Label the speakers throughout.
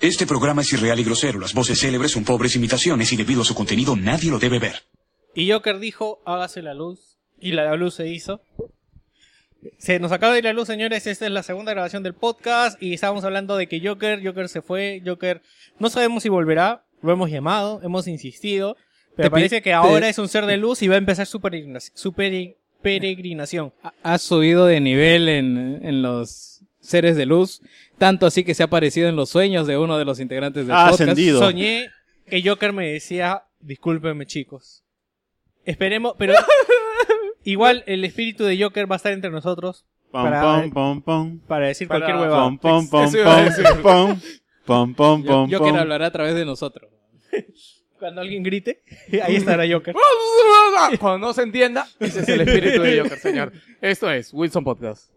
Speaker 1: Este programa es irreal y grosero. Las voces célebres son pobres imitaciones y debido a su contenido nadie lo debe ver.
Speaker 2: Y Joker dijo, hágase la luz. Y la luz se hizo. Se nos acaba de ir la luz, señores. Esta es la segunda grabación del podcast. Y estábamos hablando de que Joker, Joker se fue. Joker, no sabemos si volverá. Lo hemos llamado, hemos insistido. Pero
Speaker 3: Te pi-
Speaker 2: parece que
Speaker 3: te-
Speaker 2: ahora es un ser de luz y va a empezar su peregrina- su pere- peregrinación.
Speaker 3: Ha- Ha subido de nivel en, en los seres de luz, tanto así que se ha aparecido en los sueños de uno de los integrantes del
Speaker 4: Ha
Speaker 3: podcast.
Speaker 4: ascendido.
Speaker 2: Soñé que Joker me decía, discúlpenme chicos. Esperemos, pero igual el espíritu de Joker va a estar entre nosotros
Speaker 4: Pom,
Speaker 2: Para-
Speaker 4: pom, pom, pom.
Speaker 2: para decir
Speaker 3: Para-
Speaker 2: cualquier huevada.
Speaker 4: Pom, pom, pom,
Speaker 3: Eso iba a
Speaker 4: pom,
Speaker 3: decir.
Speaker 4: pom. Pom, pom,
Speaker 3: Yo-
Speaker 4: pom,
Speaker 3: Joker
Speaker 4: pom.
Speaker 3: hablará a través de nosotros.
Speaker 2: Cuando alguien grite, ahí estará Joker.
Speaker 5: Cuando no se entienda, ese es el espíritu de Joker, señor. Esto es Wilson Podcast.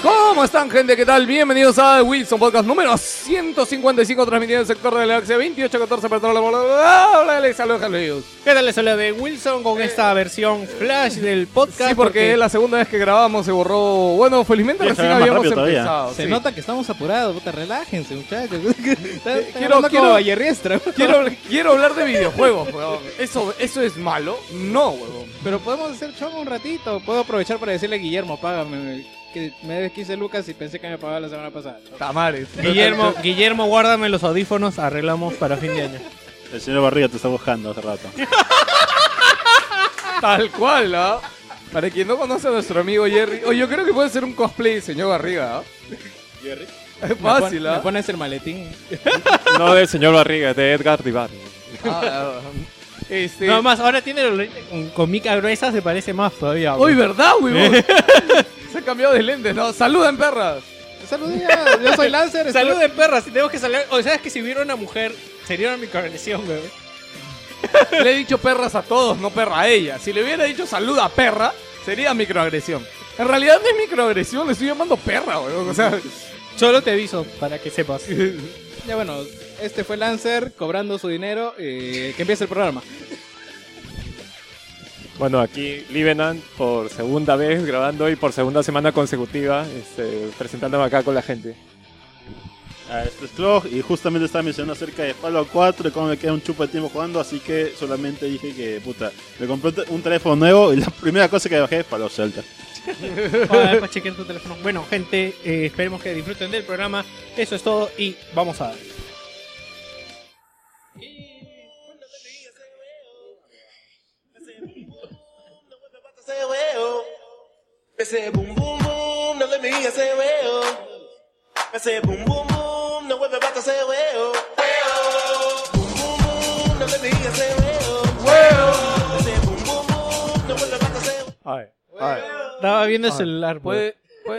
Speaker 5: ¿Cómo están, gente? ¿Qué tal? Bienvenidos a Wilson Podcast número 155, transmitido en el sector de la galaxia 2814 para toda la bola. Les saludos, Jalveus.
Speaker 2: ¿Qué tal les habla de Wilson con esta versión flash del podcast?
Speaker 5: Sí, porque es la segunda vez que grabamos se borró. Bueno, felizmente
Speaker 4: Ya
Speaker 5: recién
Speaker 4: se ve más
Speaker 5: habíamos
Speaker 4: rápido todavía.
Speaker 5: empezado.
Speaker 3: Se
Speaker 5: sí.
Speaker 3: nota que estamos apurados, puta, relájense, muchachos.
Speaker 2: Eh,
Speaker 5: Quiero-
Speaker 3: quiero,
Speaker 5: quiero-
Speaker 3: quiero Vallerriestra.
Speaker 5: Quiero, quiero hablar de videojuegos, weón. ¿Eso, ¿Eso es malo? No, weón.
Speaker 3: Pero podemos hacer chongo un ratito. Puedo aprovechar para decirle a Guillermo, págame. Que me debes 15 lucas y pensé que me pagaba la semana pasada.
Speaker 5: Tamares.
Speaker 2: Guillermo, Guillermo, guárdame los audífonos, arreglamos para fin de año.
Speaker 4: El señor Barriga te está buscando hace rato.
Speaker 5: Tal cual, ¿ah? Para quien no conoce a nuestro amigo Jerry. Oye, yo creo que puede ser un cosplay de señor Barriga, ¿ah? Jerry. Es
Speaker 3: Me pon-
Speaker 5: fácil,
Speaker 3: Me
Speaker 5: ¿ah?
Speaker 3: pones el maletín.
Speaker 6: No del señor Barriga, de Edgar Rivar.
Speaker 5: Ah, ah, Este.
Speaker 2: No, más, ahora tiene los lentes con, con mica gruesa, se parece más todavía.
Speaker 5: Hoy, ¿verdad, weón? Ah, Se ha cambiado de lentes, ¿no? Saludan, perras.
Speaker 3: Saludía, yo soy Lancer. estuve-
Speaker 2: Saluden perras, si tenemos que salir. O sabes que si hubiera una mujer, sería una microagresión, güey.
Speaker 5: Le he dicho perras a todos, no perra a ella. Si le hubiera dicho saluda perra, sería microagresión. En realidad no es microagresión, le estoy llamando perra, weón. O sea,
Speaker 2: Solo te aviso para que sepas.
Speaker 3: Ya bueno, este fue Lancer cobrando su dinero. eh, que empiece el programa.
Speaker 6: Bueno, aquí Livenan por segunda vez grabando y por segunda semana consecutiva este, presentándome acá con la gente.
Speaker 4: Ah, Este es Clog y justamente estaba mencionando acerca de Fallout 4 y cómo me queda un chupo de tiempo jugando, así que solamente dije que, puta, me compré un te- un teléfono nuevo y la primera cosa que bajé es Fallout Shelter.
Speaker 2: Para, para chequear pues, tu teléfono. Bueno, gente, eh, esperemos que disfruten del programa. Eso es todo y vamos a ver.
Speaker 7: Ese huevo. Ese boom boom boom, no le me digas ese huevo. Ese boom boom boom, no vuelve bata ese huevo. Huevo. Boom boom boom, no le me digas ese huevo. Huevo. Ese boom boom boom, no vuelve bata ese huevo.
Speaker 6: A ver.
Speaker 2: Estaba viendo el celular, güey.
Speaker 5: puede,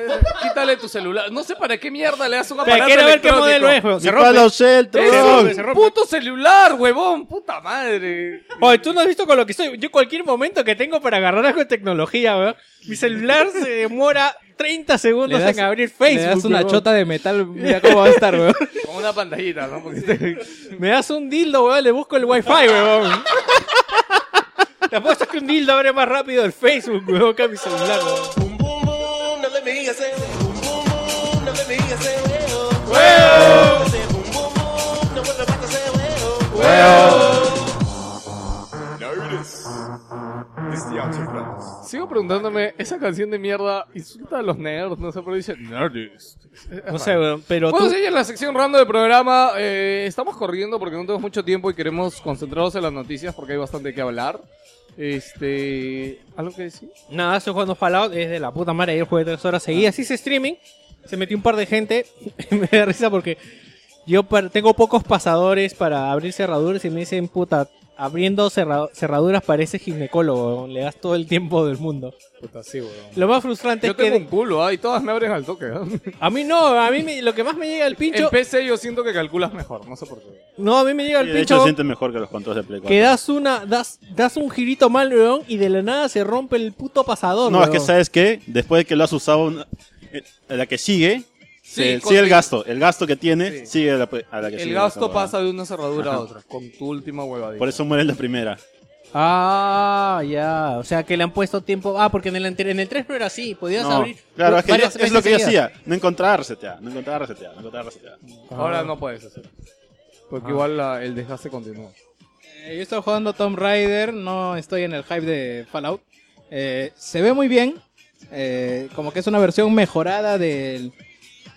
Speaker 5: puede- quítale tu celular. No sé para qué mierda le das un
Speaker 2: Pero
Speaker 5: aparato
Speaker 2: quiero ver qué
Speaker 5: electrónico.
Speaker 2: modelo es, güey. Se
Speaker 4: ¡Mi
Speaker 2: rompe.
Speaker 4: Fallout Shelter!
Speaker 5: Es
Speaker 4: weón!
Speaker 5: un puto celular, huevón. Puta madre.
Speaker 2: Oye, tú no has visto con lo que estoy. Yo cualquier momento que tengo para agarrar algo de tecnología, weón. Mi celular se demora 30 segundos
Speaker 3: Le das-
Speaker 2: en abrir
Speaker 3: Le
Speaker 2: Facebook.
Speaker 3: das una
Speaker 2: weón.
Speaker 3: chota de metal, mira cómo va a estar, weón.
Speaker 5: Con una pantallita, ¿no? Porque te-
Speaker 2: Me das un dildo, weón, le busco el wifi, weón. Te apuesto que un dildo abre más rápido el Facebook, weón, que mi celular, weón.
Speaker 7: Boom boom boom, no le me digas ese huevo. Boom boom boom, no le me digas ese huevo. Huevo. Ese boom boom boom, no vuelve bata ese huevo.
Speaker 5: Sigo preguntándome, esa canción de mierda insulta a los nerds, no sé por qué dice nerdist.
Speaker 2: No sé, weón, pero
Speaker 5: Bueno,
Speaker 2: tú...
Speaker 5: sigue en la sección random del programa. Eh, estamos corriendo porque no tenemos mucho tiempo y queremos concentrarnos en las noticias porque hay bastante que hablar. Este. ¿Algo que decir?
Speaker 2: Nada, estoy jugando Fallout, es de la puta madre, ayer jugué tres horas seguidas, hice streaming, se metió un par de gente, me da risa porque yo par- tengo pocos pasadores para abrir cerraduras y me dicen, puta, abriendo cerra- cerraduras parece ginecólogo, weón, le das todo el tiempo del mundo.
Speaker 5: Puta, sí, weón.
Speaker 2: Lo más frustrante
Speaker 5: Yo
Speaker 2: es que...
Speaker 5: tengo un culo, ah, y todas me abren al toque. ¿ah?
Speaker 2: A mí no, a mí me- lo que más me llega al
Speaker 5: En
Speaker 2: pincho...
Speaker 5: PC yo siento que calculas mejor, no sé por qué.
Speaker 2: No, a mí me llega
Speaker 4: Y
Speaker 2: al
Speaker 4: de hecho
Speaker 2: pincho...
Speaker 4: se siente mejor que los controles de Play 4.
Speaker 2: Que das una, das, das un girito mal, weón, y de la nada se rompe el puto pasador.
Speaker 4: No, es que
Speaker 2: weón.
Speaker 4: sabes que después de que lo has usado, una- eh, la que sigue Se-
Speaker 5: Sí, con-
Speaker 4: sigue el gasto. El gasto que tiene
Speaker 5: Sí.
Speaker 4: sigue a la, a la que sigue
Speaker 5: El
Speaker 4: la
Speaker 5: gasto
Speaker 4: otra huevada.
Speaker 5: pasa de una cerradura a otra, con tu última huevadita.
Speaker 4: Por eso muere la primera.
Speaker 2: Ah, ya. O sea, que le han puesto tiempo. Ah, porque en el, anterior- en el 3 no era así. Podías
Speaker 4: No,
Speaker 2: abrir.
Speaker 4: claro, es, que
Speaker 2: varias
Speaker 4: yo- es lo
Speaker 2: veces
Speaker 4: que yo
Speaker 2: seguidas.
Speaker 4: hacía. No encontraba resetear, no encontraba resetear, no encontraba resetear.
Speaker 5: Ahora no puedes hacer. Porque igual la- el desgaste continúa.
Speaker 3: Eh, yo estoy jugando Tomb Raider, no estoy en el hype de Fallout. Eh, se ve muy bien, eh, como que es una versión mejorada del,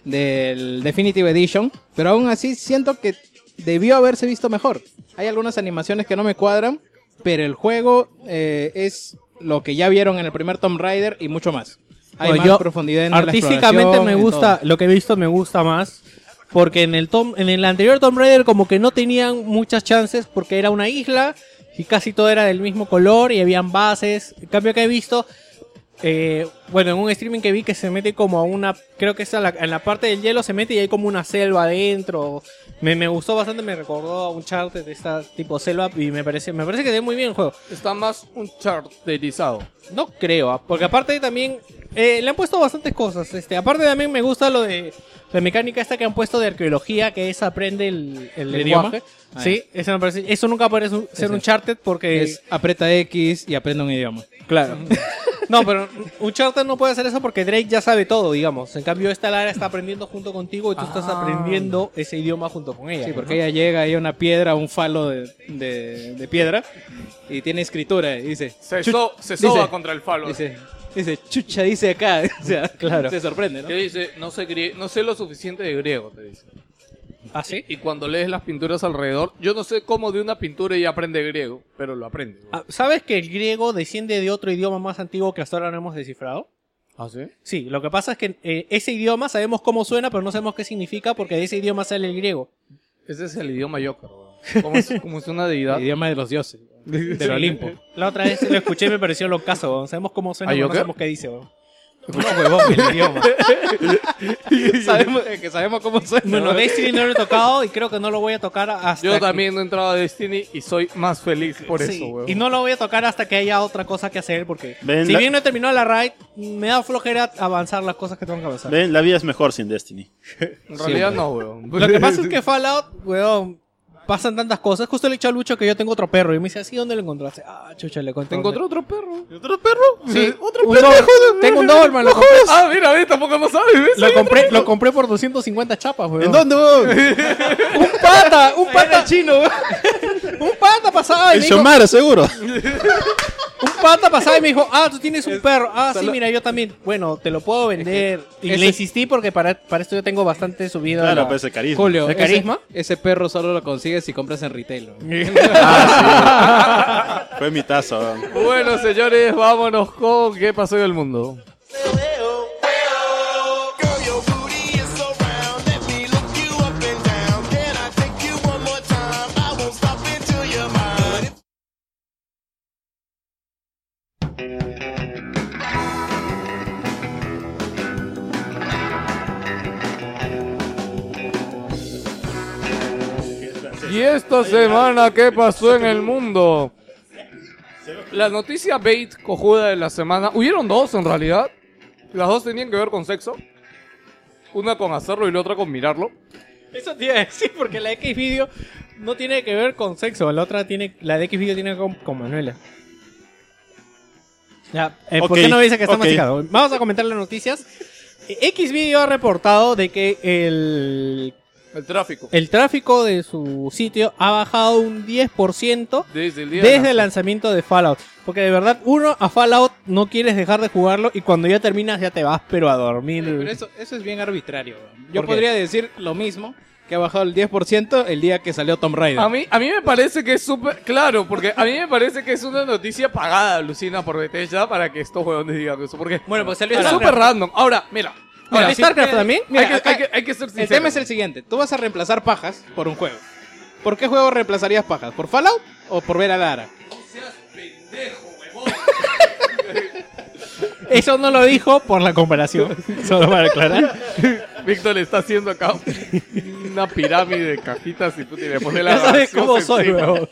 Speaker 3: del Definitive Edition, pero aún así siento que debió haberse visto mejor. Hay algunas animaciones que no me cuadran, pero el juego eh, es lo que ya vieron en el primer Tomb Raider y mucho más. Hay
Speaker 2: Oye,
Speaker 3: más
Speaker 2: yo-
Speaker 3: profundidad en la
Speaker 2: Artísticamente
Speaker 3: exploración,
Speaker 2: me
Speaker 3: en
Speaker 2: gusta,
Speaker 3: todo.
Speaker 2: lo que he visto me gusta más. Porque en el Tom, en el anterior Tomb Raider como que no tenían muchas chances porque era una isla y casi todo era del mismo color y habían bases. En cambio que he visto, eh, bueno, en un streaming que vi que se mete como a una, creo que es a la- en la parte del hielo se mete y hay como una selva adentro. Me, me gustó bastante, me recordó a un chart de esta tipo selva y me parece, me parece que dio muy bien el juego.
Speaker 5: Está más un charterizado.
Speaker 2: No creo, ah, porque aparte también eh, le han puesto bastantes cosas. Este, aparte también me gusta lo de la mecánica esta que han puesto de arqueología, que es aprende el, el
Speaker 3: ¿El
Speaker 2: lenguaje.
Speaker 3: idioma? Ah,
Speaker 2: Sí, eso, me parece- eso nunca parece un- ser
Speaker 3: Ese.
Speaker 2: un charted porque
Speaker 3: Es aprieta X y aprende un idioma.
Speaker 2: claro. no, pero un charted no puede hacer eso porque Drake ya sabe todo, digamos. En cambio esta Lara está aprendiendo junto contigo y tú estás aprendiendo ese idioma junto con ella.
Speaker 3: Ah. Sí,
Speaker 2: ¿no?
Speaker 3: porque ella llega, hay una piedra, un falo de, de- de piedra, y tiene escritura, y dice...
Speaker 5: Se,
Speaker 3: chu-
Speaker 5: so- se soba
Speaker 3: dice-
Speaker 5: contra el falo.
Speaker 3: Dice, dice, chucha, dice acá. O sea,
Speaker 2: Claro.
Speaker 3: se sorprende, ¿no?
Speaker 5: Te dice, no sé, grie- no sé lo suficiente de griego, te dice.
Speaker 2: ¿Ah, sí?
Speaker 5: Y cuando lees las pinturas alrededor, yo no sé cómo de una pintura ella aprende griego, pero lo aprende. güey.
Speaker 2: Ah, ¿Sabes que el griego desciende de otro idioma más antiguo que hasta ahora no hemos descifrado?
Speaker 5: ¿Ah, sí?
Speaker 2: Sí, lo que pasa es que eh, ese idioma sabemos cómo suena, pero no sabemos qué significa porque de ese idioma sale el griego.
Speaker 5: Ese es el idioma yoker, güey. como es, como es una deidad.
Speaker 3: El idioma de los dioses, del Olimpo.
Speaker 2: La otra vez lo escuché y me pareció lo caso, weón. sabemos cómo suena,
Speaker 5: ¿Ah,
Speaker 2: pero no
Speaker 5: yoker?
Speaker 2: sabemos qué dice. weón. No, huevón, el idioma.
Speaker 3: sabemos, eh, que sabemos cómo suena.
Speaker 2: Bueno,
Speaker 3: ¿no?
Speaker 2: Destiny no lo he tocado y creo que no lo voy a tocar hasta...
Speaker 5: Yo
Speaker 2: que-
Speaker 5: también no he entrado a Destiny y soy más feliz por
Speaker 2: Sí,
Speaker 5: eso, güey.
Speaker 2: y no lo voy a tocar hasta que haya otra cosa que hacer porque
Speaker 4: Ven,
Speaker 2: si
Speaker 4: la-
Speaker 2: bien no he terminado la raid, me da flojera avanzar las cosas que tengo que avanzar.
Speaker 4: Ven, la vida es mejor sin Destiny.
Speaker 5: En realidad no, weón.
Speaker 2: Lo que pasa es que Fallout, weón, pasan tantas cosas. Justo le he dicho a Lucho que yo tengo otro perro y me dice, ¿así dónde lo encontraste? Ah, chucha, le conté.
Speaker 5: ¿Te
Speaker 2: dónde-
Speaker 5: encontró otro perro?
Speaker 4: ¿Otro perro?
Speaker 2: Sí,
Speaker 5: ¿Otro
Speaker 2: un Doberman. Tengo un Doberman, lo compré,
Speaker 5: Ah, mira, ve, tampoco no sabes, ¿ves?
Speaker 2: lo compré, lo compré por 250 chapas, weón.
Speaker 4: ¿En dónde, weón?
Speaker 2: Un pata, un pata chino, Un pata pasaba y
Speaker 4: En
Speaker 2: me dijo,
Speaker 4: Xiomara, seguro.
Speaker 2: un pata pasaba y me dijo, ah, tú tienes un perro. Ah, sí, mira, yo también. Bueno, te lo puedo vender. Y
Speaker 3: ese-
Speaker 2: le insistí porque para, para esto yo tengo bastante subido.
Speaker 4: Claro,
Speaker 2: la-
Speaker 4: pues ese carisma.
Speaker 3: Julio,
Speaker 2: ¿De carisma?
Speaker 3: Ese, ese perro solo lo consigues si compras en retail. ¿no?
Speaker 4: Fue mi taza, weón. Ah,
Speaker 5: Bueno, señores, vámonos con ¿Qué pasó en el mundo?
Speaker 7: Girl, your booty is so round. Let me look you up and down. Can I take you one more time? I won't stop until you're mine.
Speaker 5: Y esta semana, ¿qué pasó en el mundo? La noticia bait cojuda de la semana. Hubieron dos en realidad. Las dos tenían que ver con sexo. Una con hacerlo y la otra con mirarlo.
Speaker 2: Eso te iba a decir porque la X video no tiene que ver con sexo, la otra tiene, la de X video tiene que ver con, con Manuela. Ya, eh, ¿por
Speaker 4: Ok,
Speaker 2: qué no dice que está
Speaker 4: ok.
Speaker 2: masticado? Vamos a comentar las noticias. X video ha reportado de que el,
Speaker 5: El tráfico.
Speaker 2: el tráfico de su sitio ha bajado un 10%
Speaker 5: Desde el día de
Speaker 2: desde el
Speaker 5: la-
Speaker 2: lanzamiento de Fallout. Porque de verdad, uno a Fallout no quieres dejar de jugarlo y cuando ya terminas ya te vas, pero a dormir.
Speaker 3: Pero eso, eso es bien arbitrario. ¿no? Yo
Speaker 2: ¿Por qué?
Speaker 3: podría decir lo mismo, que ha bajado el 10% el día que salió Tomb Raider.
Speaker 5: A mí, a mí me parece que es súper. Claro, porque a mí me parece que es una noticia pagada, Lucina, por Bethesda, para que estos huevones digan eso. Porque
Speaker 2: Bueno, pues salió
Speaker 5: es
Speaker 2: Starcraft.
Speaker 5: súper random. Ahora, mira.
Speaker 2: Mira,
Speaker 5: Ahora,
Speaker 2: ¿Starcraft también?
Speaker 5: hay,
Speaker 3: Mira,
Speaker 5: que,
Speaker 3: acá-
Speaker 5: hay, que, hay que ser
Speaker 3: El
Speaker 5: sincero.
Speaker 3: tema es el siguiente: tú vas a reemplazar pajas por un juego. ¿Por qué juego reemplazarías pajas? ¿Por Fallout o por ver a Lara?
Speaker 2: Eso no lo dijo por la comparación, solo para aclarar.
Speaker 5: Víctor le está haciendo acá una pirámide de cajitas y, puta, y le pone la
Speaker 2: Ya sabes
Speaker 5: grabación
Speaker 2: cómo soy,
Speaker 5: encima.
Speaker 2: weón.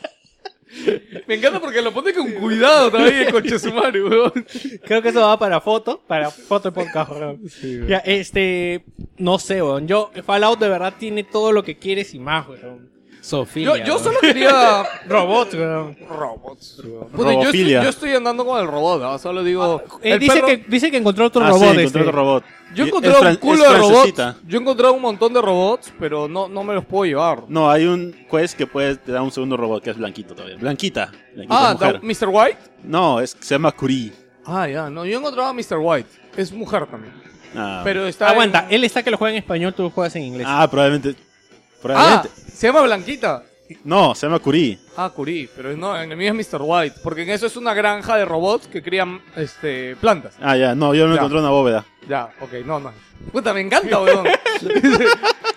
Speaker 5: Me encanta porque lo pone con cuidado también el coche sumario, weón.
Speaker 2: Creo que eso va para foto, para foto y podcast, weón. Ya, este, no sé, weón. Yo, Fallout de verdad tiene todo lo que quieres y más, weón.
Speaker 3: Sofía.
Speaker 5: Yo, yo solo quería.
Speaker 2: Robots, weón.
Speaker 5: Robots. weón.
Speaker 4: Robofilia.
Speaker 5: yo, estoy, yo estoy andando con el robot, ¿ah? solo digo.
Speaker 2: Eh,
Speaker 5: el
Speaker 2: dice,
Speaker 5: perro-
Speaker 2: que, dice que encontró otro
Speaker 4: Ah, sí,
Speaker 2: robot.
Speaker 4: encontré
Speaker 2: este.
Speaker 4: otro robot.
Speaker 5: Yo he
Speaker 4: Y
Speaker 5: encontrado
Speaker 4: es
Speaker 5: un
Speaker 4: fran-
Speaker 5: culo
Speaker 4: es
Speaker 5: de robots.
Speaker 4: francesita.
Speaker 5: Yo he encontrado un montón de robots, pero no, no me los puedo llevar.
Speaker 4: No, hay un quest que puede te da un segundo robot que es blanquito todavía. Blanquita. Blanquita
Speaker 5: Ah,
Speaker 4: mujer.
Speaker 5: da- Mr. White.
Speaker 4: No, es, se llama Curie.
Speaker 5: Ah, ya, no, yo he encontrado a Mr. White. Es mujer también.
Speaker 4: Ah,
Speaker 5: Pero está. en-
Speaker 2: Aguanta, eh, él está que lo juega en español, tú lo juegas en inglés.
Speaker 4: ah probablemente.
Speaker 5: Ah,
Speaker 4: Probablemente.
Speaker 5: se llama Blanquita.
Speaker 2: Ah.
Speaker 4: No, se llama Curie.
Speaker 5: Ah, Curie, pero no, el enemigo es Mr. White, porque en eso es una granja de robots que crían este, plantas.
Speaker 4: Ah, ya, no, yo no
Speaker 5: Ya.
Speaker 4: encontré una bóveda.
Speaker 5: Ya, ok, no, no. Puta, me encanta, weón.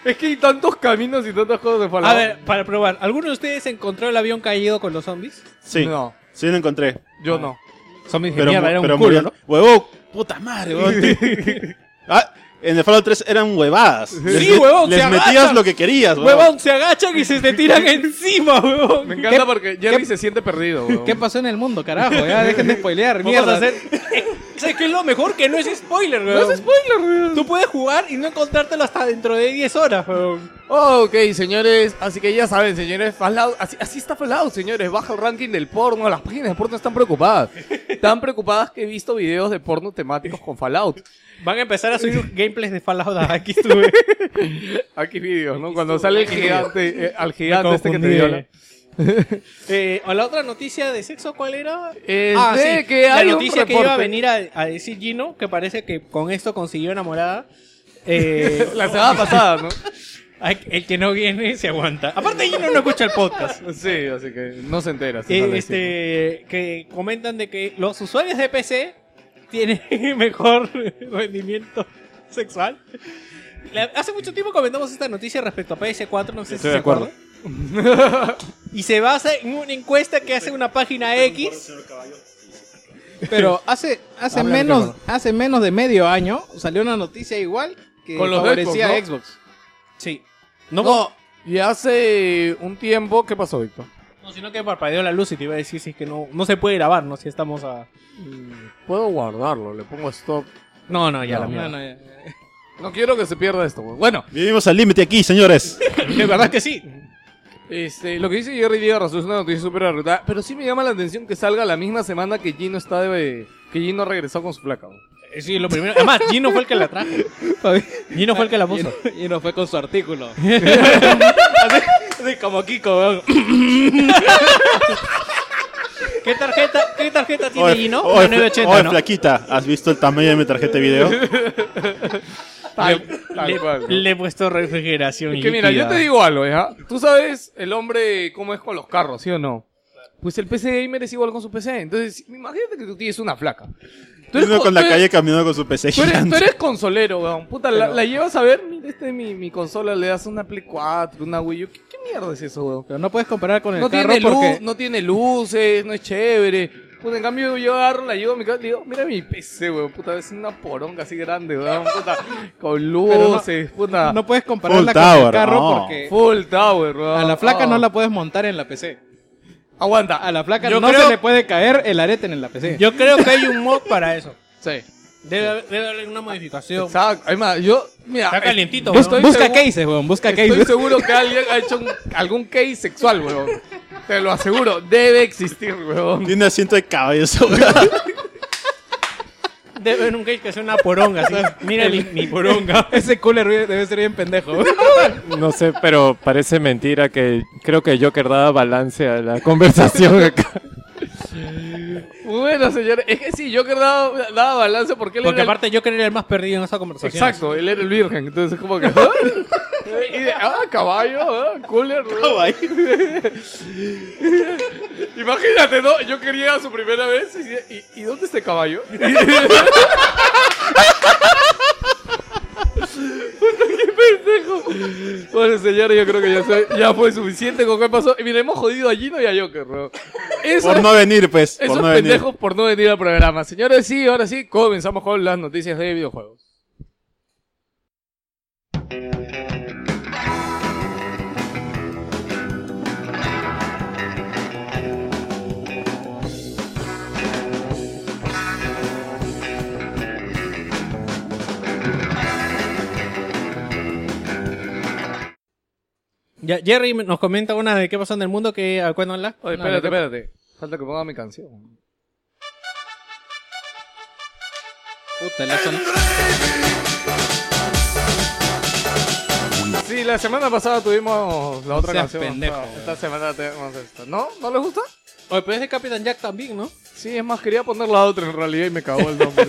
Speaker 5: es que hay tantos caminos y tantas cosas de Fallout.
Speaker 2: A ver, para probar, ¿alguno de ustedes encontró el avión caído con los zombies?
Speaker 4: Sí.
Speaker 5: No.
Speaker 4: Sí, lo encontré.
Speaker 5: yo no.
Speaker 2: Zombies de
Speaker 4: Pero,
Speaker 2: mierda,
Speaker 4: mu-
Speaker 2: era un
Speaker 4: pero
Speaker 2: culo,
Speaker 4: murió-
Speaker 2: ¿no?
Speaker 4: Huevo, puta madre, huevón. Te- ah, en el Fallout 3 eran huevadas. Sí,
Speaker 2: huevón, se
Speaker 4: Les metías
Speaker 2: agachan.
Speaker 4: lo que querías, huevón.
Speaker 2: Huevón, se agachan y se te tiran encima, huevón.
Speaker 5: Me encanta porque Jerry se siente perdido, weón.
Speaker 3: ¿Qué pasó en el mundo, carajo? Ya dejen de spoilear,
Speaker 2: Vamos a
Speaker 3: mierda.
Speaker 2: hacer... ¿Sabes qué es lo mejor? Que no es spoiler, weón.
Speaker 5: No es spoiler, weón.
Speaker 2: Tú puedes jugar y no encontrártelo hasta dentro de 10 horas, weón.
Speaker 5: Ok, señores, así que ya saben, señores, Fallout, así, así está Fallout, señores, baja el ranking del porno, las páginas de porno están preocupadas. Están preocupadas que he visto videos de porno temáticos con Fallout.
Speaker 2: Van a empezar a subir gameplays de Fallout a aquí estuve.
Speaker 5: Aquí videos, ¿no? Cuando sale el gigante, eh, al gigante este que te
Speaker 2: confundí.
Speaker 5: viola.
Speaker 2: eh, o la otra noticia de sexo, ¿cuál era? Ah,
Speaker 5: Eh, de que
Speaker 2: la
Speaker 5: hay un
Speaker 2: noticia que iba a
Speaker 5: reporte.
Speaker 2: venir a, a decir Gino, que parece que con esto consiguió enamorada. Eh,
Speaker 5: La semana pasada, ¿no?
Speaker 2: ay, el que no viene se aguanta. Aparte Gino no escucha el podcast.
Speaker 5: Sí, así que no se entera. se
Speaker 2: Eh,
Speaker 5: sale así.
Speaker 2: este, que comentan de que los usuarios de PC tienen mejor rendimiento sexual. La- hace mucho tiempo comentamos esta noticia respecto a PS4, no sé si se
Speaker 6: Estoy de acuerdo.
Speaker 2: acuerdan. y se basa en una encuesta que hace una página X.
Speaker 3: Pero hace, hace,
Speaker 2: Habla al
Speaker 3: menos, hace menos de medio año salió una noticia igual que
Speaker 5: Con los
Speaker 3: favorecía a
Speaker 5: Xbox,
Speaker 3: Xbox.
Speaker 2: Sí.
Speaker 5: No, y hace un tiempo, ¿qué pasó, Víctor?
Speaker 2: No, sino que parpadeó la luz y te iba a decir si es que no, no se puede grabar, ¿no? Si estamos a.
Speaker 5: Puedo guardarlo, le pongo stop.
Speaker 2: No, no, ya
Speaker 5: No,
Speaker 2: la mierda.
Speaker 3: No, no, ya.
Speaker 5: No quiero que se pierda esto, weón. Bueno,
Speaker 4: Vivimos al límite aquí, señores.
Speaker 2: De verdad que sí.
Speaker 5: Este, lo que dice Jerry Díaz razón es una noticia súper arruinada, pero sí me llama la atención que salga la misma semana que Gino está de... que Gino regresó con su placa.
Speaker 2: Eh, Sí, lo primero. Además, Gino fue el que la trajo. Gino fue el que la
Speaker 3: Y
Speaker 2: puso.
Speaker 3: no- Y no fue con su artículo.
Speaker 2: como Kiko, ¿Qué tarjeta, ¿Qué tarjeta tiene
Speaker 4: Oye,
Speaker 2: Gino?
Speaker 4: oye,
Speaker 2: Una 980,
Speaker 4: oye,
Speaker 2: ¿no?
Speaker 4: flaquita, ¿has visto el tamaño de mi tarjeta de video?
Speaker 5: Tal,
Speaker 2: Ah, Le, le he puesto refrigeración.
Speaker 5: que mira, yo
Speaker 2: líquida.
Speaker 5: te digo algo, ¿eh? Tú sabes el hombre cómo es con los carros, ¿sí o no? Pues el PC gamer es igual con su PC. Entonces, imagínate que tú tienes una flaca. Tú eres
Speaker 4: Uno
Speaker 5: co-
Speaker 4: con
Speaker 5: tú
Speaker 4: la
Speaker 5: eres-
Speaker 4: calle caminando con su PC
Speaker 5: Tú eres, tú
Speaker 4: gigante.
Speaker 5: eres consolero, weón. Puta, la, la llevas a ver, mira, este es mi, mi consola, le das una Play 4, una Wii U. ¿Qué, qué mierda es eso, weón?
Speaker 3: Pero no puedes comparar con el
Speaker 5: No
Speaker 3: carro
Speaker 5: tiene, luz,
Speaker 3: porque...
Speaker 5: no tiene luces, no es chévere. Puta, en cambio yo agarro, la llevo a mi casa y le digo, mira mi PC, weón, puta, es una poronga así grande, weón, puta, con luces, puta,
Speaker 3: No puedes compararla
Speaker 4: Full
Speaker 3: con el
Speaker 4: tower,
Speaker 3: carro
Speaker 4: no.
Speaker 3: porque
Speaker 5: full tower, weón.
Speaker 3: a la flaca
Speaker 5: Ah.
Speaker 3: no la puedes montar en la PC.
Speaker 5: Aguanta,
Speaker 3: A la flaca
Speaker 2: Yo
Speaker 3: no
Speaker 2: creo-
Speaker 3: se le puede caer el arete en la PC.
Speaker 2: Yo creo que hay un mod para eso.
Speaker 5: Sí.
Speaker 2: Debe, haber- debe haber una modificación.
Speaker 5: Exacto, además, yo, mira.
Speaker 2: Está
Speaker 5: eh,
Speaker 2: calientito,
Speaker 5: yo
Speaker 2: weón.
Speaker 5: estoy
Speaker 3: busca
Speaker 5: seguro-
Speaker 3: cases, weón, busca
Speaker 5: Estoy
Speaker 3: cases.
Speaker 5: seguro que alguien ha hecho un- algún case sexual, weón. Te lo aseguro, debe existir, weón.
Speaker 4: Tiene asiento de caballo. esa weá.
Speaker 2: Debe haber un case que sea una poronga. así. Mira mi, mi poronga.
Speaker 3: Ese cooler debe ser bien pendejo.
Speaker 6: No sé, pero parece mentira que creo que Joker daba balance a la conversación acá.
Speaker 5: Bueno, señores, es que sí, yo que daba, daba balance porque él
Speaker 2: Porque
Speaker 5: era el-
Speaker 2: aparte yo creo que era el más perdido en esa conversación.
Speaker 5: Exacto, él era el virgen, entonces como que... ¿ah? Y de- ah, caballo, ah, cooler. Caballo. Imagínate, ¿no? Yo quería su primera vez y, y- ¿y dónde está el caballo? Puta, qué pendejo. Bueno, señores, yo creo que ya, se- ya fue suficiente con qué pasó. Y mira, hemos jodido a Gino y a Joker, bro. Eso
Speaker 4: Por
Speaker 5: es-
Speaker 4: no venir, pues.
Speaker 5: esos
Speaker 4: Por no venir.
Speaker 5: pendejos por no venir al programa. Señores, sí, ahora sí, comenzamos con las noticias de videojuegos.
Speaker 2: Ya, Jerry me- nos comenta una de qué pasó en el mundo que ah, a cuándo la.
Speaker 5: Oye,
Speaker 2: no,
Speaker 5: espérate,
Speaker 2: la-
Speaker 5: espérate. Falta que ponga mi canción.
Speaker 3: Puta, la son-
Speaker 5: Sí, la semana pasada tuvimos la otra
Speaker 3: seas
Speaker 5: canción.
Speaker 3: pendejo.
Speaker 5: Esta- Esta semana tenemos esta. ¿No? ¿No les gusta?
Speaker 2: Oye, pero es de Capitán Jack también, ¿no?
Speaker 5: Sí, es más, quería poner la otra en realidad y me cagó el nombre.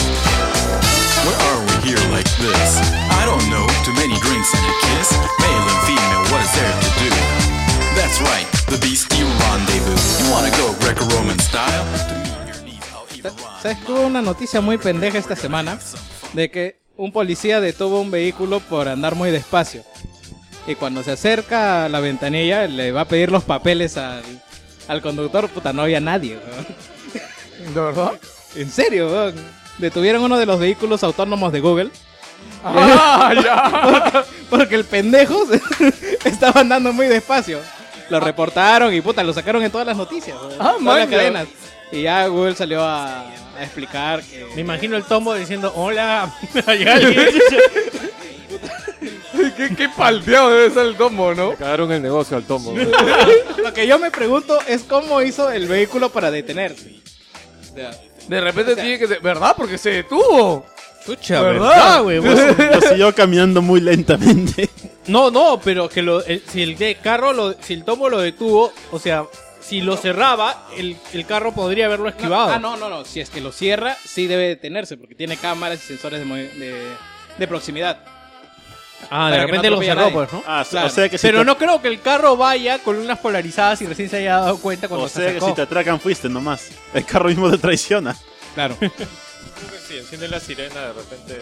Speaker 8: Why are we here like this? I don't know, too many drinks and a kiss. Male and female, what is there to do? That's right, the beastie rendezvous. You wanna go Greco-Roman style? To meet your needs, I'll eat a rhyme.
Speaker 3: ¿Sabes? Tuve una noticia muy pendeja esta semana de que un policía detuvo un vehículo por andar muy despacio. Y cuando se acerca a la ventanilla, le va a pedir los papeles al, al conductor. Puta, no había nadie. weón.
Speaker 5: ¿De verdad?
Speaker 3: En serio, weón. Detuvieron uno de los vehículos autónomos de Google. Eh,
Speaker 5: ¡Ah, ya!
Speaker 3: Porque el pendejo se- estaba andando muy despacio. Lo reportaron y puta, lo sacaron en todas las noticias. weón.
Speaker 5: Ah,
Speaker 3: Todas las
Speaker 5: manja.
Speaker 3: cadenas. Y ya Google salió a, a explicar que.
Speaker 2: Me imagino el tombo diciendo, hola, hay alguien.
Speaker 5: ¿Qué, qué palteado debe ser el tombo, ¿no?
Speaker 6: Cagaron el negocio al tombo.
Speaker 3: Lo que yo me pregunto es cómo hizo el vehículo para detenerse.
Speaker 5: De repente tiene que... ser- ¿Verdad? Porque se detuvo.
Speaker 2: Chucha,
Speaker 5: ¿Verdad?
Speaker 2: güey?
Speaker 4: Lo Pues, siguió caminando muy lentamente.
Speaker 2: No, no, pero que lo, el- si el de- carro, lo, si el tombo lo detuvo, o sea, si lo cerraba, el, el carro podría haberlo esquivado.
Speaker 3: Ah, no, no, no. Si es que lo cierra, sí debe detenerse porque tiene cámaras y sensores de, movi- de- de proximidad.
Speaker 2: Ah, de
Speaker 3: Para que no
Speaker 2: repente lo
Speaker 3: atropelle a
Speaker 2: cerró,
Speaker 3: nadie.
Speaker 2: pues, ¿no?
Speaker 4: Ah,
Speaker 3: Claro.
Speaker 4: o sea que si
Speaker 2: pero
Speaker 4: te,
Speaker 2: no creo que el carro vaya con unas polarizadas y recién se haya dado cuenta cuando
Speaker 4: o
Speaker 2: se
Speaker 4: sea que
Speaker 2: acercó.
Speaker 4: si te atracan fuiste nomás. El carro mismo te traiciona.
Speaker 3: Claro.
Speaker 6: Sí, enciende la sirena de repente.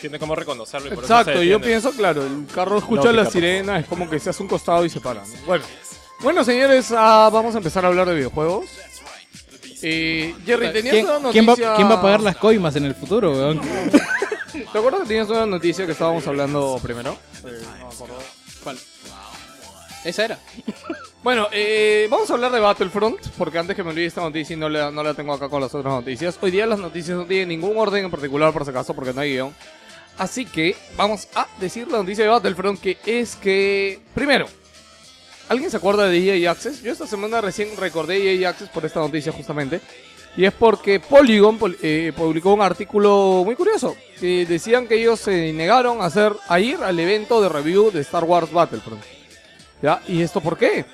Speaker 6: Tiene cómo reconocerlo. Y por eso
Speaker 5: Exacto,
Speaker 6: se
Speaker 5: yo
Speaker 6: detiene.
Speaker 5: pienso, claro, el carro escucha
Speaker 6: No,
Speaker 5: la
Speaker 6: pica,
Speaker 5: sirena, es como que se hace un costado y se para. ¿no? Bueno, bueno señores, ah, vamos a empezar a hablar de videojuegos. Eh, Jerry, tenías
Speaker 3: ¿Quién,
Speaker 5: una noticia...
Speaker 3: quién va, quién va a pagar las coimas en el futuro, weón?
Speaker 5: ¿Te acuerdas que tenías una noticia que estábamos hablando primero?
Speaker 3: Esa era.
Speaker 5: Bueno, eh, vamos a hablar de Battlefront, porque antes que me olvide esta noticia y no la, no la tengo acá con las otras noticias. Hoy día las noticias no tienen ningún orden en particular, por si acaso, porque no hay guión. Así que vamos a decir la noticia de Battlefront, que es que... Primero, ¿alguien se acuerda de EA Access? Yo esta semana recién recordé EA Access por esta noticia justamente. Y es porque Polygon pol- eh, publicó un artículo muy curioso. Que decían que ellos se negaron a, hacer, a ir al evento de review de Star Wars Battlefront. ¿Ya? ¿Y esto por qué?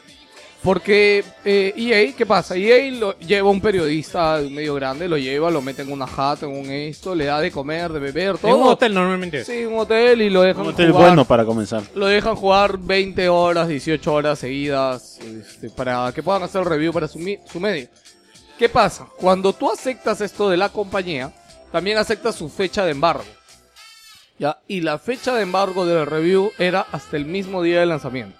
Speaker 5: Porque eh, EA, ¿qué pasa? EA lo lleva un periodista de un medio grande, lo lleva, lo mete en una jata, en un esto, le da de comer, de beber, todo.
Speaker 2: En un hotel normalmente.
Speaker 5: Sí, un hotel y lo dejan
Speaker 4: Un hotel
Speaker 5: jugar.
Speaker 4: bueno para comenzar.
Speaker 5: Lo dejan jugar 20 horas, 18 horas seguidas este, para que puedan hacer review para su, mi- su medio. ¿Qué pasa? Cuando tú aceptas esto de la compañía, también aceptas su fecha de embargo. ¿ya? Y la fecha de embargo del review era hasta el mismo día de lanzamiento.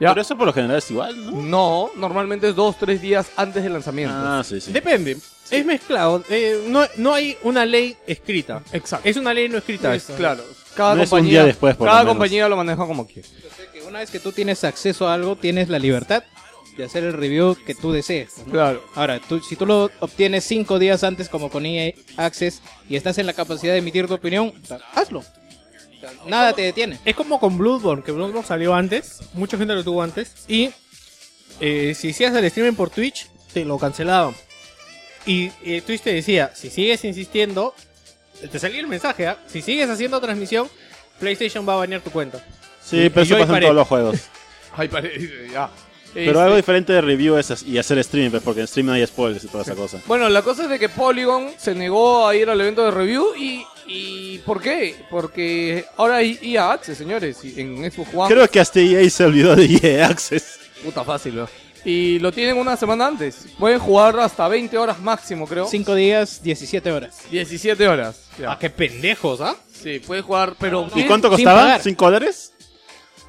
Speaker 5: Ya.
Speaker 4: Pero eso por lo general es igual, ¿no?
Speaker 5: No, normalmente es 2-3 días antes del lanzamiento.
Speaker 4: Ah, sí, sí.
Speaker 2: Depende. Es mezclado. eh, no, no hay una ley escrita.
Speaker 5: Exacto.
Speaker 2: Es una ley no escrita.
Speaker 5: Es-
Speaker 2: esta.
Speaker 5: claro, cada
Speaker 4: No es un
Speaker 5: compañía,
Speaker 4: día después, por lo
Speaker 5: cada
Speaker 4: menos.
Speaker 5: compañía lo maneja como quiere.
Speaker 3: Que una vez que tú tienes acceso a algo, tienes la libertad de hacer el review que tú desees. ¿no?
Speaker 5: Claro.
Speaker 3: Ahora, tú- si tú lo obtienes cinco días antes, como con EA Access, y estás en la capacidad de emitir tu opinión, hazlo. Nada te detiene.
Speaker 2: Es como con Bloodborne, que Bloodborne salió antes, mucha gente lo tuvo antes, y eh, si hacías el streaming por Twitch, te lo cancelaban. Y eh, Twitch te decía, si sigues insistiendo, te salía el mensaje, ¿ah? si sigues haciendo transmisión, PlayStation va a banear tu cuenta.
Speaker 4: Sí, pero
Speaker 2: Y yo
Speaker 4: eso pasa
Speaker 2: disparé.
Speaker 4: en todos los juegos.
Speaker 5: Ay, pare- ya.
Speaker 4: Pero
Speaker 5: Este-
Speaker 4: algo diferente de review es y hacer streaming, pues, porque en streaming hay spoilers y toda esa cosa.
Speaker 5: Bueno, la cosa es de que Polygon se negó a ir al evento de review y, y ¿por qué? Porque ahora hay EA Access, señores, y en Xbox One.
Speaker 4: Creo que hasta EA se olvidó de EA Access.
Speaker 5: Puta fácil, ¿no? Y lo tienen una semana antes. Pueden jugar hasta 20 horas máximo, creo.
Speaker 3: Cinco días, 17 horas.
Speaker 5: 17 horas. Ya.
Speaker 2: Ah, qué pendejos, ¿ah?
Speaker 5: Sí, pueden jugar, pero...
Speaker 4: ¿Y
Speaker 5: tienen-
Speaker 4: cuánto
Speaker 3: sin
Speaker 4: costaba?
Speaker 3: pagar.
Speaker 4: ¿5 dólares?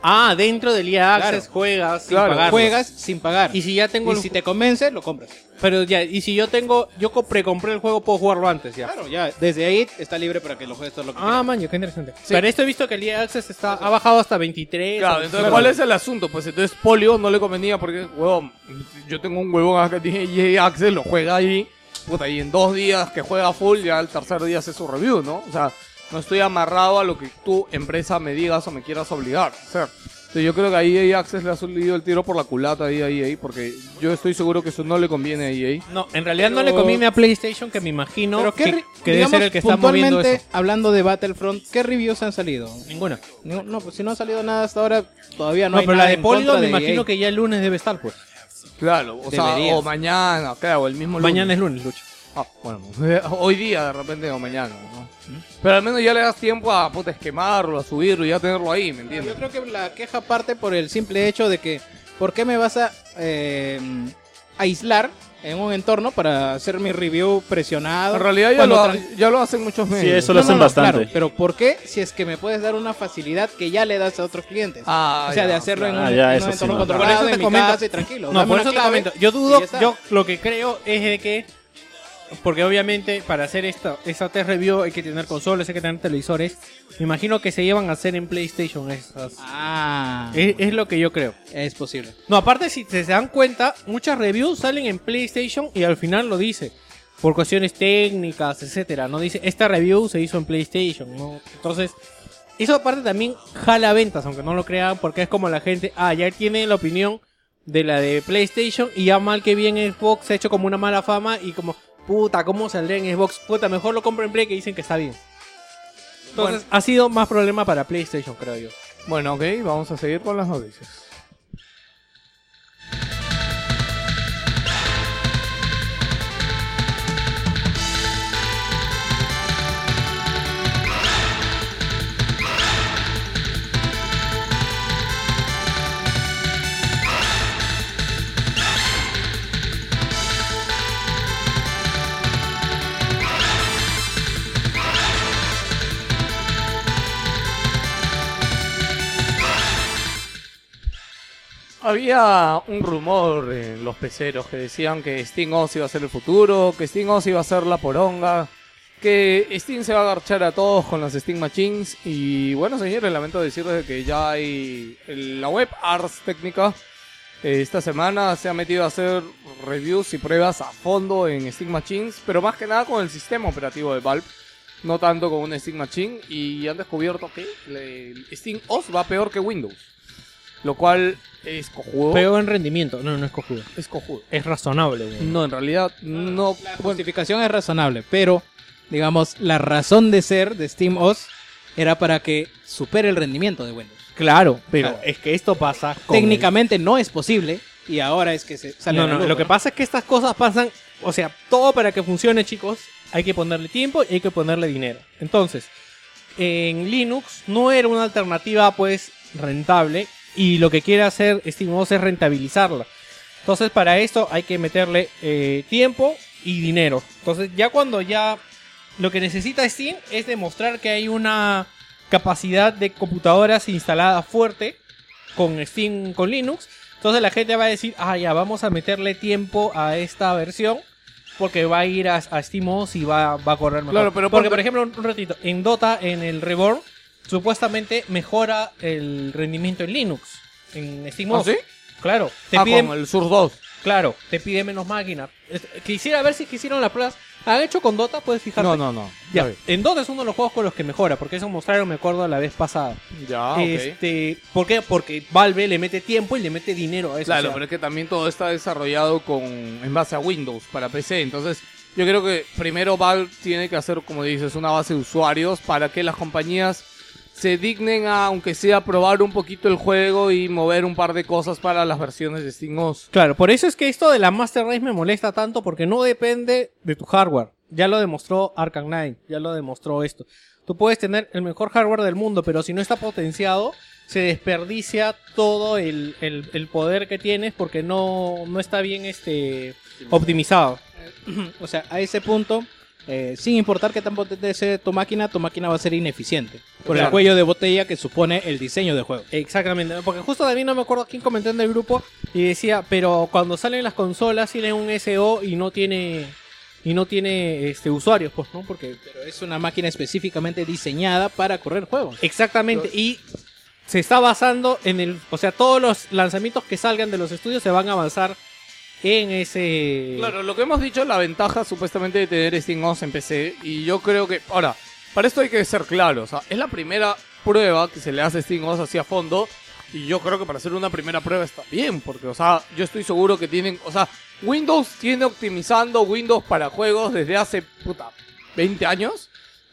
Speaker 2: Ah, dentro del EA
Speaker 3: Claro.
Speaker 2: Access juegas sin
Speaker 5: Claro,
Speaker 2: pagarlo.
Speaker 3: Juegas sin pagar.
Speaker 2: Y si ya tengo
Speaker 3: Y
Speaker 2: el
Speaker 3: si
Speaker 2: ju-
Speaker 3: te convence, lo compras.
Speaker 2: Pero ya, y si yo tengo, yo co- precompré el juego, puedo jugarlo antes ya.
Speaker 3: Claro, ya. Desde ahí está libre para que lo juegues todo lo que
Speaker 2: Ah,
Speaker 3: quieras.
Speaker 2: man, qué interesante. Para esto he visto que el EA Access está, ha bajado hasta 23.
Speaker 5: Claro,
Speaker 2: o-
Speaker 5: entonces, ¿cuál es el asunto? Pues entonces Polio no le convenía porque, huevón, yo tengo un huevón acá que tiene EA Access, lo juega ahí, puta, y en dos días que juega full, ya el tercer día hace su review, ¿no? O sea, no estoy amarrado a lo que tu empresa me digas o me quieras obligar. O sea, entonces yo creo que a EA Access le ha salido el tiro por la culata ahí, ahí, ahí, porque yo estoy seguro que eso no le conviene a EA.
Speaker 2: No, en realidad no le conviene a PlayStation, que me imagino
Speaker 3: Pero qué,
Speaker 2: que,
Speaker 3: ri-
Speaker 2: que debe
Speaker 3: digamos,
Speaker 2: ser el que está
Speaker 3: puntualmente,
Speaker 2: moviendo eso.
Speaker 3: hablando de Battlefront, ¿qué reviews han salido?
Speaker 2: Ninguna.
Speaker 3: No, no, pues si no ha salido nada hasta ahora, todavía no,
Speaker 2: No,
Speaker 3: hay
Speaker 2: pero la
Speaker 3: nada
Speaker 2: de
Speaker 3: en
Speaker 2: Polydor
Speaker 3: contra
Speaker 2: me
Speaker 3: de
Speaker 2: imagino
Speaker 3: EA.
Speaker 2: que ya el lunes debe estar, pues.
Speaker 5: Claro, o sea,
Speaker 3: Deberías.
Speaker 5: o mañana, claro, el mismo lunes.
Speaker 2: Mañana es lunes, Lucho.
Speaker 5: Ah, bueno, hoy día de repente o mañana, ¿no? Pero al menos ya le das tiempo a puta esquemarlo, a subirlo y ya tenerlo ahí, ¿me
Speaker 3: Yo
Speaker 5: entiendes?
Speaker 3: creo que la queja parte por el simple hecho de que, ¿por qué me vas a eh, aislar en un entorno para hacer mi review presionado?
Speaker 5: En realidad ya
Speaker 3: Cuando
Speaker 5: lo, ha-
Speaker 3: tran-
Speaker 5: ya lo hacen muchos medios.
Speaker 4: eso lo hacen bastante.
Speaker 3: claro, pero ¿por qué si es que me puedes dar una facilidad que ya le das a otros clientes?
Speaker 5: Ah,
Speaker 3: o sea,
Speaker 5: ya,
Speaker 3: de hacerlo en
Speaker 4: claro.
Speaker 3: un,
Speaker 4: Ah, ya,
Speaker 3: en un
Speaker 4: eso sí,
Speaker 3: entorno
Speaker 4: no.
Speaker 3: controlado,
Speaker 2: Por eso te
Speaker 3: en mi
Speaker 2: comento-
Speaker 3: casa y tranquilo.
Speaker 2: No,
Speaker 3: Dame
Speaker 2: por
Speaker 3: una
Speaker 2: eso te
Speaker 3: clave
Speaker 2: comento. Yo
Speaker 3: y
Speaker 2: dudo,
Speaker 3: ya está.
Speaker 2: yo lo que creo es de que. Porque obviamente para hacer esta, esta test review hay que tener consolas, hay que tener televisores. Me imagino que se llevan a hacer en PlayStation esas.
Speaker 3: Ah,
Speaker 2: Es, es lo que yo creo.
Speaker 3: es posible.
Speaker 2: No, aparte, si se se dan cuenta, muchas reviews salen en PlayStation y al final lo dice. Por cuestiones técnicas, etcétera. No dice, esta review se hizo en PlayStation, ¿no? Entonces, eso aparte también jala ventas, aunque no lo crean, porque es como la gente, ah, ya tiene la opinión de la de PlayStation y ya mal que bien Xbox se ha hecho como una mala fama y como, puta, ¿cómo saldrá en Xbox? Puta, mejor lo compro en Play que dicen que está bien. Entonces, ha sido más problema para PlayStation, creo yo.
Speaker 5: Bueno, ok, vamos a seguir con las noticias. Había un rumor en los peceros que decían que Steam OS iba a ser el futuro, que Steam OS iba a ser la poronga, que Steam se va a agarchar a todos con las Steam Machines. Y bueno, señores, lamento decirles que ya hay el- la web Arts Técnica. eh, Esta semana se ha metido a hacer reviews y pruebas a fondo en Steam Machines, pero más que nada con el sistema operativo de Valve, no tanto con un Steam Machine. Y han descubierto que el Steam OS va peor que Windows, lo cual es cojudo.
Speaker 2: Pero en rendimiento, no, no es cojudo.
Speaker 5: Es cojudo.
Speaker 2: Es razonable, güey.
Speaker 5: No, en realidad no.
Speaker 3: La
Speaker 5: bueno,
Speaker 3: justificación es razonable, pero digamos, la razón de ser de SteamOS era para que supere el rendimiento de Windows.
Speaker 2: Claro, pero
Speaker 3: Claro.
Speaker 2: es que esto pasa con
Speaker 3: Técnicamente no es posible y ahora es que se
Speaker 2: el-
Speaker 3: sale
Speaker 2: No,
Speaker 3: a la
Speaker 2: no,
Speaker 3: luz,
Speaker 2: lo que
Speaker 3: ¿no?
Speaker 2: pasa es que estas cosas pasan, o sea, todo para que funcione, chicos, hay que ponerle tiempo y hay que ponerle dinero. Entonces, en Linux no era una alternativa pues rentable y lo que quiere hacer SteamOS es rentabilizarla. Entonces, para esto hay que meterle eh, tiempo y dinero. Entonces, ya cuando ya lo que necesita Steam es demostrar que hay una capacidad de computadoras instalada fuerte con Steam, con Linux. Entonces la gente va a decir, ah, ya, vamos a meterle tiempo a esta versión porque va a ir a, a SteamOS y va, va a correr mejor.
Speaker 5: Claro, pero
Speaker 2: porque,
Speaker 5: ponte-
Speaker 2: por ejemplo, un un ratito, en Dota, en el Reborn, supuestamente mejora el rendimiento en Linux, en SteamOS.
Speaker 5: ¿Ah, sí?
Speaker 2: Claro, te
Speaker 5: ah,
Speaker 2: piden,
Speaker 5: con el Sur 2.
Speaker 2: claro, te pide menos máquinas. Es- Quisiera ver si es que hicieron las pruebas. ¿Han hecho con Dota? Puedes fijarte.
Speaker 5: No, no, no.
Speaker 2: Ya, en Dota es uno de los juegos con los que mejora, porque eso mostraron, me acuerdo, la vez pasada.
Speaker 5: Ya,
Speaker 2: Este, ¿Por qué? Porque Valve le mete tiempo y le mete dinero a eso.
Speaker 5: Claro,
Speaker 2: o sea,
Speaker 5: pero es que también todo está desarrollado con en base a Windows para PC. Entonces, yo creo que primero Valve tiene que hacer, como dices, una base de usuarios para que las compañías se dignen a, aunque sea, probar un poquito el juego y mover un par de cosas para las versiones de SteamOS.
Speaker 2: Claro, por eso es que esto de la Master Race me molesta tanto, porque no depende de tu hardware. Ya lo demostró Arkham Knight, ya lo demostró esto. Tú puedes tener el mejor hardware del mundo, pero si no está potenciado, se desperdicia todo el, el- el poder que tienes porque no, no está bien este, optimizado.
Speaker 3: O sea, a ese punto, eh, sin importar qué tan potente sea tu máquina, tu máquina va a ser ineficiente. por el cuello de botella que supone el diseño del juego.
Speaker 2: Exactamente, porque justo también no me acuerdo quién comentó en el grupo y decía, pero cuando salen las consolas tienen un SO y no tiene y no tiene este usuarios, pues, ¿no? Porque
Speaker 3: Pero es una máquina específicamente diseñada para correr juegos.
Speaker 2: exactamente y se está basando en el, o sea, todos los lanzamientos que salgan de los estudios se van a avanzar en ese
Speaker 5: Claro, lo que hemos dicho, la ventaja supuestamente de tener SteamOS en PC, y yo creo que, ahora, para esto hay que ser claro, o sea, es la primera prueba que se le hace SteamOS hacia fondo, y yo creo que para hacer una primera prueba está bien, porque, o sea, yo estoy seguro que tienen, o sea, Windows tiene optimizando Windows para juegos desde hace, puta, 20 años,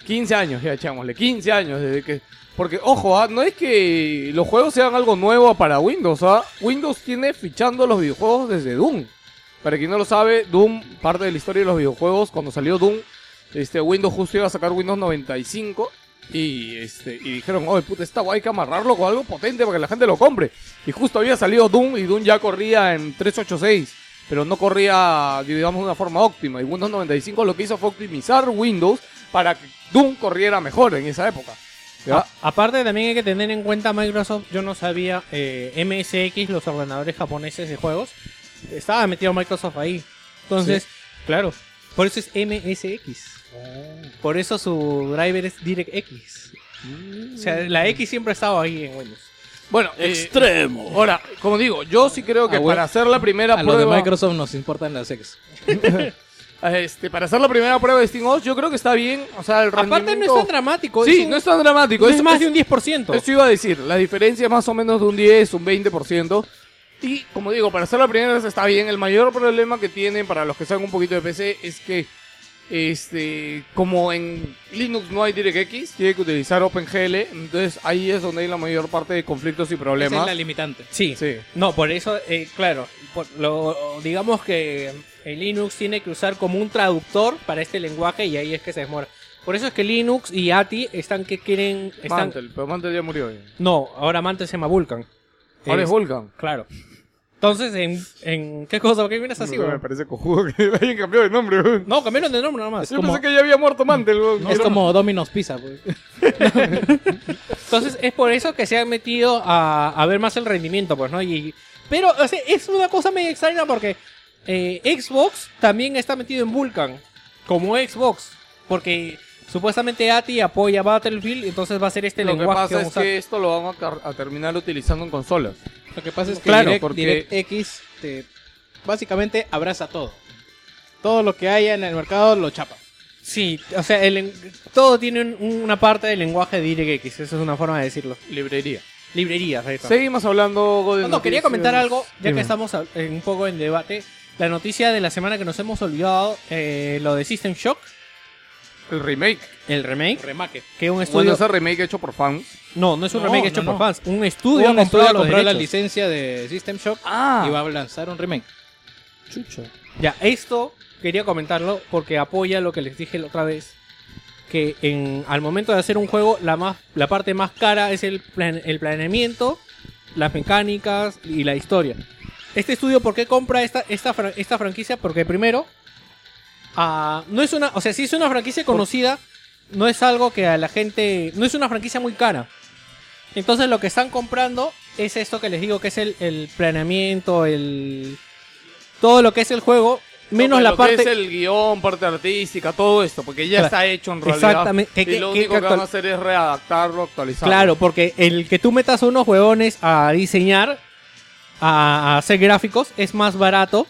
Speaker 5: 15 años, ya echámosle, 15 años desde que... Porque, ojo, ah, no es que los juegos sean algo nuevo para Windows, ah, Windows tiene fichando los videojuegos desde Doom. Para quien no lo sabe, Doom, parte de la historia de los videojuegos, cuando salió Doom, este, Windows justo iba a sacar Windows 95 y, este, y dijeron, oye, puta, esta guay hay que amarrarlo con algo potente para que la gente lo compre. Y justo había salido Doom y Doom ya corría en 386, pero no corría, digamos, de una forma óptima. Y Windows 95 lo que hizo fue optimizar Windows para que Doom corriera mejor en esa época.
Speaker 3: Ah,
Speaker 5: ¿Ya?
Speaker 2: A- Aparte también hay que tener en cuenta Microsoft, yo no sabía eh, MSX, los ordenadores japoneses de juegos, estaba metido Microsoft ahí. Entonces, claro, por eso es MSX.
Speaker 5: Oh.
Speaker 2: Por eso su driver es DirectX. O sea, la
Speaker 5: Mm.
Speaker 2: X siempre ha estado ahí en Windows.
Speaker 5: Bueno, eh, ahora, como digo, yo sí creo que
Speaker 3: Ah, bueno.
Speaker 5: para hacer la primera
Speaker 3: A los
Speaker 5: prueba...
Speaker 3: de Microsoft nos importan las ex.
Speaker 5: Este, para hacer la primera prueba de SteamOS, yo creo que está bien. O sea, el
Speaker 2: Aparte no es
Speaker 5: rendimiento-
Speaker 2: tan dramático.
Speaker 5: Sí,
Speaker 2: es un-
Speaker 5: no es tan dramático.
Speaker 2: es más de un 10%.
Speaker 5: Eso iba a decir. La diferencia es más o menos de un 10, un 20%. Y, como digo, para hacer la primera vez está bien. El mayor problema que tienen para los que saben un poquito de PC es que, este, como en Linux no hay DirectX, tiene que utilizar OpenGL. Entonces, ahí es donde hay la mayor parte de conflictos
Speaker 3: Esa
Speaker 5: y
Speaker 3: es
Speaker 5: problemas.
Speaker 3: la limitante.
Speaker 2: Sí.
Speaker 5: Sí.
Speaker 2: No, por eso, eh, claro, por- lo, digamos que el Linux tiene que usar como un traductor para este lenguaje y ahí es que se demora. Por eso es que Linux y ATI están que quieren... Están,
Speaker 5: Mantel, pero Mantel ya murió. ya.
Speaker 2: no, ahora Mantle se llama Vulkan.
Speaker 5: Ahora es
Speaker 2: Es-
Speaker 5: Vulkan.
Speaker 2: Claro. Entonces, ¿en, en qué cosa? ¿Por qué miras así,
Speaker 5: me
Speaker 2: weón?
Speaker 5: parece cojudo que hayan cambiado de nombre. weón.
Speaker 2: No, cambiaron de nombre nomás.
Speaker 5: Yo
Speaker 2: Como-
Speaker 5: pensé que ya había muerto Mantel. weón.
Speaker 3: es
Speaker 5: Era-
Speaker 3: como Domino's Pizza. pues.
Speaker 2: Entonces, es por eso que se han metido a, a ver más el rendimiento, pues, ¿no? Y, pero o sea, es una cosa medio extraña porque eh, Xbox también está metido en Vulkan, como Xbox, porque supuestamente ATI apoya Battlefield, entonces va a ser este
Speaker 5: lo que
Speaker 2: lenguaje que
Speaker 5: pasa es
Speaker 2: vamos a usar.
Speaker 5: que esto lo vamos a, tar- a terminar utilizando en consolas.
Speaker 3: Lo que pasa es que
Speaker 5: Claro,
Speaker 3: Direct-
Speaker 5: porque-
Speaker 3: DirectX te- básicamente abraza todo. Todo lo que haya en el mercado lo chapa.
Speaker 2: Sí, o sea, el len- todo tiene un- una parte del lenguaje DirectX, eso es una forma de decirlo.
Speaker 5: Librería.
Speaker 2: Librerías, ahí está.
Speaker 5: Seguimos hablando, Godel.
Speaker 2: No, no, quería
Speaker 5: Noticias.
Speaker 2: comentar algo, ya
Speaker 5: Dime.
Speaker 2: que estamos a- en un poco en debate. La noticia de la semana que nos hemos olvidado, eh, lo de System Shock,
Speaker 5: El remake.
Speaker 2: el remake.
Speaker 3: Remake.
Speaker 2: que un
Speaker 5: Bueno,
Speaker 2: estudio
Speaker 5: ese remake hecho por fans.
Speaker 2: no no es un
Speaker 3: No,
Speaker 2: remake
Speaker 3: no,
Speaker 2: hecho
Speaker 3: no.
Speaker 2: por fans un
Speaker 3: Hubo
Speaker 2: estudio
Speaker 3: un
Speaker 2: compró
Speaker 3: estudio
Speaker 2: los
Speaker 3: compró la
Speaker 2: derechos.
Speaker 3: licencia de System Shock
Speaker 5: Ah.
Speaker 3: y va a lanzar un remake.
Speaker 2: ya esto quería comentarlo porque apoya lo que les dije la otra vez que en, al momento de hacer un juego la más la parte más cara es el plan- el planeamiento las mecánicas y la historia este estudio por qué compra esta esta fra- esta franquicia porque primero ah, no es una o sea si es una franquicia conocida no es algo que a la gente no es una franquicia muy cara Entonces lo que están comprando es esto que les digo, que es el, el planeamiento, el todo lo que es el juego, menos
Speaker 5: Lo
Speaker 2: la
Speaker 5: que
Speaker 2: parte...
Speaker 5: Es el guión, parte artística, todo esto, porque ya
Speaker 2: Claro.
Speaker 5: está hecho en realidad.
Speaker 2: Exactamente. Que-
Speaker 5: Y
Speaker 2: que-
Speaker 5: lo
Speaker 2: que-
Speaker 5: único que,
Speaker 2: que
Speaker 5: van
Speaker 2: actual-
Speaker 5: a hacer es readaptarlo, actualizarlo.
Speaker 2: Claro, porque el que tú metas a unos huevones a diseñar, a, a hacer gráficos, es más barato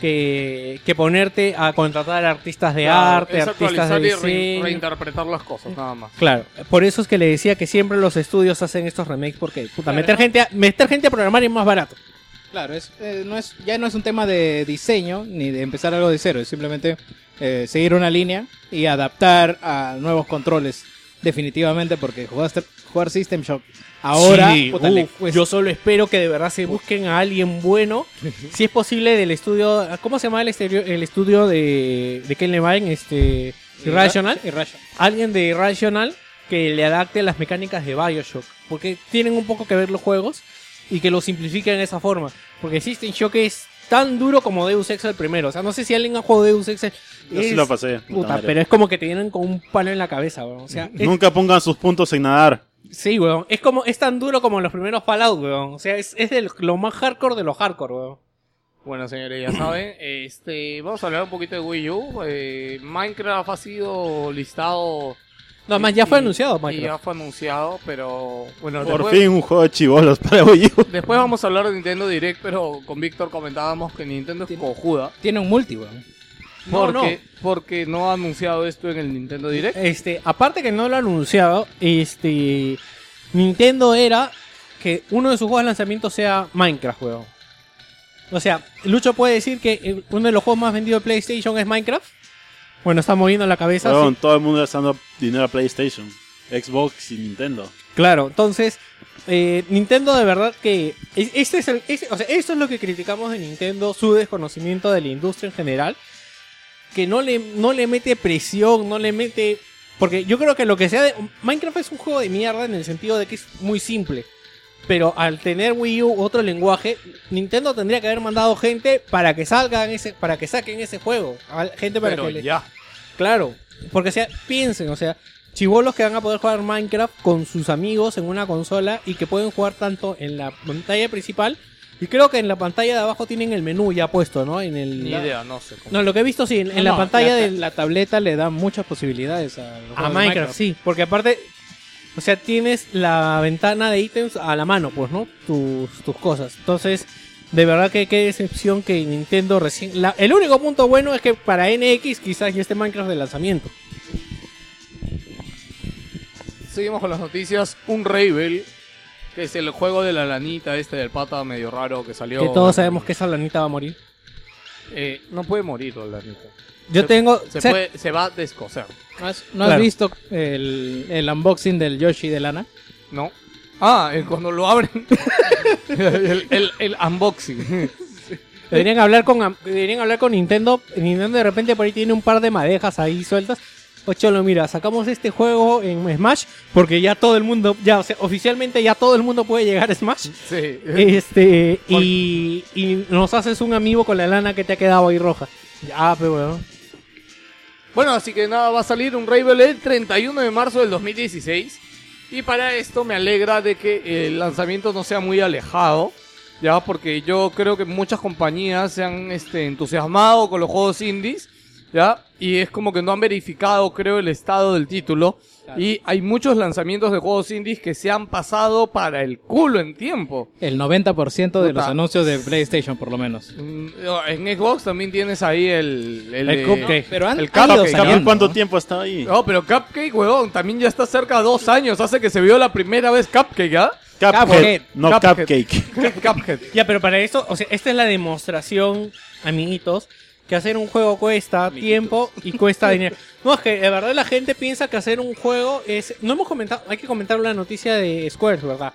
Speaker 2: que, que ponerte a contratar artistas de
Speaker 5: Claro,
Speaker 2: arte,
Speaker 5: es
Speaker 2: artistas de
Speaker 5: actualizar y re-
Speaker 2: diseño.
Speaker 5: reinterpretar las cosas, nada más.
Speaker 2: Claro, por eso es que le decía que siempre los estudios hacen estos remakes porque puta,
Speaker 3: Claro,
Speaker 2: meter,
Speaker 3: ¿no?
Speaker 2: gente a, meter gente a programar es más barato.
Speaker 3: Claro, es, eh, no es, ya no es un tema de diseño ni de empezar algo de cero, es simplemente eh, seguir una línea y adaptar a nuevos controles. Definitivamente, porque jugaste, jugar System Shock ahora
Speaker 2: Sí,
Speaker 3: puta,
Speaker 2: uf,
Speaker 3: le cuesta.
Speaker 2: yo solo espero que de verdad se busquen a alguien bueno. si es posible, del estudio. ¿Cómo se llama el, estereo- el estudio de, de Ken Levine? Este, Irrational.
Speaker 3: Irrational.
Speaker 2: Alguien de Irrational que le adapte las mecánicas de Bioshock. Porque tienen un poco que ver los juegos y que lo simplifiquen de esa forma. Porque System Shock es tan duro como Deus Ex el primero. O sea, no sé si alguien ha jugado Deus Ex. el-
Speaker 4: Yo sí
Speaker 2: es-
Speaker 4: lo pasé, puta
Speaker 2: Puta,
Speaker 4: madre.
Speaker 2: pero es como que te vienen con un palo en la cabeza, weón. O sea, es-
Speaker 4: Nunca pongan sus puntos en nadar.
Speaker 2: sí, weón. Es como, es tan duro como los primeros Fallout, weón. O sea, es, es de lo más hardcore de los hardcore, weón.
Speaker 5: Bueno, señores, ya saben, este, vamos a hablar un poquito de Wii U. Eh, Minecraft ha sido listado.
Speaker 2: No, además ya fue
Speaker 5: y-
Speaker 2: anunciado,
Speaker 5: Y ya
Speaker 2: Minecraft.
Speaker 5: fue anunciado, pero bueno,
Speaker 4: Por
Speaker 5: después,
Speaker 4: fin un juego de chibolos para Wii U.
Speaker 5: después vamos a hablar de Nintendo Direct, pero con Víctor comentábamos que Nintendo es cojuda.
Speaker 3: Tiene un multi, weón.
Speaker 2: No,
Speaker 5: Porque, porque no ha anunciado esto en el Nintendo Direct.
Speaker 2: Este, aparte que no lo ha anunciado, este, Nintendo era que uno de sus juegos de lanzamiento sea Minecraft, weón. O sea, Lucho puede decir que eh, uno de los juegos más vendidos de PlayStation es Minecraft. Bueno, está moviendo la cabeza. sí.
Speaker 4: Weón, todo el mundo está dando dinero a PlayStation, Xbox y Nintendo.
Speaker 2: Claro, entonces, eh, Nintendo de verdad que. es- Este es el- es- o sea, esto es lo que criticamos de Nintendo, su desconocimiento de la industria en general. Que no le, no le mete presión, no le mete. Porque yo creo que lo que sea de. Minecraft es un juego de mierda en el sentido de que es muy simple. Pero al tener Wii U otro lenguaje, Nintendo tendría que haber mandado gente para que salgan ese, para que saquen ese juego. A- Gente para
Speaker 5: Pero
Speaker 2: que le-
Speaker 5: ya.
Speaker 2: Claro, porque o sea, piensen, o sea, chivolos que van a poder jugar Minecraft con sus amigos en una consola y que pueden jugar tanto en la pantalla principal y creo que en la pantalla de abajo tienen el menú ya puesto, ¿no? En el
Speaker 5: Ni idea, no sé. cómo.
Speaker 2: No, lo que he visto sí, en, en
Speaker 3: No,
Speaker 2: la
Speaker 3: no,
Speaker 2: pantalla
Speaker 3: la,
Speaker 2: de
Speaker 3: la tableta le da muchas posibilidades a, los
Speaker 2: a
Speaker 3: juegos de
Speaker 2: Minecraft, sí, porque aparte o sea, tienes la ventana de ítems a la mano, pues, ¿no? Tus, tus cosas. Entonces, de verdad que qué decepción que Nintendo recién... la- el único punto bueno es que para NX quizás ya esté Minecraft de lanzamiento.
Speaker 5: Seguimos con las noticias. Un Ravel, que es el juego de la lanita este del pata medio raro que salió.
Speaker 2: Que todos sabemos que esa lanita va a morir.
Speaker 5: Eh, no puede morir la lanita.
Speaker 2: Yo
Speaker 5: Se-
Speaker 2: tengo.
Speaker 5: Se,
Speaker 2: se-
Speaker 5: puede- se va a descoser.
Speaker 3: ¿No has, no has
Speaker 2: Claro.
Speaker 3: visto el, el unboxing del Yoshi de Lana?
Speaker 5: ¿No? Ah, eh, cuando lo abren. el, el- el unboxing.
Speaker 2: Deberían hablar con am- deberían hablar con Nintendo. Nintendo de repente por ahí tiene un par de madejas ahí sueltas. Ocholo, mira, sacamos este juego en Smash porque ya todo el mundo, ya, o sea, oficialmente ya todo el mundo puede llegar a Smash.
Speaker 5: Sí.
Speaker 2: Este, y, y nos haces un amigo con la lana que te ha quedado ahí roja. Ya, pero weón.
Speaker 5: Bueno, así que nada, va a salir un Ravel el 31 de marzo del 2016. Y para esto me alegra de que el lanzamiento no sea muy alejado. Ya, porque yo creo que muchas compañías se han este, entusiasmado con los juegos indies. Ya, y es como que no han verificado, creo, el estado del título. Y hay muchos lanzamientos de juegos indies que se han pasado para el culo en tiempo.
Speaker 3: El 90% de los
Speaker 5: Puta.
Speaker 3: anuncios de PlayStation, por lo menos.
Speaker 5: Mm, En Xbox también tienes ahí el... El,
Speaker 2: El
Speaker 5: eh,
Speaker 2: cupcake.
Speaker 3: Pero han,
Speaker 5: El
Speaker 3: han ido
Speaker 5: Cupcake,
Speaker 4: Capri,
Speaker 3: saliendo,
Speaker 4: ¿cuánto
Speaker 3: ¿no?
Speaker 4: tiempo está ahí?
Speaker 5: No, Oh, pero Cupcake, weón, también ya está cerca de dos años. Hace que se vio la primera vez Cupcake, ¿ah?
Speaker 4: Cuphead, no
Speaker 5: Cuphead.
Speaker 4: Cupcake.
Speaker 5: Cuphead.
Speaker 2: Ya, pero para esto, o sea, esta es la demostración, amiguitos, que hacer un juego cuesta tiempo y cuesta dinero. No, es que de verdad la gente piensa que hacer un juego es. No hemos comentado, hay que comentar la noticia de Square, ¿verdad?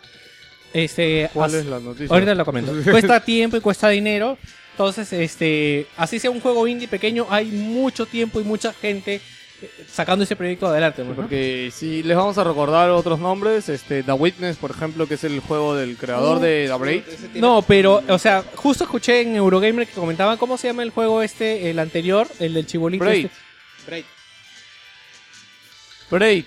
Speaker 2: Este,
Speaker 5: ¿Cuál
Speaker 2: as-
Speaker 5: es la noticia?
Speaker 2: ahorita lo comento. Cuesta tiempo y cuesta dinero. Entonces, este, así sea un juego indie pequeño, hay mucho tiempo y mucha gente eh, sacando ese proyecto adelante. ¿no?
Speaker 5: Porque si les vamos a recordar otros nombres, este The Witness, por ejemplo, que es el juego del creador
Speaker 6: Uh.
Speaker 5: de The Braid.
Speaker 2: No, pero, o sea, justo escuché en Eurogamer que comentaban cómo se llama el juego este, el anterior, el del chibolito.
Speaker 5: Braid.
Speaker 2: este.
Speaker 5: Braid.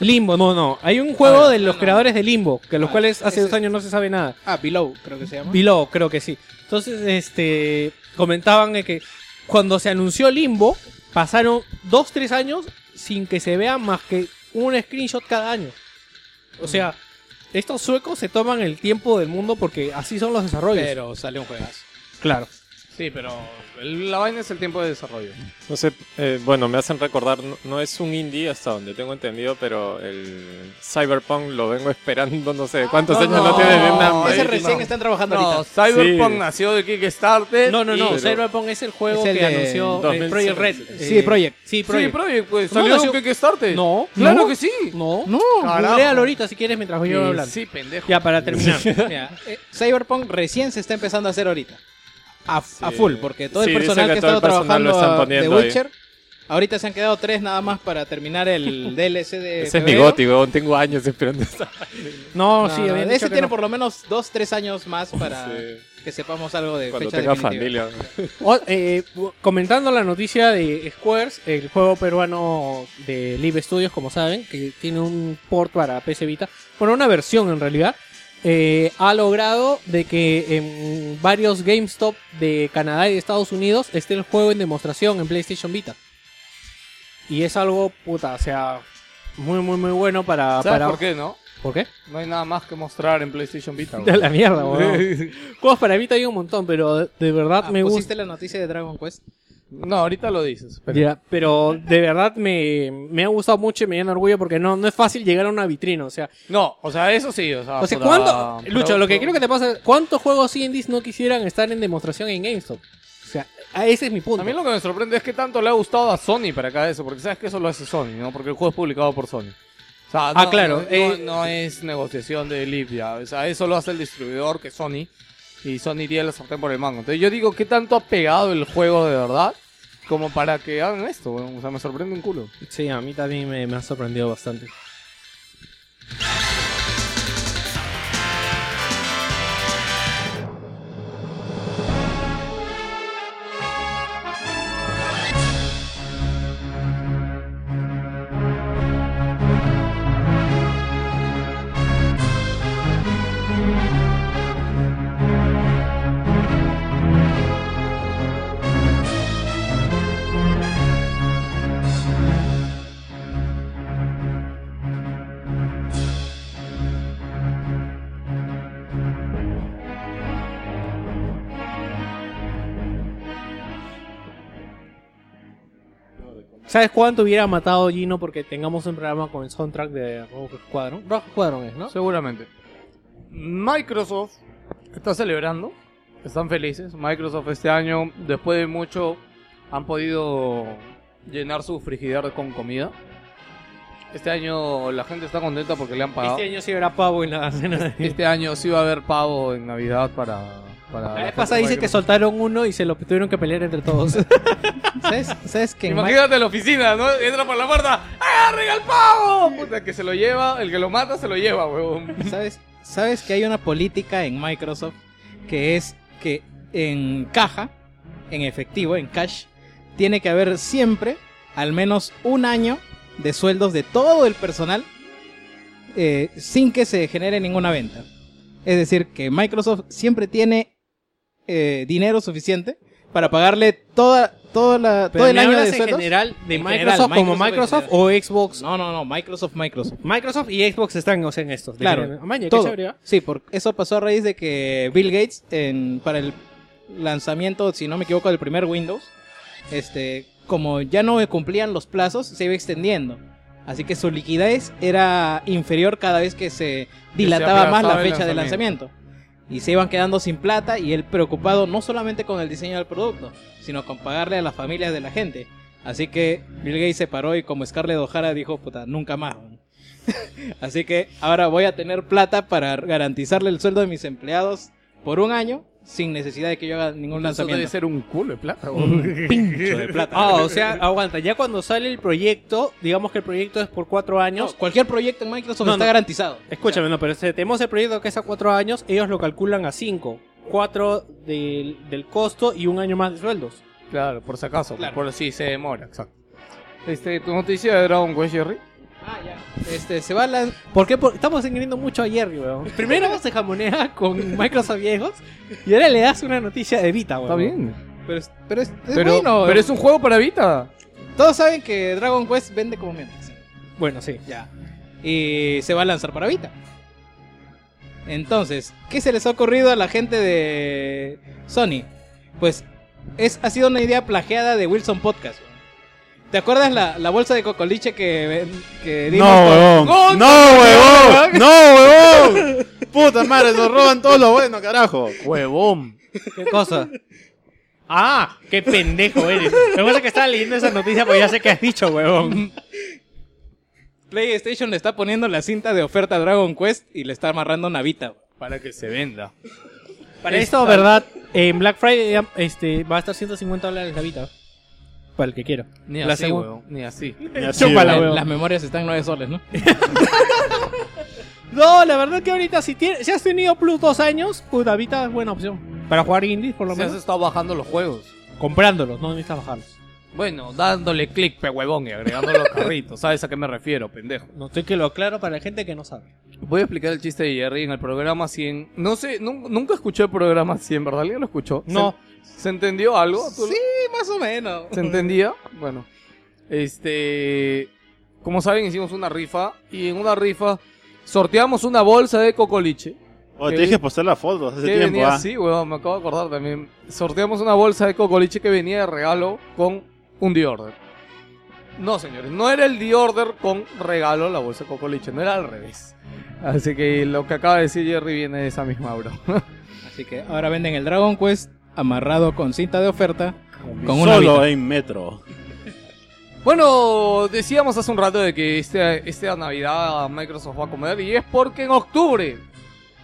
Speaker 2: Limbo, no, no. Hay un juego
Speaker 3: Ah,
Speaker 2: de
Speaker 3: no,
Speaker 2: los
Speaker 3: no.
Speaker 2: creadores de Limbo, que los
Speaker 3: Ah,
Speaker 2: cuales hace
Speaker 3: ese-
Speaker 2: dos años no se sabe nada.
Speaker 3: Ah, Below, creo que se llama.
Speaker 2: Below, creo que sí. Entonces, este, comentaban de que cuando se anunció Limbo, pasaron dos, tres años sin que se vea más que un screenshot cada año. O sea, estos suecos se toman el tiempo del mundo porque así son los desarrollos.
Speaker 3: pero sale un juegazo.
Speaker 2: claro.
Speaker 5: Sí, pero el- la vaina es el tiempo de desarrollo.
Speaker 6: No sé, eh, bueno, me hacen recordar, no, no es un indie hasta donde tengo entendido, pero el Cyberpunk lo vengo esperando, no sé, ¿cuántos años no, tiene de una
Speaker 5: Ah, ese
Speaker 6: maíz?
Speaker 5: recién
Speaker 3: están trabajando
Speaker 5: No,
Speaker 3: ahorita.
Speaker 5: Cyberpunk
Speaker 6: Sí.
Speaker 5: nació de Kickstarter.
Speaker 2: No, no, no.
Speaker 5: y-
Speaker 2: Cyberpunk es el juego
Speaker 3: Es el
Speaker 2: que
Speaker 3: de
Speaker 2: anunció eh,
Speaker 6: 2006.
Speaker 2: Project Red.
Speaker 3: Sí,
Speaker 2: Eh,
Speaker 3: Project.
Speaker 2: Sí,
Speaker 5: Sí,
Speaker 2: Project.
Speaker 5: Project, pues
Speaker 2: No,
Speaker 5: salió de
Speaker 2: nació-
Speaker 5: un Kickstarter.
Speaker 2: No.
Speaker 5: Claro
Speaker 2: No.
Speaker 5: que sí.
Speaker 2: No.
Speaker 3: No,
Speaker 5: carajo.
Speaker 2: Googlealo ahorita si quieres mientras voy yo
Speaker 5: Eh,
Speaker 2: hablando.
Speaker 5: Sí, pendejo.
Speaker 2: Ya, para terminar.
Speaker 3: Mira, eh, Cyberpunk recién se está empezando a hacer ahorita. A, a full, porque todo
Speaker 6: Sí,
Speaker 3: el
Speaker 6: dicen
Speaker 3: personal
Speaker 6: que
Speaker 3: que ha
Speaker 6: todo el
Speaker 3: estado
Speaker 6: personal
Speaker 3: trabajando
Speaker 6: lo están
Speaker 3: a- de
Speaker 6: poniendo ahí.
Speaker 3: Witcher Ahorita se han quedado tres nada más para terminar el DLC de.
Speaker 6: Ese es mi
Speaker 3: febrero.
Speaker 6: goti, weón. Tengo años esperando esa.
Speaker 2: No,
Speaker 3: No,
Speaker 2: sí,
Speaker 3: no,
Speaker 2: habían dicho
Speaker 3: ese
Speaker 2: que
Speaker 3: tiene
Speaker 2: no.
Speaker 3: por lo menos dos, tres años más para
Speaker 6: Eh,
Speaker 3: que sepamos algo de
Speaker 6: Cuando
Speaker 3: fecha
Speaker 6: tenga
Speaker 3: definitiva.
Speaker 6: familia.
Speaker 2: O- eh, bu- comentando la noticia de Squares, el juego peruano de Live Studios, como saben, que tiene un port para PC Vita, bueno, una versión en realidad, eh, ha logrado de que en varios GameStop de Canadá y de Estados Unidos esté el juego en demostración en PlayStation Vita. Y es algo, puta, o sea, muy, muy, muy bueno para...
Speaker 5: ¿Sabes
Speaker 2: para-
Speaker 5: por qué, no?
Speaker 2: ¿Por qué?
Speaker 5: No hay nada más que mostrar en PlayStation Vita.
Speaker 2: De la mierda, weón.
Speaker 5: weón.
Speaker 2: Juegos para Vita hay un montón, pero de, de verdad
Speaker 3: Ah,
Speaker 2: me
Speaker 5: pues
Speaker 2: gusta.
Speaker 3: ¿Pusiste la noticia de Dragon Quest?
Speaker 5: no, ahorita lo dices. pero-
Speaker 2: Ya, pero de verdad me, me ha gustado mucho y me llena de orgullo porque no, no es fácil llegar a una vitrina. O sea,
Speaker 5: No, o sea, eso sí. O sea,
Speaker 2: o sea
Speaker 5: puta,
Speaker 2: ¿cuánto, Lucho,
Speaker 5: pero-
Speaker 2: lo que creo que te pasa es cuántos juegos indies no quisieran estar en demostración en GameStop. O sea, a- ese es mi punto.
Speaker 5: A mí lo que me sorprende es que tanto le ha gustado a Sony para acá eso, porque sabes que eso lo hace Sony, ¿no? Porque el juego es publicado por Sony. O sea,
Speaker 2: Ah,
Speaker 5: no-
Speaker 2: claro,
Speaker 5: No,
Speaker 2: eh.
Speaker 5: no es negociación de Libia. O sea, eso lo hace el distribuidor, que es Sony. Y Sony tiene la sartén por el mango. Entonces yo digo, ¿qué tanto ha pegado el juego de verdad? Como para que hagan esto, weón. O sea, me sorprende un culo.
Speaker 2: Sí, a mí también me, me ha sorprendido bastante. ¿Sabes cuánto hubiera matado Gino porque tengamos un programa con el soundtrack de Rogue Squadron? Rogue Squadron es, ¿no?
Speaker 5: Seguramente. Microsoft está celebrando. Están felices. Microsoft este año, después de mucho, han podido llenar su frigider con comida. Este año la gente está contenta porque le han pagado.
Speaker 2: Este año sí habrá pavo en la cena de...
Speaker 5: Este año sí va a haber pavo en Navidad para...
Speaker 2: La
Speaker 5: para la
Speaker 2: vez
Speaker 5: gente
Speaker 2: pasada
Speaker 5: de
Speaker 2: dice que
Speaker 5: Microsoft.
Speaker 2: soltaron uno y se lo tuvieron que pelear entre todos.
Speaker 3: ¿Sabes, ¿sabes que en Mac-
Speaker 5: Imagínate la oficina, ¿no? Entra por la puerta. ¡Agarren el pavo! Puta, que se lo lleva, el que lo mata se lo lleva, huevón.
Speaker 3: ¿Sabes, ¿Sabes que hay una política en Microsoft que es que en caja, en efectivo, en cash, tiene que haber siempre al menos un año de sueldos de todo el personal eh, sin que se genere ninguna venta? Es decir, que Microsoft siempre tiene eh, dinero suficiente para pagarle toda, toda la,
Speaker 2: Pero
Speaker 3: todo el
Speaker 2: ¿me
Speaker 3: año
Speaker 2: hablas
Speaker 3: de
Speaker 2: en
Speaker 3: sueldos.
Speaker 2: general de
Speaker 3: En
Speaker 2: Microsoft
Speaker 3: general,
Speaker 2: como
Speaker 3: Microsoft
Speaker 2: Microsoft
Speaker 3: en
Speaker 2: o Xbox.
Speaker 3: No, no, no, Microsoft, Microsoft.
Speaker 2: Microsoft y Xbox están o sea, en estos.
Speaker 3: Claro,
Speaker 2: Amaña, qué
Speaker 3: todo.
Speaker 2: chévere, ¿ah?
Speaker 3: Sí, porque eso pasó a raíz de que Bill Gates, en- para el lanzamiento, si no me equivoco, del primer Windows, este, como ya no cumplían los plazos, se iba extendiendo. Así que su liquidez era inferior cada vez que se dilataba más la
Speaker 5: aplazaba el
Speaker 3: fecha de
Speaker 5: lanzamiento.
Speaker 3: lanzamiento. Y se iban quedando sin plata y él preocupado no solamente con el diseño del producto, sino con pagarle a las familias de la gente. Así que Bill Gates se paró y como Scarlett O'Hara dijo, puta, nunca más. weón". Así que ahora voy a tener plata para garantizarle el sueldo de mis empleados por un año sin necesidad de que yo haga ningún
Speaker 5: Eso debe
Speaker 3: lanzamiento.
Speaker 5: ser un culo de plata, huevón.
Speaker 2: Ah, o sea, aguanta. Ya cuando sale el proyecto, digamos que el proyecto es por cuatro
Speaker 3: No,
Speaker 2: años.
Speaker 3: cualquier proyecto en Microsoft
Speaker 2: No,
Speaker 3: está
Speaker 2: no.
Speaker 3: garantizado.
Speaker 2: Escúchame, no, pero si tenemos el proyecto que es a cuatro años, ellos lo calculan a cinco. Cuatro del, del costo y un año más de sueldos.
Speaker 5: Claro, por si acaso,
Speaker 3: Claro.
Speaker 5: por si se demora, exacto. Este, tu noticia de Dragon Quest Jerry.
Speaker 3: Ah, ya. Este, se va a lan-
Speaker 2: ¿Por qué? Por- estamos engreíendo mucho a Jerry, weón. Primero se jamonea con Microsoft viejos y ahora le das una noticia de Vita, weón.
Speaker 5: Está bien.
Speaker 3: Pero, es- pero es, es
Speaker 5: Pero,
Speaker 3: bueno.
Speaker 5: pero es un juego para Vita.
Speaker 3: Todos saben que Dragon Quest vende como mierda. ¿sí?
Speaker 2: Bueno, sí.
Speaker 3: Ya. Y se va a lanzar para Vita. Entonces, ¿qué se les ha ocurrido a la gente de Sony? Pues es, ha sido una idea plagiada de Wilson Podcast. weón. ¿Te acuerdas la, la bolsa de cocoliche que, que dimos
Speaker 4: No,
Speaker 3: con-
Speaker 4: huevón.
Speaker 5: ¡Gol!
Speaker 4: No, huevón. No, huevón. Puta madre, nos roban todo lo bueno, carajo.
Speaker 5: Huevón.
Speaker 2: ¿Qué cosa? Ah, qué pendejo eres. Me gusta que estaba leyendo esa noticia porque ya sé que has dicho, huevón.
Speaker 3: PlayStation le está poniendo la cinta de oferta a Dragon Quest y le está amarrando una Vita. weón.
Speaker 5: Para que se venda.
Speaker 2: Para esto, ¿verdad? En Black Friday este, va a estar 150 dólares la Vita. para el que quiera.
Speaker 5: Ni
Speaker 2: La
Speaker 5: así,
Speaker 2: segu-
Speaker 5: weón. Ni así.
Speaker 4: Ni así,
Speaker 2: Chúpala,
Speaker 4: weón.
Speaker 2: huevón.
Speaker 3: Las memorias están en 9 soles, ¿no?
Speaker 2: No, la verdad que ahorita si, tienes, si has tenido Plus dos años, puta, ahorita es buena opción. Para jugar indies, por lo
Speaker 5: Se has
Speaker 2: menos.
Speaker 5: estado bajando los juegos.
Speaker 2: Comprándolos, no necesitas bajarlos.
Speaker 5: Bueno, dándole clic, pe huevón, y agregando los carritos. ¿Sabes a qué me refiero, pendejo?
Speaker 2: No estoy que lo aclaro para la gente que no sabe.
Speaker 5: Voy a explicar el chiste de Jerry en el programa 100. No sé, nun- nunca escuché el programa 100, ¿verdad? ¿Alguien lo escuchó?
Speaker 2: No.
Speaker 5: ¿Se, se entendió algo? ¿Tú lo-
Speaker 3: Sí, más o menos.
Speaker 5: ¿Se entendía? Bueno. Este. Como saben, hicimos una rifa. Y en una rifa sorteamos una bolsa de cocoliche.
Speaker 4: Oh, te dije postar la foto hace
Speaker 5: Que
Speaker 4: tiempo,
Speaker 5: venía
Speaker 4: ah.
Speaker 5: así, weón, me acabo de acordar también. Sorteamos una bolsa de cocoliche que venía de regalo con un The Order. No, señores, no era el The Order con regalo la bolsa de cocoliche, no era al revés. Así que lo que acaba de decir Jerry viene de esa misma, bro.
Speaker 3: Así que ahora venden el Dragon Quest amarrado con cinta de oferta. Con una
Speaker 4: Solo
Speaker 3: vida.
Speaker 4: en metro.
Speaker 5: bueno, decíamos hace un rato de que este, esta Navidad Microsoft va a comer y es porque en octubre,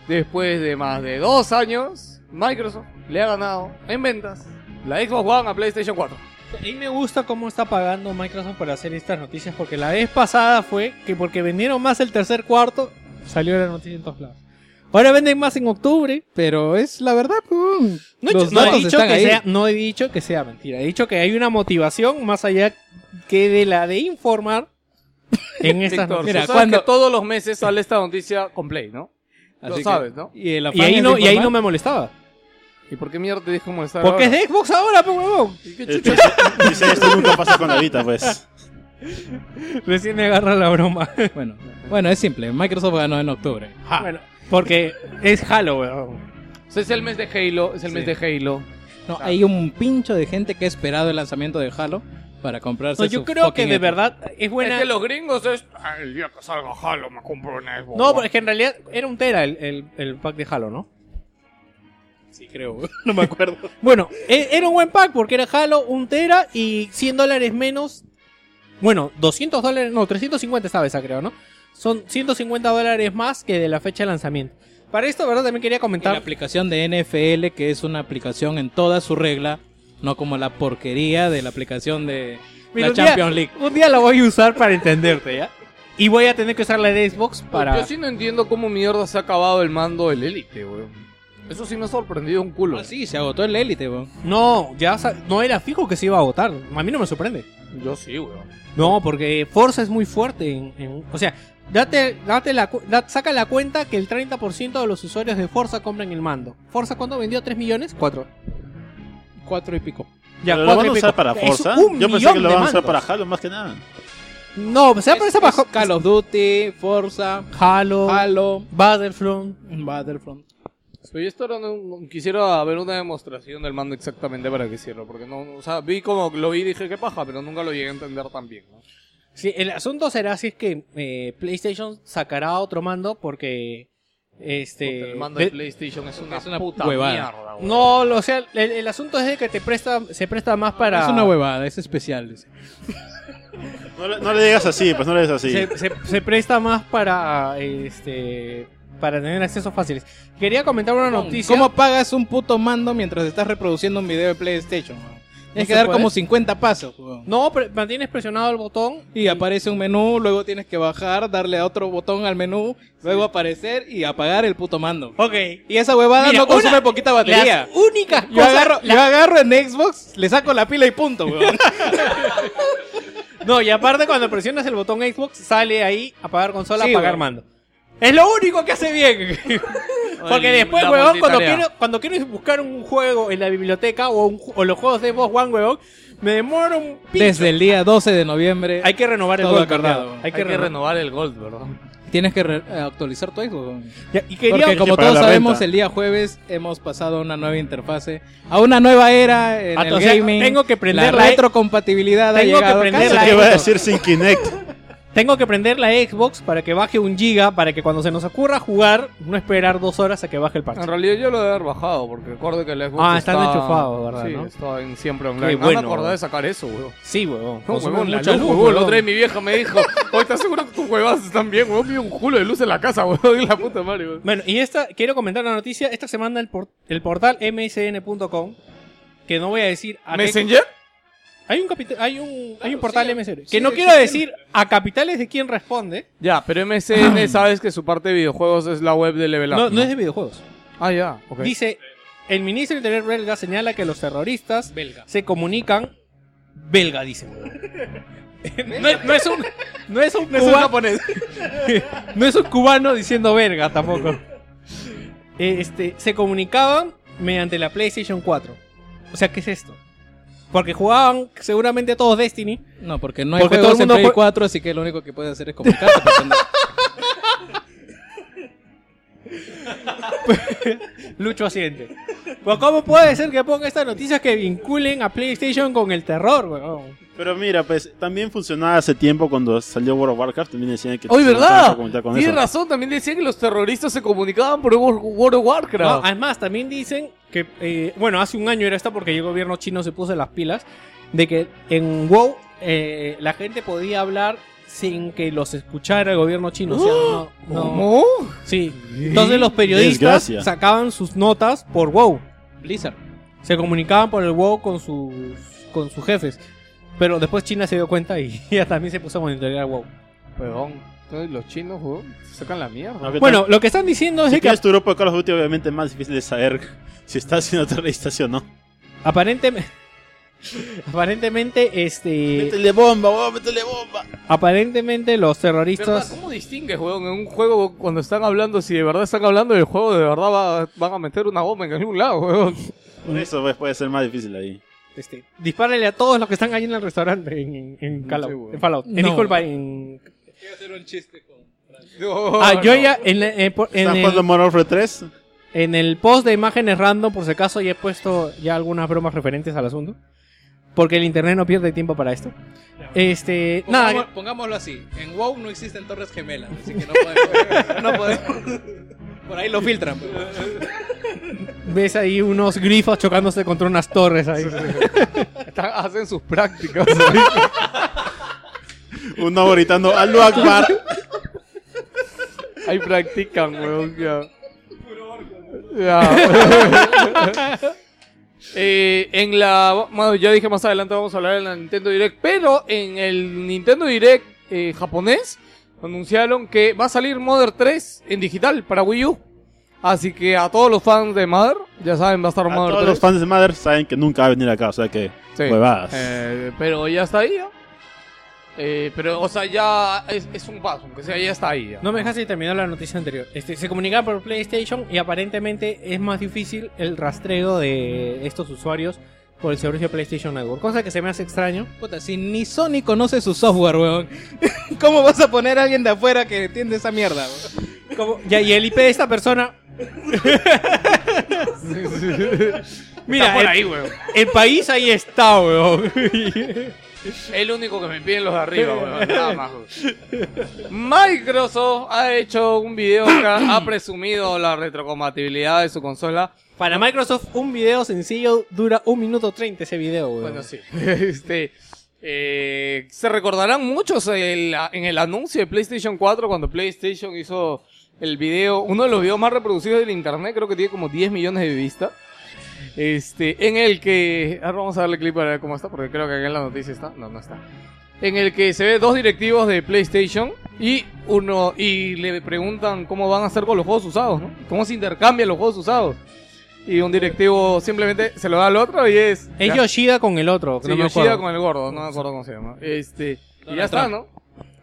Speaker 5: después de más de dos años, Microsoft le ha ganado en ventas la Xbox One a PlayStation 4.
Speaker 2: A mí me gusta cómo está pagando Microsoft para hacer estas noticias, porque la vez pasada fue que porque vendieron más el tercer cuarto, salió la noticia en todos lados. Ahora venden más en octubre.
Speaker 3: Pero es la verdad, pum.
Speaker 2: No, he dicho-
Speaker 3: Los
Speaker 2: no he
Speaker 3: datos
Speaker 2: dicho
Speaker 3: están
Speaker 2: que
Speaker 3: ahí.
Speaker 2: sea, no he dicho que sea mentira. He dicho que hay una motivación más allá que de la de informar en estas noticias.
Speaker 5: Víctor, tú sabes
Speaker 3: cuando-
Speaker 5: que todos los meses sale esta noticia con Play, ¿no?
Speaker 3: Así
Speaker 5: Lo
Speaker 3: que-
Speaker 5: sabes, ¿no?
Speaker 3: Y, el
Speaker 2: Y
Speaker 3: afán
Speaker 2: ahí,
Speaker 3: es
Speaker 2: no, y ahí
Speaker 3: informar.
Speaker 2: no me molestaba.
Speaker 5: ¿Y por qué mierda te dijo molestar
Speaker 2: Porque es
Speaker 5: ahora?
Speaker 2: de Xbox ahora, pues, huevón.
Speaker 5: ¿Y qué
Speaker 4: Eh,
Speaker 5: chucha?
Speaker 4: Dice, esto nunca pasa con la vida, pues.
Speaker 2: Recién me agarra la broma.
Speaker 3: Bueno, bueno, es simple. Microsoft ganó en octubre.
Speaker 2: Bueno, porque es Halo, weón.
Speaker 5: O sea, es el mes de Halo, es el mes de Halo.
Speaker 3: No, hay un pincho de gente que ha esperado el lanzamiento de Halo para comprarse.
Speaker 2: No, Pues yo
Speaker 3: su
Speaker 2: creo que
Speaker 3: fucking
Speaker 2: de
Speaker 3: Xbox.
Speaker 2: verdad es buena.
Speaker 5: Es que los gringos es... "Ay, el día que salga Halo me compro una Xbox.
Speaker 2: No, pero es que en realidad era un tera el, el- el pack de Halo, ¿no?
Speaker 3: Sí, creo. No me acuerdo.
Speaker 2: Bueno, e- era un buen pack porque era Halo, un tera y 100 dólares menos. Bueno, 200 dólares, no, 350 estaba esa, creo, ¿no? Son 150 dólares más que de la fecha de lanzamiento. Para esto, ¿verdad? También quería
Speaker 3: Y la
Speaker 2: comentar.
Speaker 3: aplicación de NFL, que es una aplicación en toda su regla, no como la porquería de la aplicación de
Speaker 2: Mira,
Speaker 3: la
Speaker 2: un día-
Speaker 3: Champions League.
Speaker 2: Un día la voy a usar para entenderte, ¿ya? Y voy a tener que usar la de Xbox para.
Speaker 5: Yo sí no entiendo cómo mierda se ha acabado el mando del Elite, weón. Eso sí me ha sorprendido un culo.
Speaker 3: Ah, sí, se agotó el élite, weón.
Speaker 2: No, ya sa- no era fijo que se iba a agotar. A mí no me sorprende.
Speaker 5: Yo sí, weón.
Speaker 2: No, porque Forza es muy fuerte. en- en- o sea, date, date la, cu- da- saca la cuenta que el 30% de los usuarios de Forza compran el mando. ¿Forza cuándo vendió? ¿3 millones? 4.
Speaker 3: Cuatro y pico.
Speaker 2: Ya,
Speaker 4: ¿Pero ¿Lo
Speaker 2: cuatro
Speaker 4: van a
Speaker 2: y
Speaker 4: usar
Speaker 2: pico.
Speaker 4: para
Speaker 2: Es
Speaker 4: Forza?
Speaker 2: un
Speaker 4: Yo pensé
Speaker 2: millón
Speaker 4: que lo
Speaker 2: de
Speaker 4: van a usar
Speaker 2: mandos.
Speaker 4: para Halo más que nada.
Speaker 2: No, se va a
Speaker 3: Es-
Speaker 2: aparecer para
Speaker 3: es Call of Duty, Forza,
Speaker 2: Halo,
Speaker 3: Halo,
Speaker 2: Battlefront.
Speaker 3: Battlefront.
Speaker 5: Pero yo esto era un- quisiera ver una demostración del mando exactamente para que cierro. Porque no, o sea, vi como lo vi y dije, qué paja, pero nunca lo llegué a entender tan bien, ¿no?
Speaker 2: Sí, el asunto será si es que eh, PlayStation sacará otro mando porque. Este.
Speaker 5: Puta, el mando
Speaker 2: de-
Speaker 5: de, PlayStation es una,
Speaker 3: es una
Speaker 5: puta
Speaker 3: huevada.
Speaker 5: mierda, weón.
Speaker 2: no, lo- o sea, el, el asunto es de que te presta, se presta más para.
Speaker 3: Es una huevada, es especial. dice.
Speaker 4: No le, no le digas así, pues no le digas así.
Speaker 2: se, se- se presta más para este para tener accesos fáciles. Quería comentar una noticia.
Speaker 3: ¿Cómo pagas un puto mando mientras estás reproduciendo un video de PlayStation? weón? Tienes que
Speaker 2: se
Speaker 3: dar
Speaker 2: puede?
Speaker 3: como 50 pasos, weón.
Speaker 2: No, pre- mantienes presionado el botón.
Speaker 3: Y aparece un menú, luego tienes que bajar, darle a otro botón al menú, luego aparecer y apagar el puto mando.
Speaker 2: Ok.
Speaker 3: Y esa huevada
Speaker 2: Mira,
Speaker 3: no consume
Speaker 2: una-
Speaker 3: poquita batería.
Speaker 2: Las únicas
Speaker 3: Yo
Speaker 2: cosas.
Speaker 3: agarro,
Speaker 2: la-
Speaker 3: yo agarro en Xbox, le saco la pila y punto, weón.
Speaker 2: No, y aparte cuando presionas el botón Xbox sale ahí apagar consola,
Speaker 3: Sí,
Speaker 2: apagar
Speaker 3: weón.
Speaker 2: mando. Es lo único que hace bien. Porque
Speaker 5: Ay,
Speaker 2: después,
Speaker 5: la
Speaker 2: huevón, cuando
Speaker 5: multitarea.
Speaker 2: quiero, cuando quiero buscar un juego en la biblioteca o, un ju- o los juegos de Xbox One, huevón, me demoro un pincho.
Speaker 3: Desde el día 12 de noviembre
Speaker 2: Hay que renovar el
Speaker 3: Todo
Speaker 2: Gold,
Speaker 3: cargado.
Speaker 2: carnado.
Speaker 5: Hay que renovar el Gold, ¿verdad?
Speaker 3: tienes que re- eh, actualizar tu Xbox. weón.
Speaker 2: Ya, Y quería...
Speaker 3: Porque como
Speaker 4: pagar
Speaker 3: todos
Speaker 4: la
Speaker 3: sabemos,
Speaker 4: renta.
Speaker 3: el día jueves hemos pasado a una nueva interfase, a una nueva era en
Speaker 2: Ah,
Speaker 3: el
Speaker 2: o sea,
Speaker 3: gaming.
Speaker 2: tengo que prender
Speaker 3: la
Speaker 2: la-
Speaker 3: retrocompatibilidad ha
Speaker 2: Tengo que
Speaker 3: llegado a
Speaker 2: prender
Speaker 3: casa.
Speaker 2: la-
Speaker 4: ¿Qué va a decir sin Kinect?
Speaker 2: Tengo que prender la Xbox para que baje un giga, para que cuando se nos ocurra jugar, no esperar dos horas a que baje el
Speaker 5: En
Speaker 2: parche.
Speaker 5: realidad yo lo he bajado, porque recuerdo que el Xbox
Speaker 2: Ah, están
Speaker 5: está-
Speaker 2: enchufados, ¿verdad,
Speaker 5: Sí,
Speaker 2: no?
Speaker 5: está en siempre online.
Speaker 2: Qué
Speaker 5: No
Speaker 2: bueno.
Speaker 5: me acordaba de sacar eso, weón.
Speaker 2: Sí, huevón.
Speaker 5: No,
Speaker 2: Consume
Speaker 5: huevón, la
Speaker 2: mucha
Speaker 5: luz,
Speaker 2: luz,
Speaker 5: huevón. La
Speaker 2: huevón.
Speaker 5: otra vez mi vieja me dijo, oye, ¿estás seguro que tus huevas están bien, huevón? Vi un culo de luz en la casa, huevón, y la puta madre, huevón.
Speaker 2: Bueno, y esta, quiero comentar la noticia. Esta semana el, por- el portal msn.com, que no voy a decir a qué,
Speaker 5: ¿Messenger?
Speaker 2: Hay un, capita- hay un, hay un portal MSN. Que
Speaker 3: sigue
Speaker 2: no quiero decir a capitales de quién responde.
Speaker 5: Ya, pero MCN sabes que su parte de videojuegos es la web de Level Up.
Speaker 2: No, no es de videojuegos.
Speaker 5: Ah, ya, ok.
Speaker 2: Dice, el ministro del Interior belga señala que los terroristas se comunican belga, dicen. no, es- no es un, no es un cuba- no es un cubano diciendo verga tampoco. Eh, Este, se comunicaban mediante la PlayStation 4. O sea, ¿qué es esto? Porque jugaban seguramente todos Destiny.
Speaker 3: No, porque no hay
Speaker 2: Porque todo
Speaker 3: juegos
Speaker 2: el mundo
Speaker 3: en Play
Speaker 2: jue-
Speaker 3: 4, así que lo único que puedes hacer es comunicarte. pretender.
Speaker 2: Lucho asiente. Pues ¿cómo puede ser que ponga estas noticias que vinculen a PlayStation con el terror, weón?
Speaker 4: Pero mira, pues también funcionaba hace tiempo cuando salió World of Warcraft. También decían que
Speaker 5: ¡Oye,
Speaker 4: se
Speaker 5: verdad!
Speaker 4: juntaban para comunicar con
Speaker 5: Tienes
Speaker 4: eso.
Speaker 5: razón, también decía que los terroristas se comunicaban por World- World of
Speaker 2: No,
Speaker 5: Warcraft.
Speaker 2: además, también dicen que, eh, bueno, hace un año era esta porque el gobierno chino se puso las pilas, de que en WoW eh, la gente podía hablar sin que los escuchara el gobierno chino. O sea, no- no-
Speaker 5: ¿Cómo?
Speaker 2: Sí. Entonces los periodistas
Speaker 4: Desgracia.
Speaker 2: sacaban sus notas por WoW.
Speaker 3: Blizzard.
Speaker 2: Se comunicaban por el WoW con sus, con sus jefes. Pero después China se dio cuenta y ya también se puso a monitorear WoW.
Speaker 5: Perdón. Los chinos, weón, sacan la mierda.
Speaker 4: Aunque
Speaker 2: Bueno, lo que están diciendo es
Speaker 4: Si
Speaker 2: de que
Speaker 4: tienes tu grupo de Call of Duty, obviamente es más difícil de saber si estás haciendo terrorista sí o no.
Speaker 2: aparentemente... Aparentemente, este,
Speaker 4: Métele bomba, weón, métele bomba.
Speaker 2: aparentemente los
Speaker 5: ¿Verdad?
Speaker 2: terroristas
Speaker 5: ¿Cómo distingues, weón, en un juego cuando están hablando, si de verdad están hablando del juego, de verdad va- van a meter una bomba en algún lado, weón?
Speaker 4: Por eso pues, puede ser más difícil ahí.
Speaker 2: este, dispárenle a todos los que están ahí en el restaurante en, en- en Call of-
Speaker 5: Sí, weón.
Speaker 2: en Fallout. Eh,
Speaker 3: No.
Speaker 2: disculpa, en-
Speaker 5: No,
Speaker 2: Ah, yo
Speaker 5: no.
Speaker 2: ya en, la- en- en
Speaker 4: ¿Están jugando
Speaker 2: el,
Speaker 4: Modern Warfare 3?
Speaker 2: En el post de imágenes random, por si acaso, ya he puesto ya algunas bromas referentes al asunto. Porque el internet no pierde tiempo para esto. Este,
Speaker 3: Pongamos-
Speaker 2: nada,
Speaker 3: Pongámoslo así: en WoW no existen torres gemelas, así que no podemos. no podemos. Por ahí lo filtran. pues.
Speaker 2: ves ahí unos grifos chocándose contra unas torres ahí.
Speaker 5: Están- hacen sus prácticas.
Speaker 4: Uno gritando Aldo Akbar.
Speaker 5: Ahí practican, weón, ya. Ya. Eh, en la. Bueno, ya dije más adelante, vamos a hablar en la Nintendo Direct. Pero en el Nintendo Direct eh, japonés anunciaron que va a salir Mother 3 en digital para Wii U. Así que a todos los fans de Mother, ya saben, va a estar
Speaker 4: A
Speaker 5: Mother
Speaker 4: todos
Speaker 5: 3.
Speaker 4: los fans de Mother saben que nunca va a venir acá, o sea que
Speaker 5: Sí.
Speaker 4: huevadas.
Speaker 5: Eh, pero ya está ahí, ¿ya? Eh, pero, o sea, ya es, es un paso, aunque sea, ya está ahí. ya.
Speaker 2: No me dejaste terminar la noticia anterior. Este, se comunicaba por PlayStation y aparentemente es más difícil el rastreo de estos usuarios por el servicio PlayStation Network. Cosa que se me hace extraño.
Speaker 3: Puta, si ni Sony conoce su software, weón. ¿Cómo vas a poner a alguien de afuera que entiende esa mierda, weón?
Speaker 2: Como- ya, y el IP de esta persona. Mira,
Speaker 5: Está
Speaker 4: eh,
Speaker 5: por
Speaker 2: el-
Speaker 5: ahí, weón.
Speaker 2: El país ahí está, weón.
Speaker 5: El único que me piden los de arriba, weón. Nada más, weón. Microsoft ha hecho un video que ha presumido la retrocompatibilidad de su consola.
Speaker 2: Para Microsoft, un video sencillo dura un minuto 30 ese video, weón.
Speaker 5: Bueno, sí. Este, eh, se recordarán muchos el- en el anuncio de PlayStation 4 cuando PlayStation hizo el video, uno de los videos más reproducidos del internet, creo que tiene como 10 millones de vistas. Este, en el que. Ahora vamos a darle clip para ver cómo está, porque creo que acá en la noticia está. No, no está. En el que se ve dos directivos de PlayStation y uno. Y le preguntan cómo van a hacer con los juegos usados, ¿no? ¿Cómo se intercambian los juegos usados? Y un directivo simplemente se lo da al otro y es.
Speaker 2: Es Yoshida con el otro, que
Speaker 5: Sí,
Speaker 2: no me
Speaker 5: Yoshida
Speaker 2: acuerdo.
Speaker 5: con el gordo, no me acuerdo cómo se llama. Este, y ya
Speaker 3: no,
Speaker 5: está, ¿no?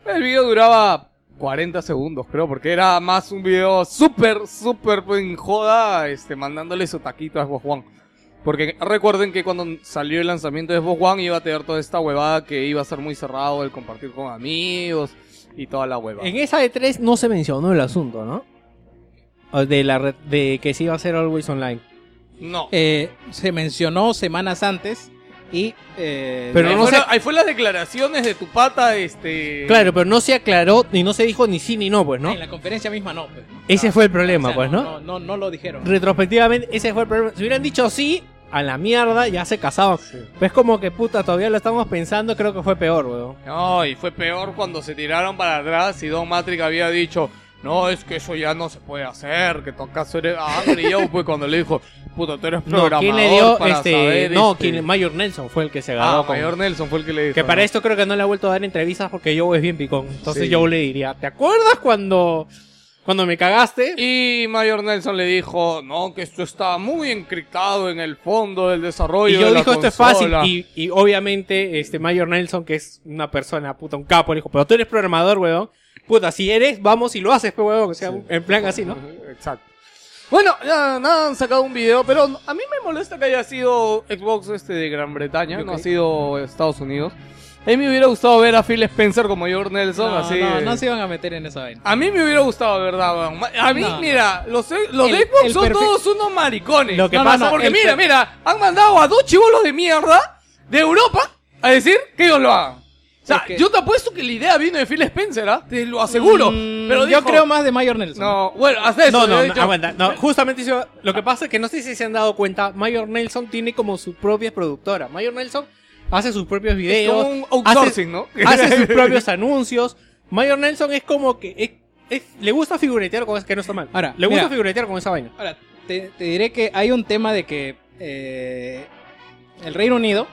Speaker 5: El video duraba 40 segundos, creo, porque era más un video súper, súper en joda, este, mandándole su taquito a Xbox One. Porque recuerden que cuando salió el lanzamiento de Xbox One iba a tener toda esta huevada que iba a ser muy cerrado el compartir con amigos y toda la huevada.
Speaker 2: En esa de 3 no se mencionó el asunto, ¿no? O De, la red- de que se iba a hacer Always Online.
Speaker 5: No.
Speaker 3: Eh, se mencionó semanas antes y. eh,
Speaker 2: Pero
Speaker 5: ahí,
Speaker 2: no
Speaker 5: fue
Speaker 2: sé-
Speaker 5: la- ahí fue las declaraciones de tu pata, este...
Speaker 2: Claro, pero no se aclaró ni no se dijo ni sí ni no, pues, ¿no?
Speaker 3: En la conferencia misma no, pues.
Speaker 2: Ese fue el problema,
Speaker 3: O sea,
Speaker 2: pues, ¿no?
Speaker 3: No, no, no lo dijeron.
Speaker 2: Retrospectivamente, ese fue el problema. Si hubieran dicho sí, a la mierda, ya se casaban. Pues como que puta, todavía lo estamos pensando, creo que fue peor, weón.
Speaker 5: No, y fue peor cuando se tiraron para atrás y Don Matrix había dicho, no, es que eso ya no se puede hacer, que toca ser Angry Joe, pues cuando le dijo, puta, tú eres
Speaker 2: No,
Speaker 5: programador
Speaker 2: ¿quién le dio
Speaker 5: para
Speaker 2: este?
Speaker 5: saber,
Speaker 2: no,
Speaker 5: este-
Speaker 2: quien, Mayor Nelson fue el que se agarró
Speaker 5: Ah,
Speaker 2: con-
Speaker 5: Mayor Nelson fue el que le dijo.
Speaker 2: Que para
Speaker 5: ¿no?
Speaker 2: esto creo que no le ha vuelto a dar entrevistas porque Joe es bien picón. Entonces
Speaker 5: Sí.
Speaker 2: Joe le diría, ¿te acuerdas cuando, cuando me cagaste?
Speaker 5: Y Mayor Nelson le dijo, no, que esto está muy encriptado en el fondo del
Speaker 2: Y
Speaker 5: desarrollo
Speaker 2: yo
Speaker 5: de la
Speaker 2: dijo, esto es fácil.
Speaker 5: consola".
Speaker 2: Y, y obviamente, este Mayor Nelson, que es una persona, puta, un capo, le dijo, pero tú eres programador, weón. Puta, si eres, vamos y lo haces, pues, weón. O sea, en plan así, ¿no?
Speaker 5: Exacto. Bueno, ya, nada, han sacado un video, pero a mí me molesta que haya sido Xbox este de Gran Bretaña, no ha sido Estados Unidos. A mí me hubiera gustado ver a Phil Spencer como Mayor Nelson,
Speaker 3: No,
Speaker 5: así.
Speaker 3: no,
Speaker 5: eh.
Speaker 3: no se iban a meter en esa vaina.
Speaker 5: A mí me hubiera gustado, ¿verdad? weón? Ma- A mí,
Speaker 3: No.
Speaker 5: mira, los, eh, los
Speaker 3: El-
Speaker 5: de Xbox
Speaker 3: el
Speaker 5: son
Speaker 3: perfil-
Speaker 5: todos unos maricones.
Speaker 2: Lo que
Speaker 5: No, no,
Speaker 2: pasa-
Speaker 5: no, porque
Speaker 2: el
Speaker 5: mira,
Speaker 2: per-
Speaker 5: mira, han mandado a dos chivolos de mierda de Europa a decir que ellos lo hagan. O sea,
Speaker 3: Es que-
Speaker 5: yo te apuesto que la idea vino de Phil Spencer, ¿ah? Te lo aseguro.
Speaker 3: Mm,
Speaker 5: pero
Speaker 3: yo
Speaker 5: dijo-
Speaker 3: creo más de Mayor Nelson.
Speaker 5: No, bueno, hasta eso.
Speaker 2: No,
Speaker 5: yo
Speaker 2: no,
Speaker 5: he
Speaker 2: no,
Speaker 5: dicho- eh,
Speaker 2: aguanta. No, justamente eso- lo que pasa es que no sé si se han dado cuenta, Mayor Nelson tiene como su propia productora. Mayor Nelson hace sus propios
Speaker 5: Es
Speaker 2: videos.
Speaker 5: como un outsourcing, ¿no?
Speaker 2: hace sus propios anuncios. Mayor Nelson es como que es- es- le gusta figuretear con eso, que no está mal.
Speaker 3: Ahora,
Speaker 2: le gusta
Speaker 3: mira.
Speaker 2: figuretear con esa vaina.
Speaker 3: Ahora, te, te diré que hay un tema de que eh, el Reino Unido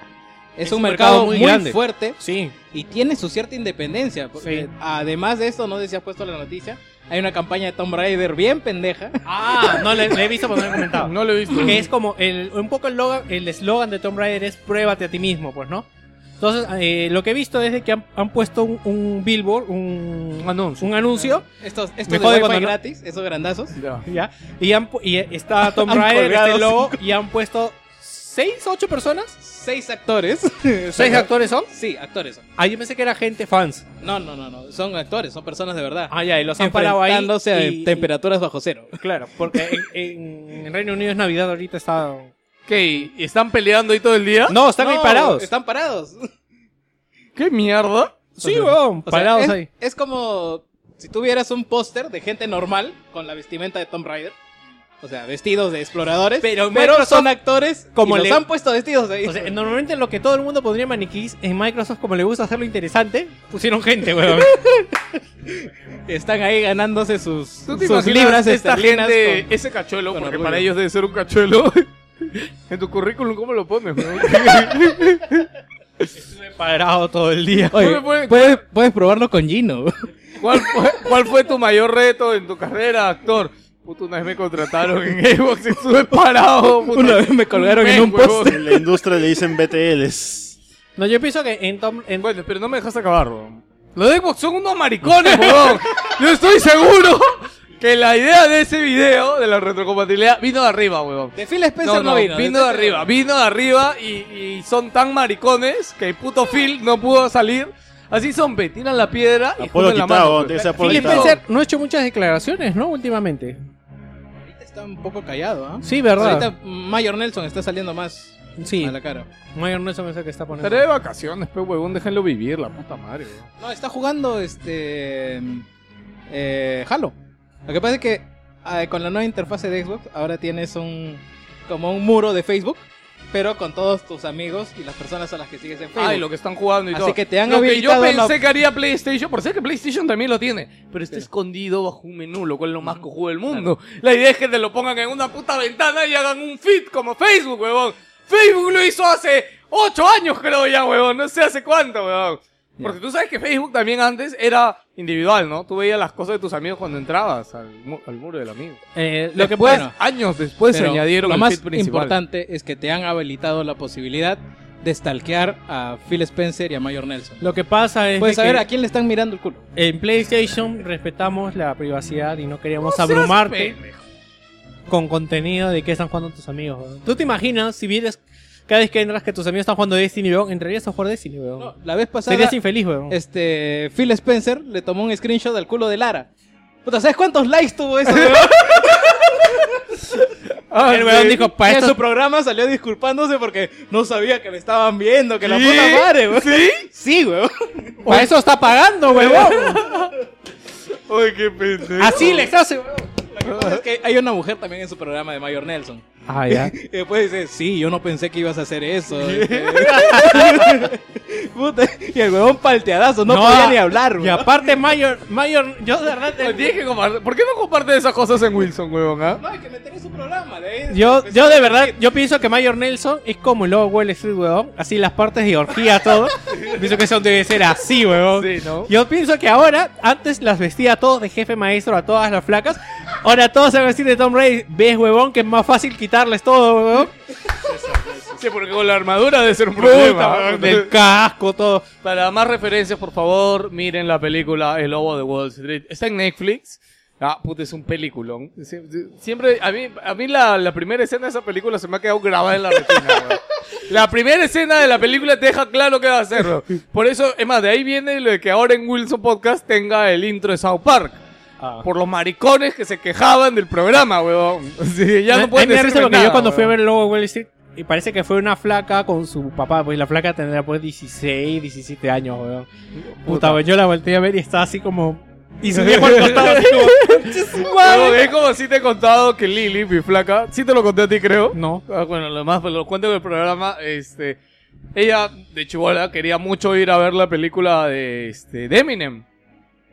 Speaker 3: es, un mercado, muy,
Speaker 2: grande.
Speaker 3: fuerte
Speaker 2: Sí.
Speaker 3: y tiene su cierta independencia. porque
Speaker 2: Sí.
Speaker 3: Además de esto, no sé si has puesto la noticia, hay una campaña de Tomb Raider bien pendeja.
Speaker 2: Ah, no le, le he visto, pero no le he comentado.
Speaker 5: Ah, No lo he visto.
Speaker 2: Que es como el, un poco el logo- el eslogan de Tomb Raider es pruébate a ti mismo, pues, ¿no? Entonces, eh, lo que he visto es de que han, han puesto un, un billboard, un,
Speaker 5: Un anuncio.
Speaker 2: un anuncio
Speaker 3: Estos, estos
Speaker 2: Me
Speaker 3: de
Speaker 2: jode
Speaker 3: Wi-Fi
Speaker 2: cuando no-
Speaker 3: gratis, esos grandazos.
Speaker 2: ¿ya? Y, han pu- y está Tomb
Speaker 5: Han
Speaker 2: Raider, está
Speaker 5: colgado
Speaker 2: el logo, y han puesto seis, ocho personas.
Speaker 3: Seis actores.
Speaker 2: ¿Seis actores son?
Speaker 3: Sí, actores. son.
Speaker 2: Ah, yo pensé que era gente fans.
Speaker 3: No, no, no, no. Son actores, son personas de verdad.
Speaker 2: Ah, ya, y los han parado ahí.
Speaker 3: enfrentándose a
Speaker 2: y-
Speaker 3: temperaturas bajo cero.
Speaker 2: Claro, porque en, en Reino Unido es Navidad, ahorita está...
Speaker 5: ¿Qué? ¿Y ¿Están peleando ahí todo el día?
Speaker 2: No, están ahí
Speaker 3: ¿Ah? No,
Speaker 2: parados.
Speaker 3: Están parados.
Speaker 5: ¿Qué mierda?
Speaker 2: Sí, weón,
Speaker 3: O sea,
Speaker 2: parados
Speaker 3: es,
Speaker 2: ahí.
Speaker 3: es como si tuvieras un póster de gente normal con la vestimenta de Tomb Raider. O sea, vestidos de exploradores.
Speaker 2: Pero
Speaker 3: Pero,
Speaker 2: Microsoft-
Speaker 3: son actores
Speaker 2: como
Speaker 3: como y
Speaker 2: le-
Speaker 3: los han puesto vestidos ahí.
Speaker 2: O sea, normalmente lo que todo el mundo pondría maniquís en Microsoft, como le gusta hacerlo interesante, pusieron gente, weón.
Speaker 3: Están ahí ganándose sus,
Speaker 5: ¿Tú te
Speaker 3: sus
Speaker 5: imaginas
Speaker 3: libras
Speaker 5: esta
Speaker 3: esterlinas
Speaker 5: gente,
Speaker 3: con-
Speaker 5: ese cachuelo,
Speaker 3: con
Speaker 5: porque
Speaker 3: orgullo.
Speaker 5: para ellos debe ser un cachuelo. en tu currículum, ¿cómo lo pones? weón?
Speaker 2: Parado todo el día.
Speaker 5: ¿Cómo le pones-
Speaker 3: Puedes, puedes probarlo con Gino.
Speaker 5: ¿Cuál fue, cuál fue tu mayor reto en tu carrera, actor? Puta, una vez me contrataron en Xbox y estuve parado. puta.
Speaker 3: Una vez me colgaron en
Speaker 5: Ven,
Speaker 3: un
Speaker 5: huevón.
Speaker 3: póster.
Speaker 4: En la industria le dicen BTLs.
Speaker 2: No, yo pienso que en Tom... en-
Speaker 5: Bueno, pero no me dejas acabar, weón. Los de Xbox son unos maricones, weón. Yo estoy seguro que la idea de ese video, de la retrocompatibilidad, vino de arriba, weón.
Speaker 3: De Phil Spencer no, vino.
Speaker 5: de arriba, vino de arriba y, y son tan maricones que el puto Phil no pudo salir. Así son, pe, tiran la piedra y
Speaker 4: Apolo
Speaker 5: ponen la mano.
Speaker 4: quitado,
Speaker 5: pe.
Speaker 4: debe ser Apolo
Speaker 2: Phil
Speaker 4: quitado.
Speaker 2: Spencer no ha hecho muchas declaraciones, ¿no? Últimamente.
Speaker 3: Está un poco callado, ¿ah?
Speaker 2: Sí, ¿verdad?
Speaker 3: Ahorita Mayor Nelson está saliendo más
Speaker 2: Sí.
Speaker 3: a la cara.
Speaker 2: Mayor Nelson es el que está poniendo.
Speaker 5: Estaré de vacaciones, pe, huevón, déjenlo vivir, la puta madre, weón.
Speaker 3: No, está jugando este. eh, Halo. Lo que pasa es que ah, con la nueva interfase de Xbox ahora tienes un. como un muro de Facebook, pero con todos tus amigos y las personas a las que sigues en Facebook.
Speaker 5: Ay, lo que están jugando y
Speaker 3: Así
Speaker 5: todo.
Speaker 3: que te han
Speaker 5: lo que yo
Speaker 3: habilitado la-
Speaker 5: pensé que haría PlayStation, por ser que PlayStation también lo tiene, pero está escondido bajo un menú, lo cual es lo más cojudo del mundo. La idea es que te lo pongan en una puta ventana y hagan un feed como Facebook, huevón. Facebook lo hizo hace 8 años, creo ya, huevón. No sé hace cuánto, huevón. Porque tú sabes que Facebook también antes era individual, ¿no? Tú veías las cosas de tus amigos cuando entrabas al, mu- al muro del amigo.
Speaker 2: Eh, lo
Speaker 5: Lo
Speaker 2: que
Speaker 5: que
Speaker 2: puede...
Speaker 5: puedes, años después se
Speaker 3: Pero
Speaker 5: añadieron
Speaker 3: lo
Speaker 5: el
Speaker 3: más
Speaker 5: feed principal.
Speaker 3: importante es que te han habilitado la posibilidad de stalkear a Phil Spencer y a Mayor Nelson.
Speaker 2: Lo que pasa es
Speaker 3: Puedes
Speaker 2: de
Speaker 3: saber
Speaker 2: que
Speaker 3: a quién le están mirando el culo.
Speaker 2: en PlayStation respetamos la privacidad y no queríamos
Speaker 5: No seas
Speaker 2: abrumarte
Speaker 5: pendejo.
Speaker 2: con contenido de qué están jugando tus amigos. weón. ¿Tú te imaginas si vieras cada vez que entras que tus amigos están jugando Destiny, weón? Entrarías a jugar Destiny, weón.
Speaker 3: No, la vez pasada.
Speaker 2: Serías infeliz, weón.
Speaker 3: este Phil Spencer le tomó un screenshot del culo de Lara. Puta, ¿sabes cuántos likes tuvo eso? weón?
Speaker 2: el weón dijo, para
Speaker 3: Y Ah, en
Speaker 2: esto...
Speaker 3: su programa salió disculpándose porque no sabía que me estaban viendo, que la puta madre, weón. ¿Sí? Sí, weón.
Speaker 2: Para eso está pagando, weón.
Speaker 5: Ay, qué pendejo.
Speaker 2: Así les hace, weón.
Speaker 3: Es que hay una mujer también en su programa de Mayor Nelson.
Speaker 2: Ah, ya.
Speaker 3: Y después dice, sí, yo no pensé que ibas a hacer eso. Este, Puta, y el huevón palteadazo, no,
Speaker 2: No,
Speaker 3: podía ni hablar.
Speaker 2: Y
Speaker 3: weón.
Speaker 2: aparte, Mayor, Mayor, yo de verdad.
Speaker 5: Pues tienes que compartir- ¿Por qué no compartes esas cosas en Wilson, huevón? ah?
Speaker 3: No, hay que meter en su programa. de ahí-
Speaker 2: Yo, yo de verdad, yo pienso que Mayor Nelson es como el lobo Wall Street, weón. Así las partes de orgía, todo. pienso que eso debe ser así, weón.
Speaker 5: Sí, ¿no?
Speaker 2: Yo pienso que ahora, antes las vestía a todos de jefe maestro, a todas las flacas. Ahora todos se van a vestir de Tom Brady. ¿Ves, huevón, que es más fácil quitarles todo, huevón?
Speaker 5: Sí, porque con la armadura debe ser un problema.
Speaker 2: Puta, del casco, todo.
Speaker 5: Para más referencias, por favor, miren la película El Lobo de Wall Street. Está en Netflix. Ah, puta, es un peliculón. Sie- Siempre, a mí, a mí la, la primera escena de esa película se me ha quedado grabada en la retina. weón. la primera escena de la película te deja claro qué va a hacer. weón. Por eso, es más, de ahí viene lo de que ahora en Wilson Podcast tenga el intro de South Park.
Speaker 2: Ah.
Speaker 5: Por los maricones que se quejaban del programa, weón. Sí, ya
Speaker 2: A-
Speaker 5: no
Speaker 2: a mí
Speaker 5: pueden
Speaker 2: me da risa
Speaker 5: decirme
Speaker 2: porque
Speaker 5: nada,
Speaker 2: yo cuando fui a
Speaker 5: weón.
Speaker 2: ver el lobo de Wall Street, y parece que fue una flaca con su papá, pues la flaca tendrá pues 16, 17 años, weón. Puta, weón, yo la volteé a ver y estaba así como... Y su viejo al costado así como...
Speaker 5: Pero es como si te he contado que Lili, mi flaca, sí te lo conté a ti, creo.
Speaker 2: No.
Speaker 5: Ah, bueno, lo demás lo cuento en el programa. Este, ella, de chibola, quería mucho ir a ver la película de, este, de Eminem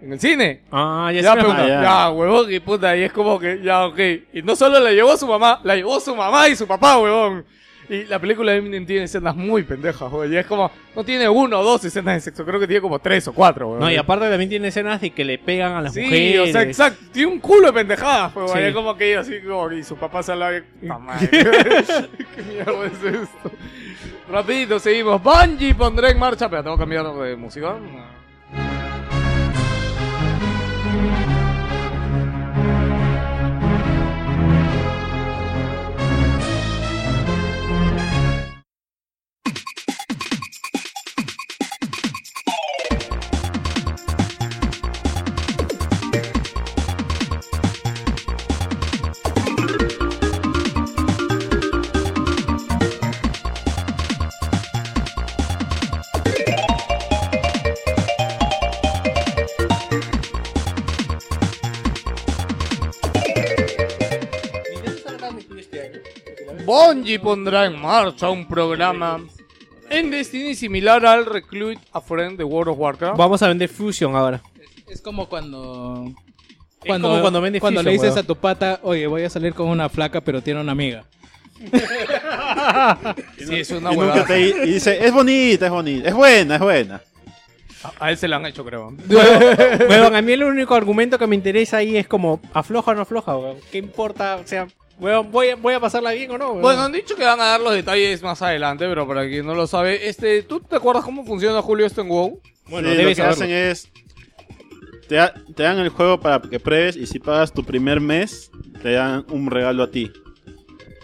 Speaker 5: en el cine.
Speaker 2: Ah, ya,
Speaker 5: Ya,
Speaker 2: se me
Speaker 5: pero-
Speaker 2: acordé.
Speaker 5: ya, huevón, y puta, y es como que, ya, ok. Y no solo la llevó su mamá, la llevó su mamá y su papá, huevón. Y la película de Eminem tiene escenas muy pendejas, huevón. Y es como, no tiene uno o dos escenas de sexo, creo que tiene como tres o cuatro, huevón.
Speaker 2: No, y aparte también tiene escenas de que le pegan a las
Speaker 5: Sí,
Speaker 2: mujeres.
Speaker 5: o sea, exacto. Tiene un culo de pendejadas, pues,
Speaker 2: Sí.
Speaker 5: vaya como que ella así, como, y su papá se la... ¡Puta madre! ¿Qué mierda es esto? Rapidito, seguimos. Bungie pondré en marcha... Espera, tengo que cambiar de música. Bungie pondrá en marcha un programa en Destiny similar al Recruit a Friend de World of Warcraft.
Speaker 2: Vamos a vender Fusion ahora.
Speaker 3: Es como cuando.
Speaker 2: Es como cuando vende
Speaker 3: cuando
Speaker 2: Fusion,
Speaker 3: le dices
Speaker 2: weón.
Speaker 3: a tu pata, oye, voy a salir con una flaca, pero tiene una amiga.
Speaker 5: sí, es una
Speaker 4: Y nunca
Speaker 5: huevada.
Speaker 4: te y dice, es bonita, es bonita, es buena, es buena.
Speaker 5: A él se la han hecho, creo.
Speaker 2: Weón, a mí el único argumento que me interesa ahí es como, afloja o no afloja, weón. ¿Qué importa? O sea, weón, ¿voy a, voy a pasarla bien o no, weón?
Speaker 5: Bueno, pues, han dicho que van a dar los detalles más adelante, pero para quien no lo sabe, este, ¿tú te acuerdas cómo funciona Julio esto en WoW?
Speaker 4: Bueno,
Speaker 2: debes
Speaker 4: lo que
Speaker 2: saberlo.
Speaker 4: hacen es. Te, da- te dan el juego para que pruebes y si pagas tu primer mes, te dan un regalo a ti.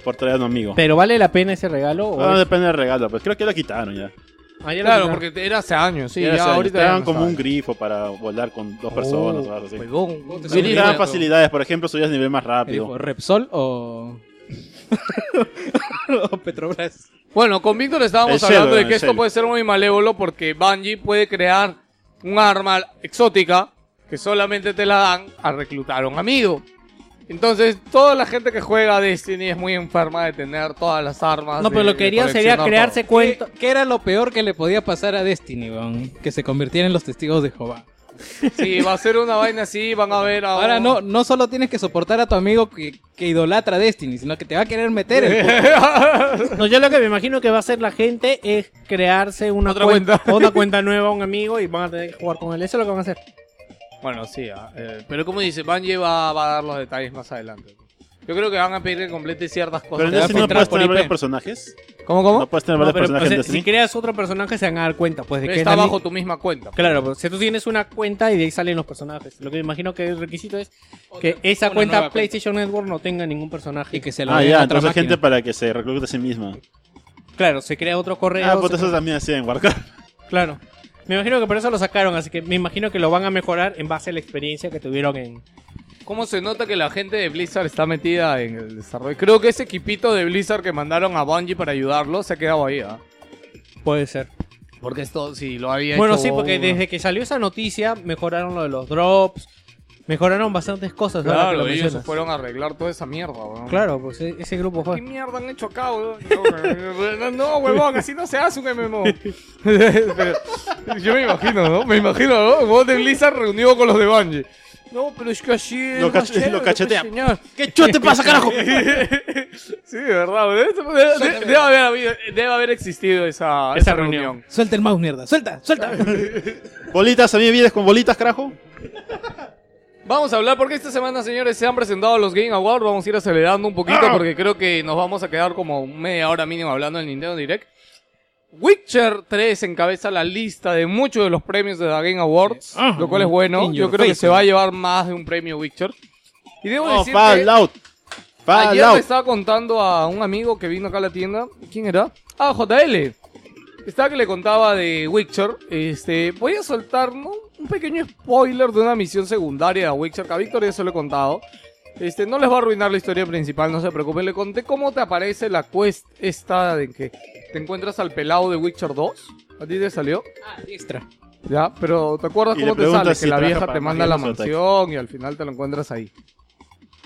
Speaker 4: Por traer a un amigo.
Speaker 2: Pero vale la pena ese regalo. o
Speaker 4: Ah,
Speaker 2: es-
Speaker 4: depende del regalo, pues creo que ya lo quitaron ya.
Speaker 2: Ah, ya lo
Speaker 5: Claro,
Speaker 2: quitaron.
Speaker 5: porque te- era hace años, sí,
Speaker 4: Ya
Speaker 5: ya,
Speaker 4: hace años.
Speaker 5: ahorita
Speaker 4: te
Speaker 5: ya
Speaker 4: dan
Speaker 5: no
Speaker 4: como
Speaker 5: está.
Speaker 4: un grifo para volar con dos personas o algo así.
Speaker 2: pues,
Speaker 5: Huevón,
Speaker 4: Sí, te
Speaker 5: grifo.
Speaker 4: dan facilidades, por ejemplo, subías nivel más
Speaker 3: Y dijo,
Speaker 4: rápido.
Speaker 3: ¿Repsol o.? o Petrobras.
Speaker 5: Bueno, con Víctor estábamos
Speaker 4: El
Speaker 5: hablando
Speaker 4: Sheldon,
Speaker 5: de que
Speaker 4: el
Speaker 5: esto
Speaker 4: Sheldon.
Speaker 5: puede ser muy malévolo porque Bungie puede crear un arma exótica que solamente te la dan a reclutar a un amigo. Entonces, toda la gente que juega Destiny es muy enferma de tener todas las armas.
Speaker 2: No, pero
Speaker 5: de-
Speaker 2: lo que querían
Speaker 5: de
Speaker 2: sería
Speaker 5: coleccionar
Speaker 2: crearse
Speaker 3: ¿Qué,
Speaker 2: cuentos.
Speaker 3: qué era lo peor que le podía pasar a Destiny, weón? Que se convirtiera en los testigos de Jehová.
Speaker 5: todo. Sí, va a ser una vaina así, van a ver ahora.
Speaker 3: Ahora no, no solo tienes que soportar a tu amigo que, que idolatra a Destiny, sino que te va a querer meter el puto.
Speaker 2: No, yo lo que me imagino que va a hacer la gente es crearse una
Speaker 5: Otra
Speaker 2: cuen-
Speaker 5: cuenta.
Speaker 2: otra cuenta nueva a un amigo y van a tener que jugar con él. Eso es lo que van a hacer.
Speaker 5: Bueno, sí, ah, eh, pero como dice, Bungie va, va a dar los detalles más adelante. Yo creo que van a pedir que complete ciertas cosas.
Speaker 4: Pero en
Speaker 5: pues, Te va a
Speaker 4: Destiny no
Speaker 5: filtrar
Speaker 4: puedes
Speaker 5: por
Speaker 4: tener
Speaker 5: IP.
Speaker 4: varios personajes.
Speaker 5: ¿Cómo, cómo?
Speaker 4: No puedes tener
Speaker 2: No,
Speaker 4: varios
Speaker 2: pero,
Speaker 4: personajes
Speaker 2: o sea,
Speaker 4: en
Speaker 2: si
Speaker 4: Destiny.
Speaker 2: creas otro personaje se van a dar cuenta, pues de que
Speaker 5: Está
Speaker 2: es la
Speaker 5: bajo
Speaker 2: mi-
Speaker 5: tu misma cuenta.
Speaker 2: Claro, pero si tú tienes una cuenta y de ahí salen los personajes. Lo que me imagino que el requisito es que esa
Speaker 3: una
Speaker 2: cuenta
Speaker 3: nueva
Speaker 2: PlayStation Network no tenga ningún personaje.
Speaker 3: Y que se lo
Speaker 4: Ah,
Speaker 3: den a
Speaker 4: ya,
Speaker 3: otra
Speaker 4: entonces
Speaker 3: máquina.
Speaker 4: gente para que se reclute a sí misma.
Speaker 2: Claro, se crea otro correo.
Speaker 4: Ah,
Speaker 2: se
Speaker 4: pues
Speaker 2: crea-
Speaker 4: eso también hacían en Warcraft.
Speaker 2: Claro. Me imagino que por eso lo sacaron, así que me imagino que lo van a mejorar en base a la experiencia que tuvieron en...
Speaker 5: ¿Cómo se nota que la gente de Blizzard está metida en el desarrollo? Creo que ese equipito de Blizzard que mandaron a Bungie para ayudarlo se ha quedado ahí, ¿ah?
Speaker 2: Puede ser.
Speaker 5: Porque esto sí lo había
Speaker 2: Bueno,
Speaker 5: hecho
Speaker 2: sí, porque
Speaker 5: uno.
Speaker 2: desde que salió esa noticia mejoraron lo de los drops, Mejoraron bastantes cosas. ahora que lo
Speaker 5: Claro, ellos se
Speaker 2: mencionas.
Speaker 5: fueron a arreglar toda esa mierda, weón.
Speaker 2: Claro, pues e- ese grupo
Speaker 5: ¿Qué
Speaker 2: fue.
Speaker 5: mierda han hecho acá, weón? No, No, huevón, así no se hace un MMO. Pero yo me imagino, ¿no? Me imagino, ¿no? Vos de Blizzard reunido con los de Bungie. No, pero es que así es
Speaker 4: Lo
Speaker 5: más
Speaker 4: cache- lo
Speaker 5: chévere,
Speaker 4: cachetea.
Speaker 5: pues, señor.
Speaker 3: ¿Qué chulo te pasa, carajo?
Speaker 5: sí, de verdad, weón. Esto- de- de- Debe, haber, habido- debe haber existido esa, esa, reunión.
Speaker 3: Suelta el mouse, mierda. Suelta, suelta.
Speaker 4: Bolitas, a mí me vienes con bolitas, carajo.
Speaker 5: Vamos a hablar porque esta semana, señores, se han presentado los Game Awards. Vamos a ir acelerando un poquito porque creo que nos vamos a quedar como media hora mínimo hablando del Nintendo Direct. Witcher 3 encabeza la lista de muchos de los premios de la Game Awards, lo cual es bueno.
Speaker 3: In
Speaker 5: Yo
Speaker 3: your
Speaker 5: creo que
Speaker 3: face.
Speaker 5: se va a llevar más de un premio Witcher. Y debo
Speaker 4: No,
Speaker 5: decir que
Speaker 4: Fallout.
Speaker 5: ayer le
Speaker 4: Fallout.
Speaker 5: estaba contando a un amigo que vino acá a la tienda. ¿Quién era? Ah, JL. Estaba que le contaba de Witcher. Este, voy a soltar ¿no? un pequeño spoiler de una misión secundaria de Witcher, que a Víctor ya se lo he contado. Este, no les va a arruinar la historia principal, no se preocupen. Le conté cómo te aparece la quest esta de que te encuentras al pelado de Witcher 2. ¿A ti te salió?
Speaker 2: Extra.
Speaker 5: Ya, pero ¿te acuerdas
Speaker 4: Y le
Speaker 5: cómo te
Speaker 4: preguntas
Speaker 5: sale?
Speaker 4: si
Speaker 5: que la
Speaker 4: trabaja
Speaker 5: vieja
Speaker 4: para
Speaker 5: te manda a la
Speaker 4: Marianos o Taxi.
Speaker 5: mansión y al final te lo encuentras ahí.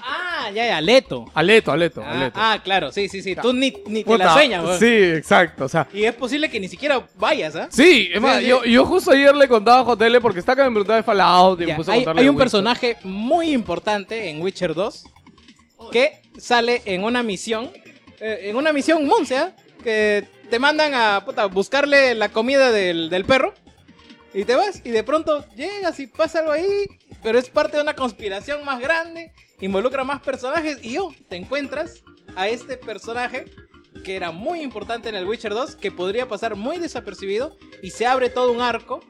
Speaker 2: Ah, ya, ya, Leto.
Speaker 5: Aleto, Aleto,
Speaker 2: Ah,
Speaker 5: Aleto.
Speaker 2: ah, claro, sí, sí, sí. Tú ni, ni te
Speaker 5: Puta,
Speaker 2: la sueñas, weón.
Speaker 5: Sí, exacto, o sea.
Speaker 2: Y es posible que ni siquiera vayas, ¿ah?
Speaker 5: Sí, es más,
Speaker 2: sí.
Speaker 5: Yo, yo justo ayer le contaba a JL porque está acá me preguntaba de Fallout y me
Speaker 2: Ya,
Speaker 5: puse a
Speaker 2: hay,
Speaker 5: contarle
Speaker 2: hay
Speaker 5: de
Speaker 2: un
Speaker 5: Witcher.
Speaker 2: personaje muy importante en Witcher 2 que sale en una misión, eh, en una misión Monse, ¿ah? que te mandan a puta, buscarle la comida del, del perro y te vas y de pronto llegas y pasa algo ahí, pero es parte de una conspiración más grande, involucra más personajes y yo te encuentras a este personaje que era muy importante en el Witcher 2, que podría pasar muy desapercibido y se abre todo un arco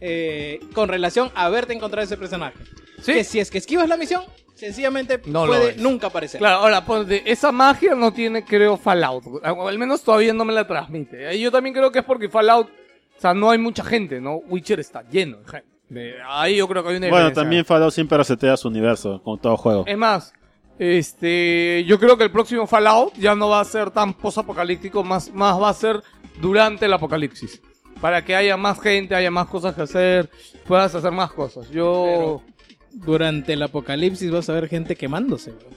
Speaker 2: eh, con relación a haberte encontrado ese personaje.
Speaker 5: Sí.
Speaker 2: Que si es que esquivas la misión, sencillamente
Speaker 5: No lo
Speaker 2: puede
Speaker 5: es.
Speaker 2: nunca aparecer.
Speaker 5: Claro, ahora, ponte, esa magia no tiene, creo, Fallout. O al menos todavía no me la transmite. Y yo también creo que es porque Fallout, o sea, no hay mucha gente, ¿no? Witcher está lleno de gente. De- Ahí yo creo que hay una
Speaker 4: Bueno,
Speaker 5: diferencia.
Speaker 4: también Fallout siempre resetea su universo, como todo juego.
Speaker 5: Es más, este, yo creo que el próximo Fallout ya no va a ser tan posapocalíptico, más, más va a ser durante el apocalipsis. Para que haya más gente, haya más cosas que hacer, puedas hacer más cosas. Yo.
Speaker 3: Durante el apocalipsis vas a ver gente quemándose, weón.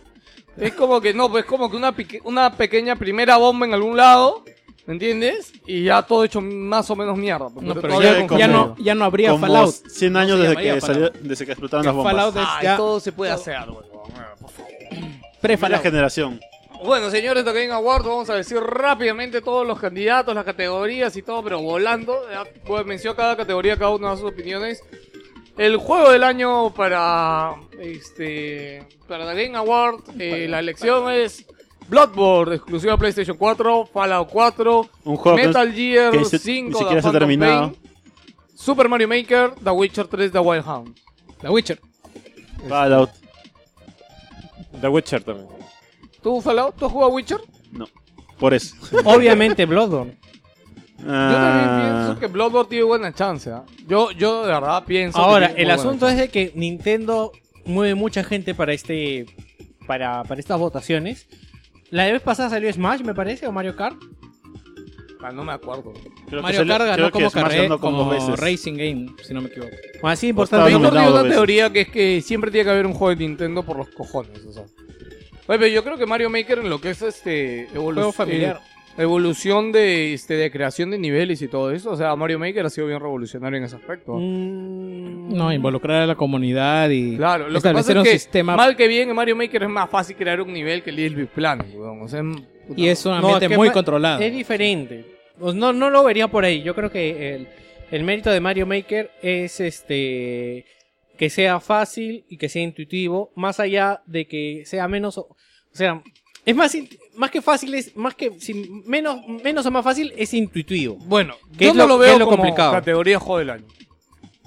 Speaker 5: Es como que no, pues es como que una, pique- una pequeña primera bomba en algún lado, ¿me entiendes? Y ya todo hecho más o menos mierda. porque
Speaker 3: No, pero
Speaker 5: todavía
Speaker 4: ya-
Speaker 5: hay
Speaker 3: Ya
Speaker 4: Como-
Speaker 3: no, ya no habría
Speaker 4: Como
Speaker 3: Fallout.
Speaker 4: 100
Speaker 3: No
Speaker 4: años
Speaker 3: se
Speaker 4: desde,
Speaker 3: llamaría
Speaker 4: que salió,
Speaker 3: Fallout.
Speaker 4: desde que explotaron
Speaker 3: Que
Speaker 4: las bombas.
Speaker 3: Fallout es
Speaker 5: Ay,
Speaker 3: ya
Speaker 5: Ah, todo se puede hacer, huevón.
Speaker 4: Primera
Speaker 3: pre-Fallout.
Speaker 4: generación.
Speaker 5: Bueno, señores, de Game Awards, vamos a decir rápidamente todos los candidatos, las categorías y todo, pero volando. Ya, Pues mencionó cada categoría, cada uno da sus opiniones. El juego del año para este para The Game Award, eh, la elección es Bloodborne, exclusiva de PlayStation 4, Fallout 4,
Speaker 4: Un juego que
Speaker 5: Metal Gear
Speaker 4: que se-
Speaker 5: 5,
Speaker 4: ni siquiera
Speaker 5: The
Speaker 4: se ha
Speaker 5: Phantom
Speaker 4: terminado.
Speaker 5: Pain, Super Mario Maker, The Witcher 3, The Wild Hunt.
Speaker 3: La Witcher.
Speaker 4: Fallout.
Speaker 6: The Witcher también.
Speaker 5: ¿Tú, Fallout, tú has jugado a Witcher?
Speaker 4: No. Por eso.
Speaker 2: Obviamente Bloodborne.
Speaker 5: Yo también
Speaker 4: Ah,
Speaker 5: pienso que Bloodborne tiene buena chance. ¿ah? Yo, yo de verdad pienso. que
Speaker 2: Ahora,
Speaker 5: tiene
Speaker 2: el
Speaker 5: muy buena
Speaker 2: asunto
Speaker 5: chance.
Speaker 2: es de que Nintendo mueve mucha gente para este para, para estas votaciones. La vez pasada salió Smash, me parece, o Mario Kart.
Speaker 5: Ah, no me acuerdo.
Speaker 4: creo que
Speaker 3: Mario
Speaker 4: salió-
Speaker 3: Kart ganó
Speaker 4: creo que
Speaker 3: como,
Speaker 4: Smash
Speaker 3: carrera-
Speaker 4: ganó como
Speaker 3: como
Speaker 4: dos veces. Pues
Speaker 3: Racing Game, si no me equivoco.
Speaker 2: O así importante.
Speaker 4: Está
Speaker 5: Yo
Speaker 4: nominado
Speaker 5: tengo una
Speaker 4: dos veces.
Speaker 5: teoría que es que siempre tiene que haber un juego de Nintendo por los cojones. O sea. Oye, pero yo creo que Mario Maker en lo que es este evolu-
Speaker 3: Juego familiar.
Speaker 5: eh, evolución de este de creación de niveles y todo eso. O sea, Mario Maker ha sido bien revolucionario en ese aspecto.
Speaker 3: Mm.
Speaker 5: ¿ah?
Speaker 3: No, involucrar a la comunidad y
Speaker 5: Claro, lo que pasa
Speaker 3: establecer
Speaker 5: es
Speaker 3: un
Speaker 5: que
Speaker 3: sistema.
Speaker 5: mal que bien en Mario Maker es más fácil crear un nivel que el Little Big Planet, weón. O sea, en-
Speaker 3: Y es un
Speaker 2: No,
Speaker 3: ambiente
Speaker 2: es que
Speaker 3: muy
Speaker 2: ma-
Speaker 3: controlado.
Speaker 2: Es diferente. Pues no, no lo vería por ahí. Yo creo que el, el mérito de Mario Maker es este que sea fácil y que sea intuitivo, más allá de que sea menos, o o sea, es más in- más que fácil es más que si menos menos o más fácil es intuitivo.
Speaker 5: Bueno,
Speaker 2: ¿Qué
Speaker 5: yo
Speaker 2: es
Speaker 5: no
Speaker 2: lo-
Speaker 5: lo
Speaker 2: qué
Speaker 5: veo
Speaker 2: es lo
Speaker 5: como
Speaker 2: complicado?
Speaker 5: categoría juego del año.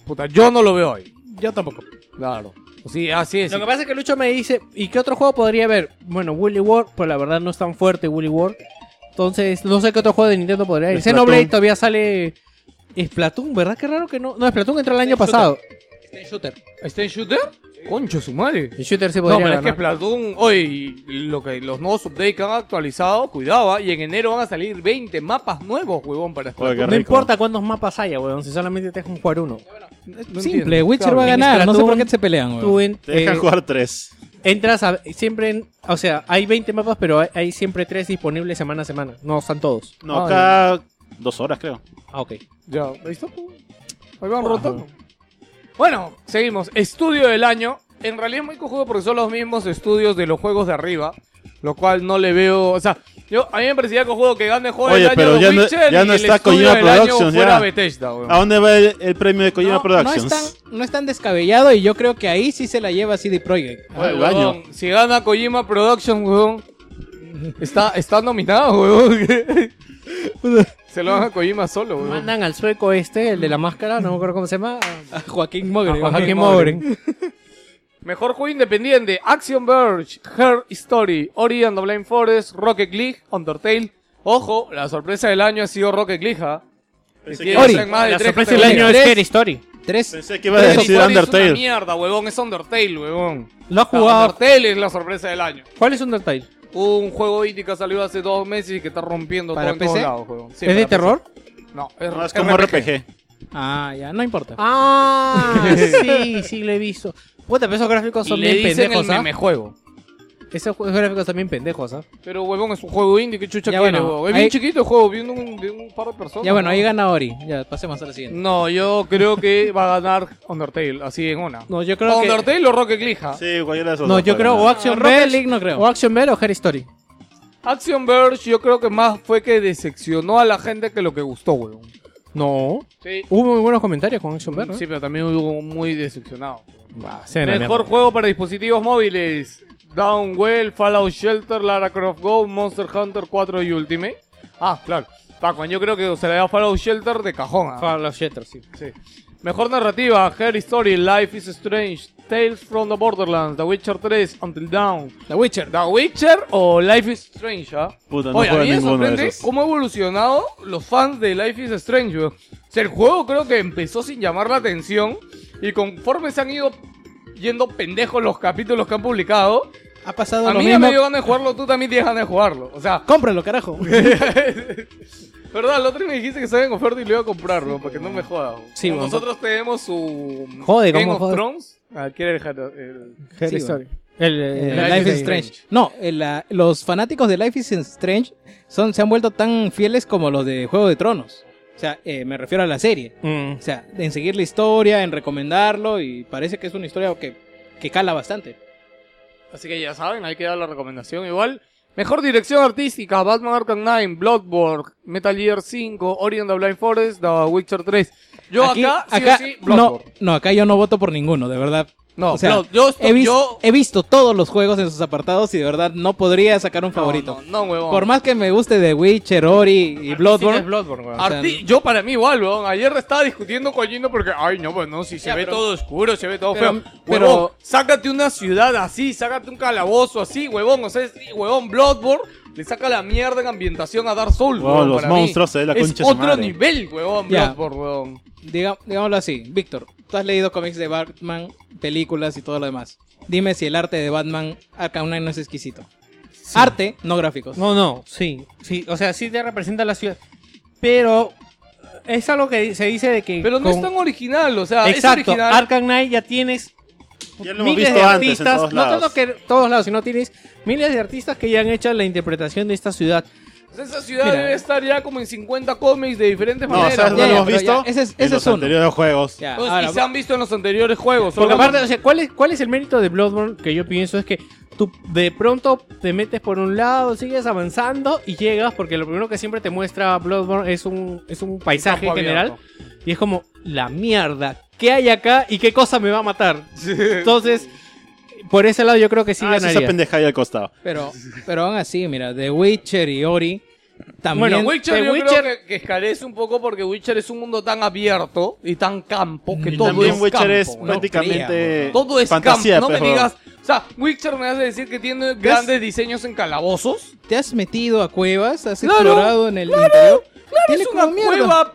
Speaker 5: Puta, yo no lo veo ahí.
Speaker 3: Yo tampoco.
Speaker 5: Claro. Sí, así es.
Speaker 2: Lo que pasa es que Lucho me dice, ¿y qué otro juego podría haber? Bueno, Woolly World, pues la verdad no es tan fuerte Woolly World. Entonces, no sé qué otro juego de Nintendo podría haber.
Speaker 4: Splatoon.
Speaker 2: Xenoblade todavía sale Splatoon, ¿verdad? Qué raro que no. No, Splatoon entró el año pasado.
Speaker 3: Este shooter.
Speaker 5: ¿Está en shooter? Concho, su madre.
Speaker 2: El shooter sí
Speaker 5: No,
Speaker 2: podría
Speaker 5: pero es que
Speaker 2: ganar.
Speaker 5: Splatoon, oye, y lo que, los nuevos updates que han actualizado, cuidado, ah, y en enero van a salir 20 mapas nuevos, huevón, para
Speaker 4: Joder,
Speaker 5: Splatoon.
Speaker 4: qué
Speaker 2: no
Speaker 4: rico.
Speaker 2: importa cuántos mapas haya, weón, si solamente te dejan jugar uno.
Speaker 5: No
Speaker 3: Simple,
Speaker 5: entiendo.
Speaker 3: Witcher
Speaker 5: Claro.
Speaker 3: va a ganar. No sé por
Speaker 2: Splatoon,
Speaker 3: qué se pelean, weón.
Speaker 2: Tú en-
Speaker 4: Te dejan
Speaker 2: eh,
Speaker 4: jugar tres.
Speaker 2: entras a, siempre en- o sea, hay 20 mapas, pero hay, hay siempre 3 disponibles semana a semana. No están todos.
Speaker 4: No,
Speaker 5: Ay.
Speaker 4: cada dos horas creo.
Speaker 2: Ah, ok.
Speaker 5: Ya, ahí está, pues. Ahí van rotando. Bueno, seguimos. Estudio del año. En realidad es muy cojudo porque son los mismos estudios de los juegos de arriba. Lo cual no le veo. O sea, yo, a mí me parecía cojudo que gane juego
Speaker 4: Oye,
Speaker 5: del año
Speaker 4: pero
Speaker 5: los
Speaker 4: ya no-
Speaker 5: Witcher
Speaker 4: ya no
Speaker 5: y
Speaker 4: está
Speaker 5: el estudio
Speaker 4: Kojima
Speaker 5: del año
Speaker 4: Productions,
Speaker 5: fuera
Speaker 4: ya. Ah,
Speaker 5: Bethesda, weón.
Speaker 4: ¿A dónde va el, el premio de Kojima
Speaker 3: No, no, es
Speaker 4: Productions?
Speaker 3: tan, no es tan descabellado y yo creo que ahí sí se la lleva CD Projekt.
Speaker 4: Ah, el
Speaker 5: Weón,
Speaker 4: baño.
Speaker 5: Si gana Kojima Productions, weón. Está, está nominado, weón. Se lo dan a Kojima solo, weón.
Speaker 2: Mandan al sueco este, el de la máscara, no me acuerdo cómo se llama.
Speaker 3: A Joaquín Mogre.
Speaker 2: A Joaquín
Speaker 5: Mogren.
Speaker 2: Mogren.
Speaker 5: Mejor juego independiente, Action Verge, Her Story, Ori and the Blind Forest, Rocket League, Undertale. Ojo, la sorpresa del año ha sido Rocket League, ¿ah?
Speaker 4: Pensé
Speaker 5: Que
Speaker 4: que-
Speaker 5: tiene
Speaker 3: Ori,
Speaker 5: más de
Speaker 2: La
Speaker 5: tres
Speaker 2: sorpresa del
Speaker 5: categorías.
Speaker 2: año es
Speaker 3: Tres.
Speaker 2: Scary Story.
Speaker 3: Tres.
Speaker 4: Pensé que ibas a
Speaker 5: Rocket
Speaker 4: decir
Speaker 5: League Es una
Speaker 4: Undertale.
Speaker 5: mierda, huevón, es Undertale, huevón.
Speaker 2: Lo has
Speaker 5: O sea,
Speaker 2: jugado.
Speaker 5: Undertale es la sorpresa del año.
Speaker 2: ¿Cuál es Undertale?
Speaker 5: Un juego indie que salió hace dos meses y que está rompiendo
Speaker 3: ¿Para
Speaker 5: todo en todos
Speaker 3: PC?
Speaker 5: lados, huevón. Sí,
Speaker 2: ¿Es de
Speaker 5: para
Speaker 2: terror?
Speaker 5: PC. No,
Speaker 4: No, es como RPG.
Speaker 3: Ah, ya, no importa.
Speaker 2: Ah, sí, sí lo he visto. Puta, pero esos gráficos
Speaker 5: Y
Speaker 2: son
Speaker 5: le
Speaker 2: bien
Speaker 5: dicen el
Speaker 2: pendejos, ¿ah?
Speaker 5: meme juego.
Speaker 2: Esos ju- gráficos son bien pendejos, ¿ah?
Speaker 5: Pero, huevón, es un juego indie, que chucha
Speaker 3: Ya,
Speaker 5: quiere,
Speaker 3: bueno,
Speaker 5: huevón. Es bien
Speaker 3: ahí-
Speaker 5: chiquito el juego, viendo un, de un par de personas.
Speaker 3: Ya bueno, ahí
Speaker 5: huevón.
Speaker 3: gana Ori. Ya, pasemos a la siguiente.
Speaker 5: No, yo creo que va a ganar Undertale, así en una.
Speaker 2: No, yo creo que...
Speaker 5: Undertale o Rocket League. ¿ah?
Speaker 4: Sí, cualquiera de esos
Speaker 2: No,
Speaker 4: dos
Speaker 2: yo
Speaker 4: puede
Speaker 2: creo o
Speaker 4: ganar.
Speaker 2: Action
Speaker 3: Rocket
Speaker 2: Bell,
Speaker 3: League no creo.
Speaker 2: o Action Bell o Her Story.
Speaker 5: Action Verge yo creo que más fue que decepcionó a la gente que lo que gustó, weón. ¿eh?
Speaker 2: No.
Speaker 5: Sí.
Speaker 2: Hubo muy buenos comentarios con Action Bell, ¿no?
Speaker 5: Sí, pero también hubo muy decepcionado.
Speaker 3: Ah,
Speaker 2: Bah, sea una
Speaker 5: Mejor
Speaker 2: mierda.
Speaker 5: juego para dispositivos móviles. Downwell, Fallout Shelter, Lara Croft Go, Monster Hunter 4 y Ultimate. Ah, claro. Pac-Man, yo creo que se le da Fallout Shelter de cajón. ¿ah?
Speaker 2: Fallout Shelter, sí.
Speaker 5: Sí. Mejor narrativa, Her Story, Life is Strange, Tales from the Borderlands, The Witcher 3, Until Dawn.
Speaker 3: The Witcher.
Speaker 5: ¿The Witcher o Life is Strange? ¿ah?
Speaker 4: Puta, no
Speaker 5: Oye, a
Speaker 4: juega
Speaker 5: mí me
Speaker 4: ninguno de
Speaker 5: sorprende
Speaker 4: esos.
Speaker 5: cómo ha evolucionado los fans de Life is Strange. weón. O sea, el juego creo que empezó sin llamar la atención y conforme se han ido yendo pendejos los capítulos que han publicado,
Speaker 3: Ha pasado
Speaker 5: a
Speaker 3: lo
Speaker 5: mí ya
Speaker 3: mismo.
Speaker 5: me dio ganas de jugarlo, tú también tienes ganas de jugarlo. O sea,
Speaker 3: Cómpralo, carajo.
Speaker 5: ¿verdad? El otro me dijiste que estaba en oferta y lo iba a comprar, weón, para que no me jodas. weón.
Speaker 2: Sí,
Speaker 5: Como
Speaker 2: weón.
Speaker 5: Nosotros tenemos su
Speaker 2: Jode,
Speaker 5: Game
Speaker 2: ¿cómo
Speaker 5: of
Speaker 2: jode?
Speaker 5: Thrones. Ah, quiere dejar el...
Speaker 2: Her
Speaker 3: Sí,
Speaker 2: Story. El,
Speaker 3: Eh,
Speaker 2: el-
Speaker 3: Life, is Strange. No, el, la- los fanáticos de Life is Strange son, se han vuelto tan fieles como los de Juego de Tronos. O sea, eh, me refiero a la serie.
Speaker 2: Mm.
Speaker 3: O sea, en seguir la historia, en recomendarlo y parece que es una historia que, que cala bastante.
Speaker 5: Así que ya saben, ahí queda la recomendación igual. Mejor dirección artística, Batman Arkham Knight, Bloodborne, Metal Gear 5, Ori and the Blind Forest, The Witcher 3. Yo
Speaker 3: Aquí-
Speaker 5: acá, sí o sí,
Speaker 3: no,
Speaker 5: Bloodborne.
Speaker 3: no, acá yo no voto por ninguno, de verdad.
Speaker 5: No,
Speaker 3: O sea,
Speaker 5: Blood- yo, estoy-
Speaker 3: he, vis-
Speaker 5: yo-
Speaker 3: he visto todos los juegos en sus apartados y de verdad no podría sacar un
Speaker 5: no,
Speaker 3: favorito.
Speaker 5: No, no, huevón.
Speaker 3: Por más que me guste de Witcher, Ori y Bloodborne,
Speaker 2: Ah,
Speaker 3: o sea,
Speaker 5: Arti- yo para mí igual, huevón. Ayer estaba discutiendo con Gino porque, ay, no, bueno, si se
Speaker 3: Ya,
Speaker 5: ve
Speaker 3: pero-
Speaker 5: todo oscuro, se ve todo
Speaker 3: pero-
Speaker 5: feo.
Speaker 3: pero-
Speaker 5: Huevón, sácate una ciudad así, sácate un calabozo así, huevón. O sea, es- huevón, Bloodborne le saca la mierda en ambientación a Dark Souls,
Speaker 4: Huevón,
Speaker 5: huevón,
Speaker 4: los
Speaker 5: para mí.
Speaker 4: monstruos se ve la concha
Speaker 5: Es
Speaker 4: de su
Speaker 5: otro
Speaker 4: madre.
Speaker 5: nivel, huevón,
Speaker 3: Ya.
Speaker 5: Bloodborne, huevón.
Speaker 3: diga- digámoslo así, Víctor, tú has leído cómics de Batman, películas y todo lo demás. Dime si el arte de Batman Arkham Knight no es exquisito. Arte, no gráficos.
Speaker 2: No, no, sí, sí, o sea, sí te representa la ciudad, pero es algo que se dice de que...
Speaker 5: Pero no
Speaker 2: con-
Speaker 5: es tan original, o sea, es
Speaker 2: Exacto,
Speaker 5: original.
Speaker 2: Arkham Knight ya tienes
Speaker 4: Ya lo hemos
Speaker 2: miles de
Speaker 4: visto antes en
Speaker 2: artistas,
Speaker 4: todos
Speaker 2: no
Speaker 4: lados.
Speaker 2: tanto que todos lados, sino tienes miles de artistas que ya han hecho la interpretación de esta ciudad.
Speaker 5: O sea, esa ciudad
Speaker 2: Mira.
Speaker 5: debe estar ya como en 50 cómics de diferentes
Speaker 4: No,
Speaker 5: maneras.
Speaker 4: ¿sabes dónde
Speaker 3: ya,
Speaker 4: lo
Speaker 3: ya,
Speaker 4: hemos
Speaker 3: pero
Speaker 4: visto?
Speaker 3: ya, ese es-
Speaker 4: en
Speaker 3: ese
Speaker 4: los
Speaker 3: es uno.
Speaker 4: anteriores juegos.
Speaker 3: Ya,
Speaker 5: Pues,
Speaker 3: ahora,
Speaker 5: y se han visto en los anteriores
Speaker 2: Porque
Speaker 5: juegos. solo que-
Speaker 2: aparte, o sea, ¿cuál es, ¿cuál es el mérito de Bloodborne que yo pienso? Es que tú de pronto te metes por un lado, sigues avanzando y llegas, porque lo primero que siempre te muestra Bloodborne es un, es un paisaje
Speaker 5: campo
Speaker 2: general.
Speaker 5: abierto.
Speaker 2: Y es como, la mierda, ¿qué hay acá y qué cosa me va a matar? Entonces, por ese lado yo creo que sí
Speaker 4: Ah, es esa
Speaker 2: ganaría.
Speaker 4: pendeja ahí al costado.
Speaker 3: pero, pero aún así, mira, de Witcher y Ori también.
Speaker 5: Bueno, Witcher
Speaker 2: The
Speaker 5: yo
Speaker 2: Witcher-
Speaker 5: creo que, que esclarece un poco porque Witcher es un mundo tan abierto y tan campo que
Speaker 3: Y
Speaker 5: todo
Speaker 4: También
Speaker 5: es
Speaker 4: Witcher
Speaker 5: campo.
Speaker 4: es
Speaker 5: weón.
Speaker 4: prácticamente
Speaker 5: Todo es
Speaker 4: fantasía.
Speaker 5: campo, no
Speaker 4: pues,
Speaker 5: me
Speaker 4: huevón.
Speaker 5: digas... O sea, Witcher me hace decir que tiene grandes diseños en calabozos.
Speaker 3: ¿Te has metido a cuevas? ¿Has
Speaker 5: Claro,
Speaker 3: explorado en el interior?
Speaker 5: Claro,
Speaker 3: Tiene
Speaker 5: es
Speaker 3: como
Speaker 5: una
Speaker 3: mierda.
Speaker 5: cueva,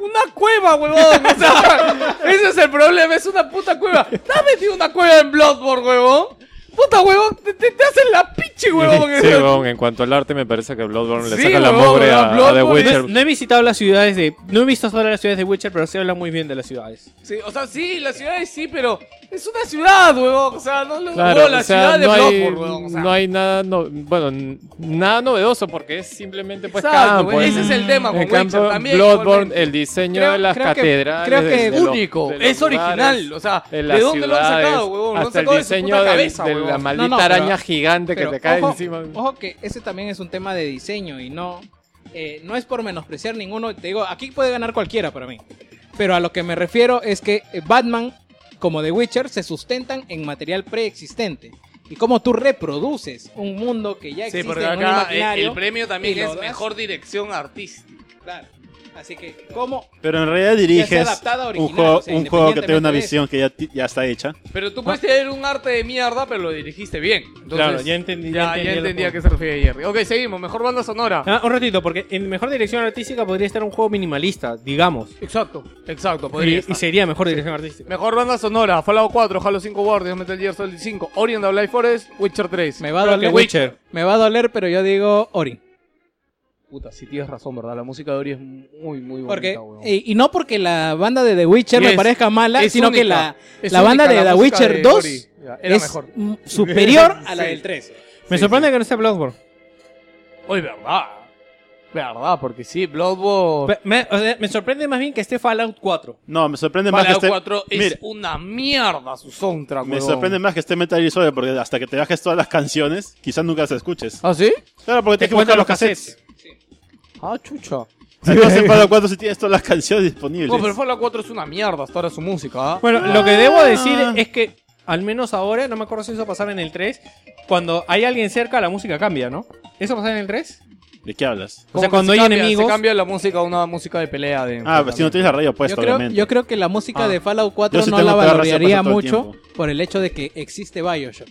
Speaker 5: una cueva, huevón. O sea, ese es el problema, es una puta cueva. ¿Te has metido una cueva en Bloodborne, huevón? Puta, huevón, te, te- te hacen la piche, huevón.
Speaker 6: Sí, weón, en cuanto al arte, me parece que Bloodborne le
Speaker 5: Sí,
Speaker 6: saca la
Speaker 5: weón,
Speaker 6: mugre
Speaker 5: weón,
Speaker 6: a, a The
Speaker 5: Bloodborne
Speaker 6: Witcher.
Speaker 2: No, no he visitado las ciudades de. No he visto solo las ciudades de Witcher, pero sí habla muy bien de las ciudades.
Speaker 5: Sí, o sea, sí, la ciudad es sí, pero es una ciudad, huevón. O sea, no lo
Speaker 6: Claro,
Speaker 5: huevón, la
Speaker 6: o sea,
Speaker 5: ciudad de
Speaker 6: no hay,
Speaker 5: Bloodborne, huevón. O sea,
Speaker 6: no hay nada, no- bueno, n- nada novedoso porque es simplemente pues
Speaker 5: Exacto,
Speaker 6: campo,
Speaker 5: güey,
Speaker 6: ¿eh?
Speaker 5: ese es el tema con
Speaker 6: En
Speaker 5: Witcher
Speaker 6: cambio,
Speaker 5: también,
Speaker 6: Bloodborne,
Speaker 5: igualmente.
Speaker 6: el diseño
Speaker 5: Creo-
Speaker 6: de las
Speaker 5: creo que-
Speaker 6: catedrales,
Speaker 5: creo que
Speaker 6: de- de los-
Speaker 5: único,
Speaker 6: de los
Speaker 5: es original,
Speaker 6: lugares,
Speaker 5: o sea,
Speaker 6: de
Speaker 5: ¿de
Speaker 6: las
Speaker 5: dónde lo han sacado,
Speaker 6: ciudades,
Speaker 5: huevón? Lo han
Speaker 6: Hasta el
Speaker 5: sacado de su
Speaker 6: diseño
Speaker 5: puta
Speaker 6: del-
Speaker 5: cabeza,
Speaker 6: de
Speaker 5: huevón.
Speaker 6: la
Speaker 5: No,
Speaker 6: maldita
Speaker 3: no, pero-
Speaker 6: araña gigante
Speaker 3: Pero
Speaker 6: que te cae
Speaker 3: ojo,
Speaker 6: encima.
Speaker 3: Ojo que ese también es un tema de diseño y no, eh, no es por menospreciar ninguno. Te digo, aquí puede ganar cualquiera para mí. Pero a lo que me refiero es que eh, Batman, como The Witcher, se sustentan en material preexistente. Y cómo tú reproduces un mundo que ya existe
Speaker 5: Sí, porque
Speaker 3: en un
Speaker 5: acá eh,
Speaker 3: imaginario,
Speaker 5: el premio también
Speaker 3: y lo
Speaker 5: es
Speaker 3: das.
Speaker 5: mejor dirección artística.
Speaker 3: claro. Así que, ¿cómo?
Speaker 4: Pero en realidad
Speaker 3: Ya
Speaker 4: diriges
Speaker 3: sea adaptada,
Speaker 4: un
Speaker 3: original,
Speaker 4: juego,
Speaker 3: o sea,
Speaker 4: un juego que tiene una
Speaker 3: independientemente de
Speaker 4: visión que ya, ti- ya está hecha.
Speaker 5: Pero
Speaker 6: Ah.
Speaker 5: tú puedes tener un arte de mierda, pero lo dirigiste bien. Entonces,
Speaker 2: Claro, ya entendí- ya
Speaker 5: Ya,
Speaker 2: entendí
Speaker 5: ya
Speaker 2: el
Speaker 5: entendí a qué
Speaker 2: punto.
Speaker 5: se refiere Jerry. Ok, seguimos. Mejor banda sonora.
Speaker 2: Ah, un ratito, porque en mejor dirección artística podría estar un juego minimalista, digamos.
Speaker 5: Exacto, exacto.
Speaker 2: Y,
Speaker 5: Podría
Speaker 2: y
Speaker 5: estar.
Speaker 2: sería mejor dirección artística.
Speaker 5: Mejor banda sonora. Fallout 4, Halo 5 Guardians, Metal Gear Solid 5, Ori and the Blind Forest, Witcher 3.
Speaker 3: Me va a
Speaker 5: Creo que
Speaker 3: doler.
Speaker 5: Witcher.
Speaker 3: Me va a doler, pero yo digo Ori.
Speaker 5: Puta, si tienes razón, ¿verdad? La música de Ori es muy, muy bonita,
Speaker 3: Porque, eh,
Speaker 5: huevón.
Speaker 3: y, y no porque la banda de The Witcher
Speaker 5: Y
Speaker 3: me
Speaker 5: es-
Speaker 3: parezca mala,
Speaker 5: es
Speaker 3: sino
Speaker 5: única.
Speaker 3: que la,
Speaker 5: Es
Speaker 3: la
Speaker 5: única
Speaker 3: banda de The
Speaker 5: música
Speaker 3: Witcher
Speaker 5: de
Speaker 3: 2
Speaker 5: Ori. Ya, Era
Speaker 3: es
Speaker 5: mejor.
Speaker 3: m- superior a la del 3.
Speaker 2: Me
Speaker 5: Sí,
Speaker 2: sorprende que no sea Bloodborne.
Speaker 5: Oye, verdad. Verdad, porque sí, Bloodborne.
Speaker 2: Pe- Me, o sea, me sorprende más bien que esté Fallout 4.
Speaker 4: No, me sorprende más que
Speaker 5: Fallout
Speaker 4: esté.
Speaker 5: 4 es
Speaker 4: Mira,
Speaker 5: una mierda su soundtrack,
Speaker 4: me
Speaker 5: huevón.
Speaker 4: sorprende más que esté Metal Gear Solid porque hasta que te bajes todas las canciones, quizás nunca las escuches.
Speaker 5: ¿Ah, sí?
Speaker 4: Claro, porque tienes que buscar los cassettes.
Speaker 5: Ah, chucha.
Speaker 4: Si vas en Fallout 4 si tienes todas las canciones disponibles.
Speaker 5: No, Oh, pero Fallout 4 es una mierda hasta ahora su música, ¿ah?
Speaker 2: Bueno, lo que debo decir es que, al menos ahora, no me acuerdo si eso pasaba en el 3, cuando hay alguien cerca, la música cambia, ¿no? ¿Eso pasaba en el 3?
Speaker 4: ¿De qué hablas?
Speaker 5: Como
Speaker 2: sea,
Speaker 5: que
Speaker 2: cuando
Speaker 5: se
Speaker 2: hay
Speaker 5: cambia-
Speaker 2: enemigos-
Speaker 5: Se cambia la música a una música de pelea. De
Speaker 4: Ah, si no tienes la radio
Speaker 3: Yo
Speaker 4: puesta,
Speaker 3: creo,
Speaker 4: obviamente.
Speaker 3: yo creo que la música
Speaker 5: Ah.
Speaker 3: de Fallout
Speaker 4: Yo
Speaker 3: 4
Speaker 4: sí
Speaker 3: no
Speaker 4: tengo
Speaker 3: la
Speaker 4: que agarrar
Speaker 3: valoraría
Speaker 4: zapatos todo el
Speaker 3: mucho
Speaker 4: tiempo.
Speaker 3: por el hecho de que existe Bioshock.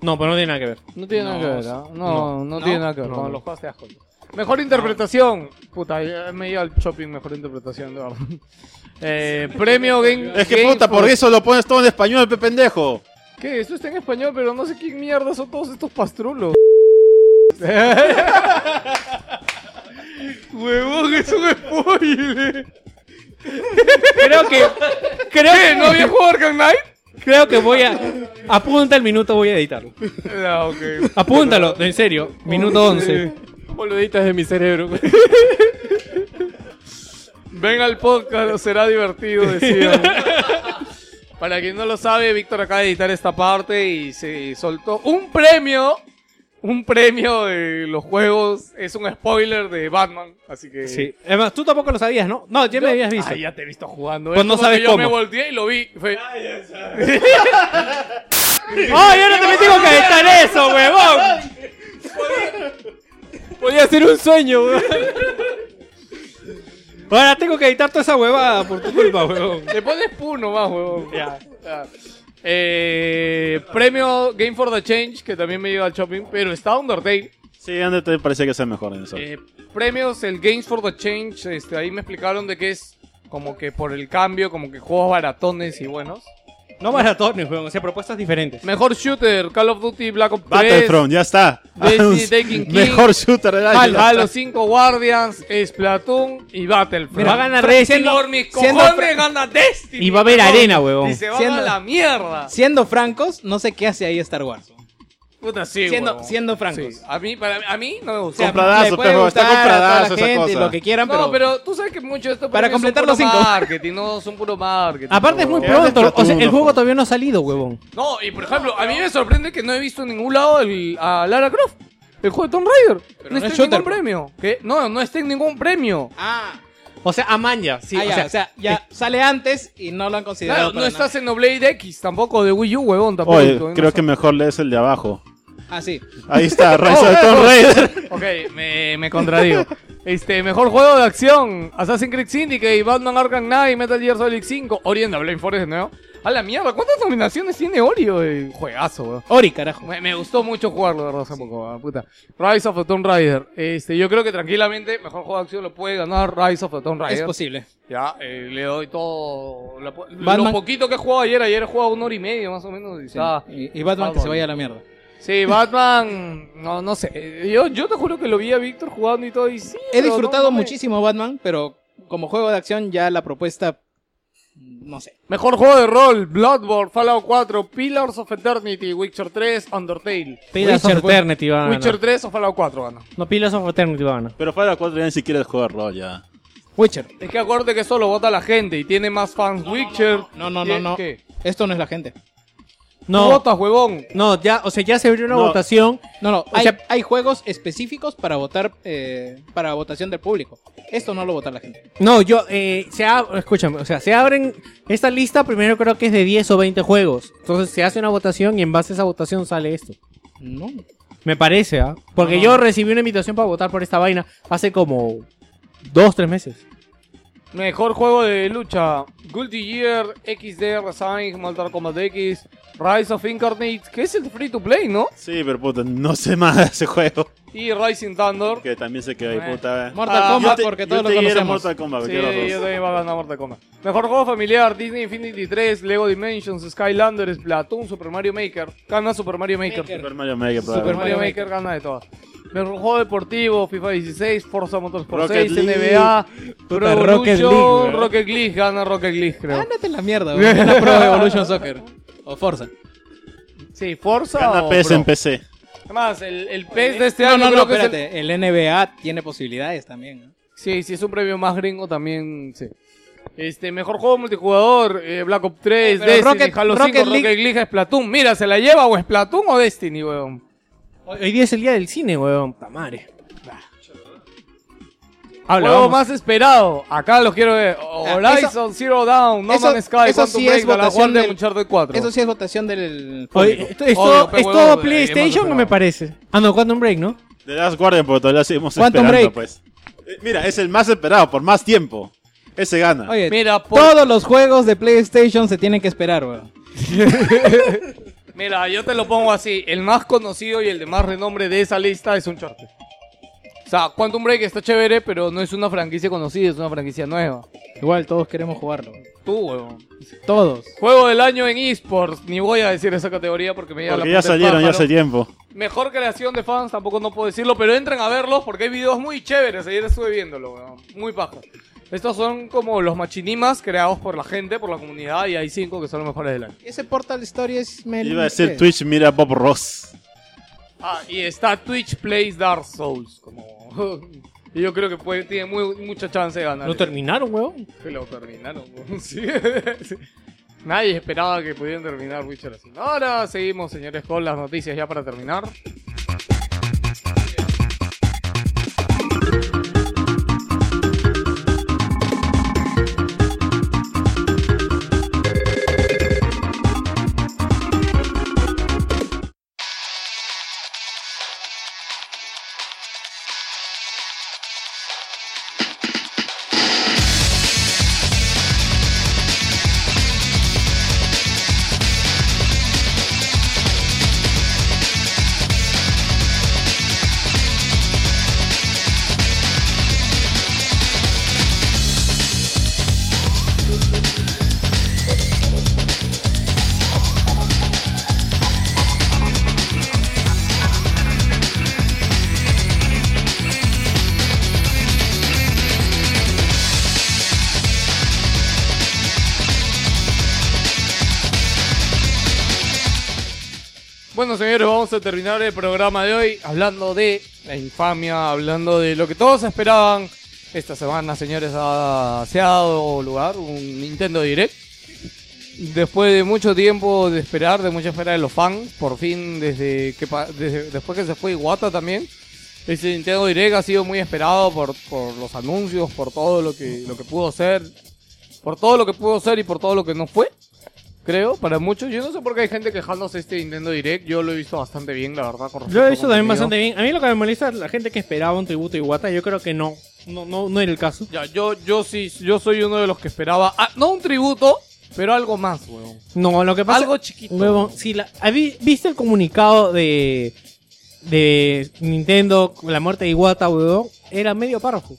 Speaker 2: No, pero no tiene nada que ver.
Speaker 5: No tiene nada que ver, ¿ah? No, no, tiene nada que ver.
Speaker 2: no,
Speaker 5: con
Speaker 2: no.
Speaker 5: los juegos de asco. Mejor interpretación. Puta, ya me iba al shopping, mejor interpretación, de verdad. Eh, premio Game.
Speaker 4: Es que
Speaker 5: Game
Speaker 4: puta, por eso lo pones todo en español, pe pendejo.
Speaker 5: ¿Qué? Eso está en español, pero no sé qué mierda son todos estos pastrulos. Huevón, es un spoiler.
Speaker 2: Creo que. Creo que
Speaker 5: ¿No había jugado Arkham Knight?
Speaker 2: Creo que voy a. Apunta el minuto, voy a editarlo.
Speaker 5: Ah, ok.
Speaker 2: Apúntalo, en serio. Minuto
Speaker 3: Oh,
Speaker 2: 11.
Speaker 6: Boluditas de mi cerebro. güey.
Speaker 5: Ven al podcast, será divertido, decían. Para quien no lo sabe, Víctor acaba de editar esta parte y se soltó un premio. Un premio de los juegos. Es un spoiler de Batman. Así que.
Speaker 2: Sí. Además, tú tampoco lo sabías, ¿no? No, ya me habías visto.
Speaker 5: Ah, ya te he visto jugando.
Speaker 2: Pues
Speaker 5: Es
Speaker 2: no
Speaker 5: como
Speaker 2: sabes
Speaker 5: que yo
Speaker 2: cómo.
Speaker 5: me volteé y lo vi. Fue-
Speaker 2: ¡Ay, ahora también tengo que editar eso, huevón!
Speaker 6: Podía ser un sueño, güey.
Speaker 2: Ahora tengo que editar toda esa huevada por tu culpa, huevón.
Speaker 5: Le pones puno más, huevón. Ya. Eh, premio Game for the Change, que también me lleva al shopping, pero está Undertale.
Speaker 4: Sí, Ander te parecía que sea mejor en eso.
Speaker 5: Eh, premios, el Games for the Change, este, ahí me explicaron de que es como que por el cambio, como que juegos baratones y buenos.
Speaker 2: No maratones, huevón. O sea, propuestas diferentes.
Speaker 5: Mejor shooter, Call of Duty, Black Ops 3.
Speaker 4: Battlefront, ya está. Ah,
Speaker 5: Destiny, Taken King.
Speaker 4: Mejor shooter del año.
Speaker 5: Halo, Halo 5 Guardians, Splatoon y Battlefront.
Speaker 2: Mira, va a ganar
Speaker 5: Por-
Speaker 2: Destiny.
Speaker 5: Por mis
Speaker 3: Siendo-
Speaker 5: cojones gana Destiny.
Speaker 2: Y va a haber
Speaker 5: huevón.
Speaker 2: arena, huevón.
Speaker 5: Y se va a
Speaker 3: Siendo-
Speaker 5: la mierda.
Speaker 3: Siendo francos, no sé qué hace ahí Star Wars.
Speaker 5: Puta, sí,
Speaker 3: Siendo-
Speaker 5: huevón.
Speaker 3: siendo francos.
Speaker 5: Sí. A, mí, para, mí- a mí no me
Speaker 3: O
Speaker 5: gusta.
Speaker 3: sea,
Speaker 4: Compradazo,
Speaker 3: le puede
Speaker 4: pero
Speaker 3: gustar
Speaker 4: está
Speaker 3: a toda
Speaker 4: compradazo
Speaker 3: la
Speaker 4: esa
Speaker 3: gente,
Speaker 4: cosa.
Speaker 3: Lo que quieran,
Speaker 5: no,
Speaker 3: pero,
Speaker 5: pero tú sabes que mucho de esto pues,
Speaker 3: Para completar los cinco.
Speaker 5: marketing, no son puro marketing.
Speaker 2: Aparte es muy
Speaker 5: huevón.
Speaker 4: Quédate
Speaker 2: pronto. O sea, el
Speaker 4: platuno,
Speaker 2: juego
Speaker 4: huevón.
Speaker 2: todavía no ha salido, huevón.
Speaker 5: No, y por ejemplo, a mí me sorprende que no he visto en ningún lado el- a Lara Croft, el juego de Tomb Raider.
Speaker 3: no
Speaker 5: no, está
Speaker 3: es
Speaker 5: en ningún
Speaker 3: shooter. pues.
Speaker 5: premio. ¿Qué? No, no está en ningún premio.
Speaker 3: Ah,
Speaker 2: O sea, Amanya. Sí,
Speaker 3: ah,
Speaker 2: o
Speaker 3: ya,
Speaker 2: sea,
Speaker 3: ya sale antes y no lo han
Speaker 5: Claro,
Speaker 3: considerado.
Speaker 5: no
Speaker 3: para
Speaker 5: estás en Oblade X tampoco, de Wii U, huevón, tampoco.
Speaker 4: Oye,
Speaker 5: ¿eh? No
Speaker 4: creo
Speaker 5: sé.
Speaker 4: que mejor lees el de abajo.
Speaker 3: nada. Ah, sí.
Speaker 4: Ahí está, Rise of the Tomb Raider.
Speaker 5: Ok, me, me contradigo. Este, mejor juego de acción, Assassin's Creed Syndicate, Batman Arkham Knight, Metal Gear Solid 5, Orienda, Blade Forest de nuevo, A la mierda, ¿cuántas nominaciones tiene Oreo? Eh, Juegazo, weón.
Speaker 3: Ori, carajo.
Speaker 5: Me, me gustó mucho jugarlo, de verdad, hace poco, ah, puta. Rise of the Tomb Raider. Este, yo creo que tranquilamente, mejor juego de acción lo puede ganar Rise of the Tomb
Speaker 3: Es
Speaker 5: Raider.
Speaker 3: posible.
Speaker 5: ya, eh, le doy todo. la po- lo
Speaker 3: Batman-
Speaker 5: poquito que he jugado ayer, ayer he jugado una hora y media más o menos. Y, estaba-
Speaker 3: Y, y Batman que se vaya a la mierda.
Speaker 5: Sí, Batman, no, no sé. Eh, Yo, yo te juro que lo vi a Víctor jugando y todo y sí.
Speaker 3: He
Speaker 5: pero no-
Speaker 3: disfrutado
Speaker 5: no me-
Speaker 3: muchísimo Batman, pero como juego de acción ya la propuesta, no sé.
Speaker 5: Mejor juego de rol, Bloodborne, Fallout 4, Pillars of Eternity, Witcher 3, Undertale.
Speaker 2: Pillars of
Speaker 3: Witcher, pues.
Speaker 2: Eternity va a ganar.
Speaker 5: Witcher 3 o Fallout 4 gana.
Speaker 2: No, Pillars of Eternity va a ganar.
Speaker 4: Pero Fallout 4 ya ni siquiera es juego de rol ya.
Speaker 3: Witcher.
Speaker 5: Es que acuérdate que eso lo vota la gente y tiene más fans Witcher.
Speaker 3: No, no, no,
Speaker 5: tiene-
Speaker 3: no.
Speaker 5: ¿Qué?
Speaker 3: Esto no es la gente.
Speaker 5: Tú
Speaker 2: No,
Speaker 5: votas, huevón.
Speaker 2: no, ya, o sea, ya se abrió una
Speaker 4: No.
Speaker 2: votación.
Speaker 3: No, no.
Speaker 2: O
Speaker 3: Hay,
Speaker 2: sea-
Speaker 3: hay juegos específicos para votar, eh, para votación del público. Esto no lo vota la gente.
Speaker 2: No, yo, eh, se ab- escúchame, o sea, se abren esta lista, primero creo que es de 10 o 20 juegos. Entonces se hace una votación y en base a esa votación sale esto.
Speaker 3: No.
Speaker 2: Me parece, ¿ah? Porque yo recibí una invitación para votar por esta vaina hace como dos, tres meses.
Speaker 5: Mejor juego de lucha, Guilty Gear, XD, Resign, Mortal Kombat X, Rise of Incarnate, que es el free to play, ¿no?
Speaker 4: Sí, pero puta, no sé más de ese juego.
Speaker 5: Y Rising Thunder.
Speaker 4: Que también se quedó ahí,
Speaker 5: Bueno.
Speaker 4: puta. eh.
Speaker 3: Mortal
Speaker 5: Ah,
Speaker 3: Kombat,
Speaker 4: Yo te-
Speaker 3: porque
Speaker 4: yo
Speaker 3: todos lo
Speaker 4: te quiero
Speaker 3: conocemos.
Speaker 4: Mortal Kombat,
Speaker 5: Sí,
Speaker 4: quiero los dos.
Speaker 5: yo también va a ganar Mortal Kombat. Mejor juego familiar, Disney Infinity 3, Lego Dimensions, Skylanders, Platoon, Super Mario Maker. Gana Super Mario Maker.
Speaker 4: Super Mario Maker,
Speaker 5: Super
Speaker 4: probablemente.
Speaker 5: Mario Maker gana de todas. Mejor juego deportivo, FIFA 16, Forza Motorsport
Speaker 4: Rocket
Speaker 5: 6,
Speaker 4: League.
Speaker 5: NBA, Pro
Speaker 2: Puta, Rocket
Speaker 5: Evolution,
Speaker 2: League, weón.
Speaker 5: Rocket League, gana Rocket League, creo.
Speaker 3: Ándate en la mierda, güey. Gana Pro Evolution Soccer. O Forza.
Speaker 5: Sí, Forza
Speaker 4: Gana
Speaker 5: o
Speaker 4: PES en
Speaker 5: Pro.
Speaker 4: PC.
Speaker 5: Además, el, el PES de este
Speaker 3: no,
Speaker 5: año
Speaker 3: no, no,
Speaker 5: creo que es el-
Speaker 3: espérate. El... NBA tiene posibilidades también. ¿no?
Speaker 5: Sí, sí, es un premio más gringo también, sí. Este, mejor juego multijugador, eh, Black Ops 3,
Speaker 3: Pero
Speaker 5: Destiny,
Speaker 3: Rocket-
Speaker 5: Halo 5,
Speaker 3: Rocket
Speaker 5: Rocket League.
Speaker 3: League-
Speaker 5: Splatoon. Mira, ¿se la lleva o Splatoon o Destiny, weón?
Speaker 2: Hoy hoy día es el día del cine, weón. Puta madre. Habla,
Speaker 5: Juego
Speaker 2: vamos.
Speaker 5: más esperado. Acá los quiero ver. Horizon Zero Down, No
Speaker 3: Ah, eso-
Speaker 5: Man's Sky,
Speaker 3: eso
Speaker 5: Quantum
Speaker 3: sí
Speaker 5: Break,
Speaker 3: es
Speaker 5: The Last
Speaker 3: votación
Speaker 5: Guardian,
Speaker 3: del-
Speaker 5: Uncharted 4.
Speaker 3: Eso sí es votación del
Speaker 2: Oye,
Speaker 3: público.
Speaker 2: esto- esto-
Speaker 5: Obvio, pe,
Speaker 2: ¿Es
Speaker 5: huevón,
Speaker 2: todo
Speaker 5: eh, hemos
Speaker 2: PlayStation
Speaker 5: esperado.
Speaker 2: o me parece? Ah, no, Quantum Break, ¿no?
Speaker 4: The Last Guardian, porque todavía seguimos
Speaker 3: Quantum
Speaker 4: esperando,
Speaker 3: Break.
Speaker 4: pues. Eh, Mira, es el más esperado por más tiempo. Ese gana.
Speaker 3: Oye,
Speaker 5: Mira, por-
Speaker 3: todos los juegos de PlayStation se tienen que esperar, weón.
Speaker 5: Mira, yo te lo pongo así. El más conocido y el de más renombre de esa lista es Uncharted. O sea, Quantum Break está chévere, pero no es una franquicia conocida, es una franquicia nueva.
Speaker 3: Igual todos queremos jugarlo. weón.
Speaker 5: Tú, weón.
Speaker 3: Todos.
Speaker 5: Juego del año en esports. Ni voy a decir esa categoría porque me llega
Speaker 4: porque
Speaker 5: la
Speaker 4: ya
Speaker 5: punta del
Speaker 4: salieron ya hace
Speaker 5: pájaro.
Speaker 4: tiempo.
Speaker 5: Mejor creación de fans, tampoco no puedo decirlo, pero entren a verlos porque hay videos muy chéveres. Ayer estuve viéndolo, weón. Muy paja. Estos son como los machinimas creados por la gente, por la comunidad, y hay cinco que son los mejores del año.
Speaker 3: Ese Portal Stories me
Speaker 4: Iba a
Speaker 5: eh,
Speaker 4: decir Twitch, mira Bob Ross.
Speaker 5: Ah, y está Twitch Plays Dark Souls. Como... y yo creo que puede, tiene muy, mucha chance de ganar.
Speaker 2: Lo terminaron, weón.
Speaker 5: Que lo terminaron. weón. Sí. Sí. Nadie esperaba que pudieran terminar Witcher así. Ahora seguimos, señores, con las noticias ya para terminar. Bueno, señores, vamos a terminar el programa de hoy hablando de la infamia, hablando de lo que todos esperaban. Esta semana, señores, ha- se ha dado lugar un Nintendo Direct. Después de mucho tiempo de esperar, de mucha espera de los fans, por fin, desde que pa- desde- después que se fue Iwata también, ese Nintendo Direct ha sido muy esperado por, por los anuncios, por todo lo que, lo que pudo ser, por todo lo que pudo ser y por todo lo que no fue creo, para muchos. Yo no sé por qué hay gente quejándose de este Nintendo Direct. Yo lo he visto bastante bien, la verdad. con
Speaker 2: Yo
Speaker 5: respecto
Speaker 2: he
Speaker 5: al
Speaker 2: visto también
Speaker 5: contenido.
Speaker 2: bastante bien. A mí lo que me molesta es la gente que esperaba un tributo a Iwata. Yo creo que no. No, no, no era el caso.
Speaker 5: Ya, yo, yo sí, yo soy uno de los que esperaba. ah, no un tributo, Pero algo más, weón.
Speaker 2: No, lo que pasa.
Speaker 5: Algo chiquito.
Speaker 2: Huevón, sí, la- ¿habí- ¿Viste el comunicado de. de Nintendo con la muerte de Iwata, huevón? Era medio párrafo.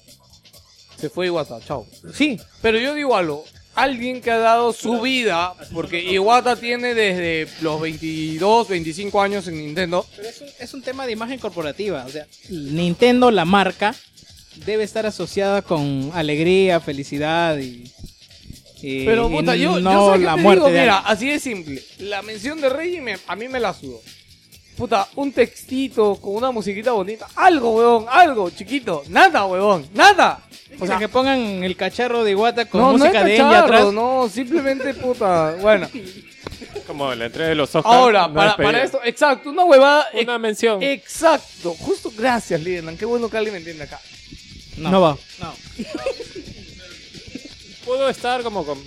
Speaker 5: Se fue Iwata, chao.
Speaker 2: Sí.
Speaker 5: Pero yo digo algo. Alguien que ha dado su vida, porque Iwata tiene desde los 22, 25 años en Nintendo.
Speaker 3: Pero es un, es un tema de imagen corporativa. O sea, Nintendo, la marca, debe estar asociada con alegría, felicidad y. y-
Speaker 5: Pero
Speaker 3: y
Speaker 5: puta, yo, yo
Speaker 3: no
Speaker 5: ¿sabes qué
Speaker 3: la
Speaker 5: te
Speaker 3: muerte.
Speaker 5: digo?
Speaker 3: de
Speaker 5: mira,
Speaker 3: alguien.
Speaker 5: así de simple. La mención de Reggie me- a mí me la sudó. Puta, un textito con una musiquita bonita. Algo, huevón, algo, chiquito. Nada, huevón, nada.
Speaker 3: o sea, que pongan el cacharro de Iwata con
Speaker 5: no, no es
Speaker 3: música de ella
Speaker 5: cacharro,
Speaker 3: atrás.
Speaker 5: no, simplemente puta, bueno.
Speaker 6: Como la entrega de los Oscars.
Speaker 5: Ahora,
Speaker 6: no
Speaker 5: para,
Speaker 6: despedida.
Speaker 5: para esto, eh, exacto, una huevada.
Speaker 6: Una
Speaker 5: ex-
Speaker 6: mención.
Speaker 5: Exacto, justo gracias, Lidenan. Qué bueno que alguien me entiende acá.
Speaker 2: No, va.
Speaker 6: Puedo estar como, com-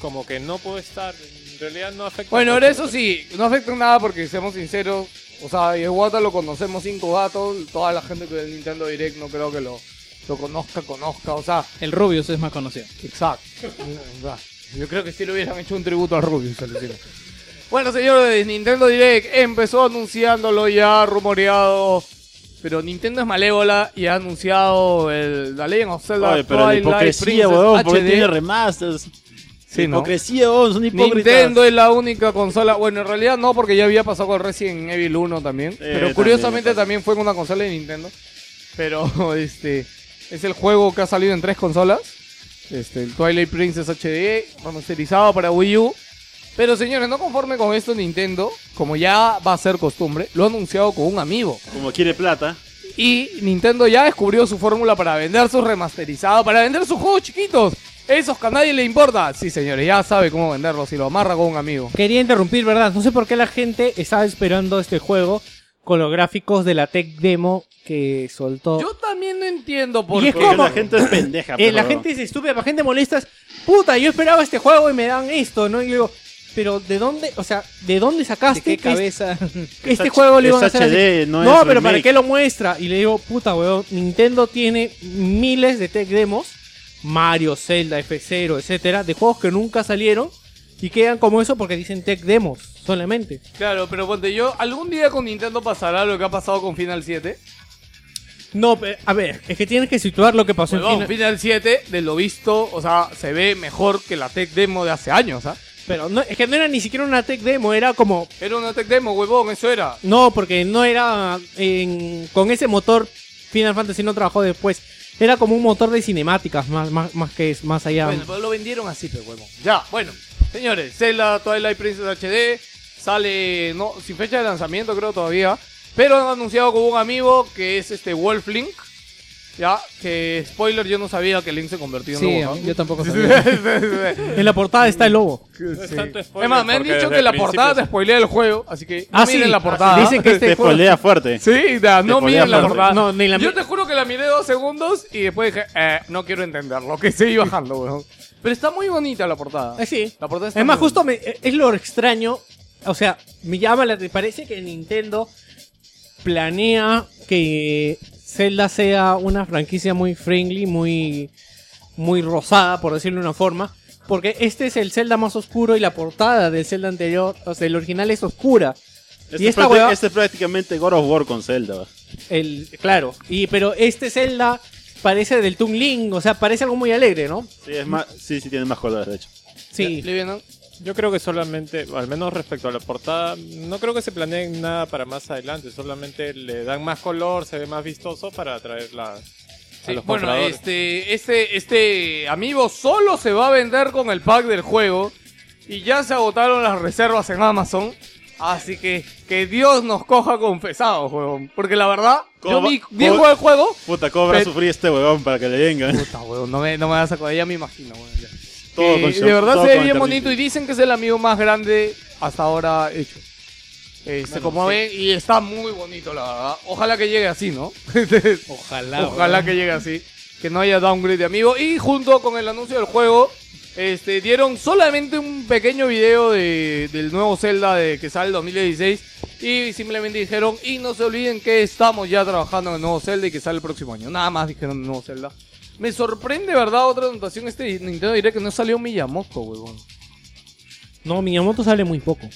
Speaker 6: como que no puedo estar. En realidad no afecta.
Speaker 5: Bueno,
Speaker 6: mucho.
Speaker 5: ahora eso sí, no afecta en nada porque seamos sinceros. O sea, y el Wata lo conocemos cinco gatos. Toda la gente que ve el Nintendo Direct no creo que lo, lo conozca, conozca. O sea,
Speaker 3: El Rubius es más conocido.
Speaker 5: exacto. Yo creo que sí le hubieran hecho un tributo al Rubius. alucina. Bueno, señores, Nintendo Direct empezó anunciándolo ya, rumoreado. Pero Nintendo es malévola y ha anunciado el The Legend of Zelda
Speaker 4: Oye, pero la
Speaker 5: Twilight
Speaker 4: hipocresía,
Speaker 5: Princess
Speaker 4: weón, porque
Speaker 5: HD.
Speaker 4: tiene remasters.
Speaker 5: Sí, ¿no?
Speaker 4: hipocresía, weón, son hipócritas.
Speaker 5: Nintendo es la única consola. Bueno, en realidad no, porque ya había pasado con Resident Evil 1 también. pero
Speaker 4: también,
Speaker 5: curiosamente
Speaker 4: también.
Speaker 5: también, fue en una consola de Nintendo. Pero este es el juego que ha salido en tres consolas. Este, el Twilight Princess HD, remasterizado para Wii U. Pero señores, no conforme con esto Nintendo, como ya va a ser costumbre, lo ha anunciado con un amigo.
Speaker 4: Como quiere plata.
Speaker 5: Y Nintendo ya descubrió su fórmula para vender sus remasterizados, para vender sus juegos chiquitos. Esos que a nadie le importa. Sí, señores, ya sabe cómo venderlos y lo amarra con un amigo.
Speaker 2: Quería interrumpir, ¿verdad? No sé por qué la gente estaba esperando este juego con los gráficos de la tech demo que soltó.
Speaker 5: Yo también no entiendo por
Speaker 2: Y es
Speaker 5: qué.
Speaker 4: Porque
Speaker 2: como-
Speaker 4: la gente es pendeja.
Speaker 2: Eh, la
Speaker 4: pero-
Speaker 2: gente es estúpida, la gente molesta. es, Puta, yo esperaba este juego y me dan esto, ¿no? Y yo digo, pero ¿de dónde? O sea, ¿de dónde
Speaker 3: ¿De
Speaker 2: sacaste este
Speaker 3: qué
Speaker 2: que es-
Speaker 3: cabeza?
Speaker 2: que este
Speaker 4: Es
Speaker 2: juego le
Speaker 4: H-
Speaker 2: iban a hacer
Speaker 4: es
Speaker 2: así?
Speaker 4: HD, no es
Speaker 2: pero ¿para
Speaker 4: remake.
Speaker 2: qué lo muestra? Y le digo, puta, weón, Nintendo tiene miles de tech demos, Mario, Zelda, F0, etcétera, de juegos que nunca salieron y quedan como eso porque dicen tech demos solamente.
Speaker 5: Claro, pero ponte yo, algún día con Nintendo pasará lo que ha pasado con Final 7.
Speaker 2: No, pe- a ver, es que tienes que situar lo que pasó en
Speaker 5: Huevón,
Speaker 2: Final-
Speaker 5: Final 7, de lo visto, o sea, se ve mejor que la tech demo de hace años, ¿ah?
Speaker 2: Pero no, es que no era ni siquiera una tech demo, era como
Speaker 5: Era una tech demo, huevón, eso era.
Speaker 2: No, porque no era en- con ese motor Final Fantasy no trabajó después. Era como un motor de cinemáticas más, más, más que es más allá.
Speaker 5: Bueno,
Speaker 3: pues,
Speaker 5: pero lo vendieron así,
Speaker 2: pues,
Speaker 5: pero huevón. Ya, bueno, señores, Zelda Twilight Princess HD sale, no, sin fecha de lanzamiento creo todavía, pero han anunciado con un amigo que es este Wolf Link. Ya, que spoiler, yo no sabía que Link se convertía en
Speaker 3: Sí,
Speaker 5: lobo, ¿ah?
Speaker 3: yo tampoco sabía.
Speaker 2: En la portada está el lobo.
Speaker 6: No es tanto spoiler
Speaker 5: Es más, me han
Speaker 6: porque
Speaker 5: dicho
Speaker 6: desde
Speaker 5: que la
Speaker 6: el principio
Speaker 5: portada te spoilea el juego, así que no
Speaker 2: Ah,
Speaker 5: miren
Speaker 2: sí.
Speaker 5: la portada.
Speaker 2: Dicen que este
Speaker 4: Te
Speaker 2: juego-
Speaker 4: polea fuerte.
Speaker 5: Sí, da, no
Speaker 4: Te ponía
Speaker 5: miren la
Speaker 4: fuerte.
Speaker 5: portada.
Speaker 2: No, ni la
Speaker 5: Yo
Speaker 2: mi-
Speaker 5: te juro que la miré dos segundos y después dije, eh, no quiero entenderlo, que seguí bajando, weón. Pero está muy bonita la portada.
Speaker 2: Eh, sí.
Speaker 5: La portada está
Speaker 2: Es más,
Speaker 5: muy
Speaker 2: justo me- eh, es lo extraño. O sea, me llama la. Parece que Nintendo planea que Zelda sea una franquicia muy friendly, muy. muy rosada, por decirlo de una forma. Porque este es el Zelda más oscuro y la portada del Zelda anterior, o sea, el original es oscura.
Speaker 4: Este,
Speaker 2: y esta
Speaker 4: prácti-
Speaker 2: hueva-
Speaker 4: este es prácticamente God of War con Zelda.
Speaker 2: El, claro, y pero este Zelda parece del Toon Link, o sea, parece algo muy alegre, ¿no?
Speaker 4: Sí, es más, sí, sí, tiene más colores, de hecho.
Speaker 5: bonita.
Speaker 2: Sí.
Speaker 5: ¿Le vieron?
Speaker 6: Yo creo que solamente, al menos respecto a la portada, no creo que se planeen nada para más adelante. Solamente le dan más color, se ve más vistoso para atraer la, a
Speaker 5: Sí,
Speaker 6: los
Speaker 5: bueno,
Speaker 6: compradores.
Speaker 5: este, este, este amigo solo se va a vender con el pack del juego y ya se agotaron las reservas en Amazon. Así que que Dios nos coja confesados, weón. Porque la verdad, yo
Speaker 4: ¿Cómo
Speaker 5: vi,
Speaker 4: va-
Speaker 5: vi
Speaker 4: cómo-
Speaker 5: el juego.
Speaker 4: Puta, ¿cómo habrá
Speaker 5: Pe-
Speaker 4: sufrido este huevón para que le vengan?
Speaker 5: Puta, weón, no me, no me vas a joder, ya me imagino, weón. ya.
Speaker 4: Todo
Speaker 5: Que
Speaker 4: con shock,
Speaker 5: de verdad
Speaker 4: todo
Speaker 5: se ve
Speaker 4: con
Speaker 5: bien
Speaker 4: internet.
Speaker 5: bonito y dicen que es el amigo más grande hasta ahora hecho. Este, como ven, y está muy bonito, la verdad. Ojalá que llegue así, ¿no?
Speaker 3: Ojalá.
Speaker 5: Ojalá que llegue así. Que no haya downgrade de amigo. Y junto con el anuncio del juego, este, dieron solamente un pequeño video de- del nuevo Zelda de, que sale el 2016. Y simplemente dijeron, y no se olviden que estamos ya trabajando en el nuevo Zelda y que sale el próximo año. Nada más dijeron el nuevo Zelda. Me sorprende, ¿verdad? Otra anotación, este Nintendo Direct que no salió Miyamoto, huevón.
Speaker 2: No, Miyamoto sale muy poco.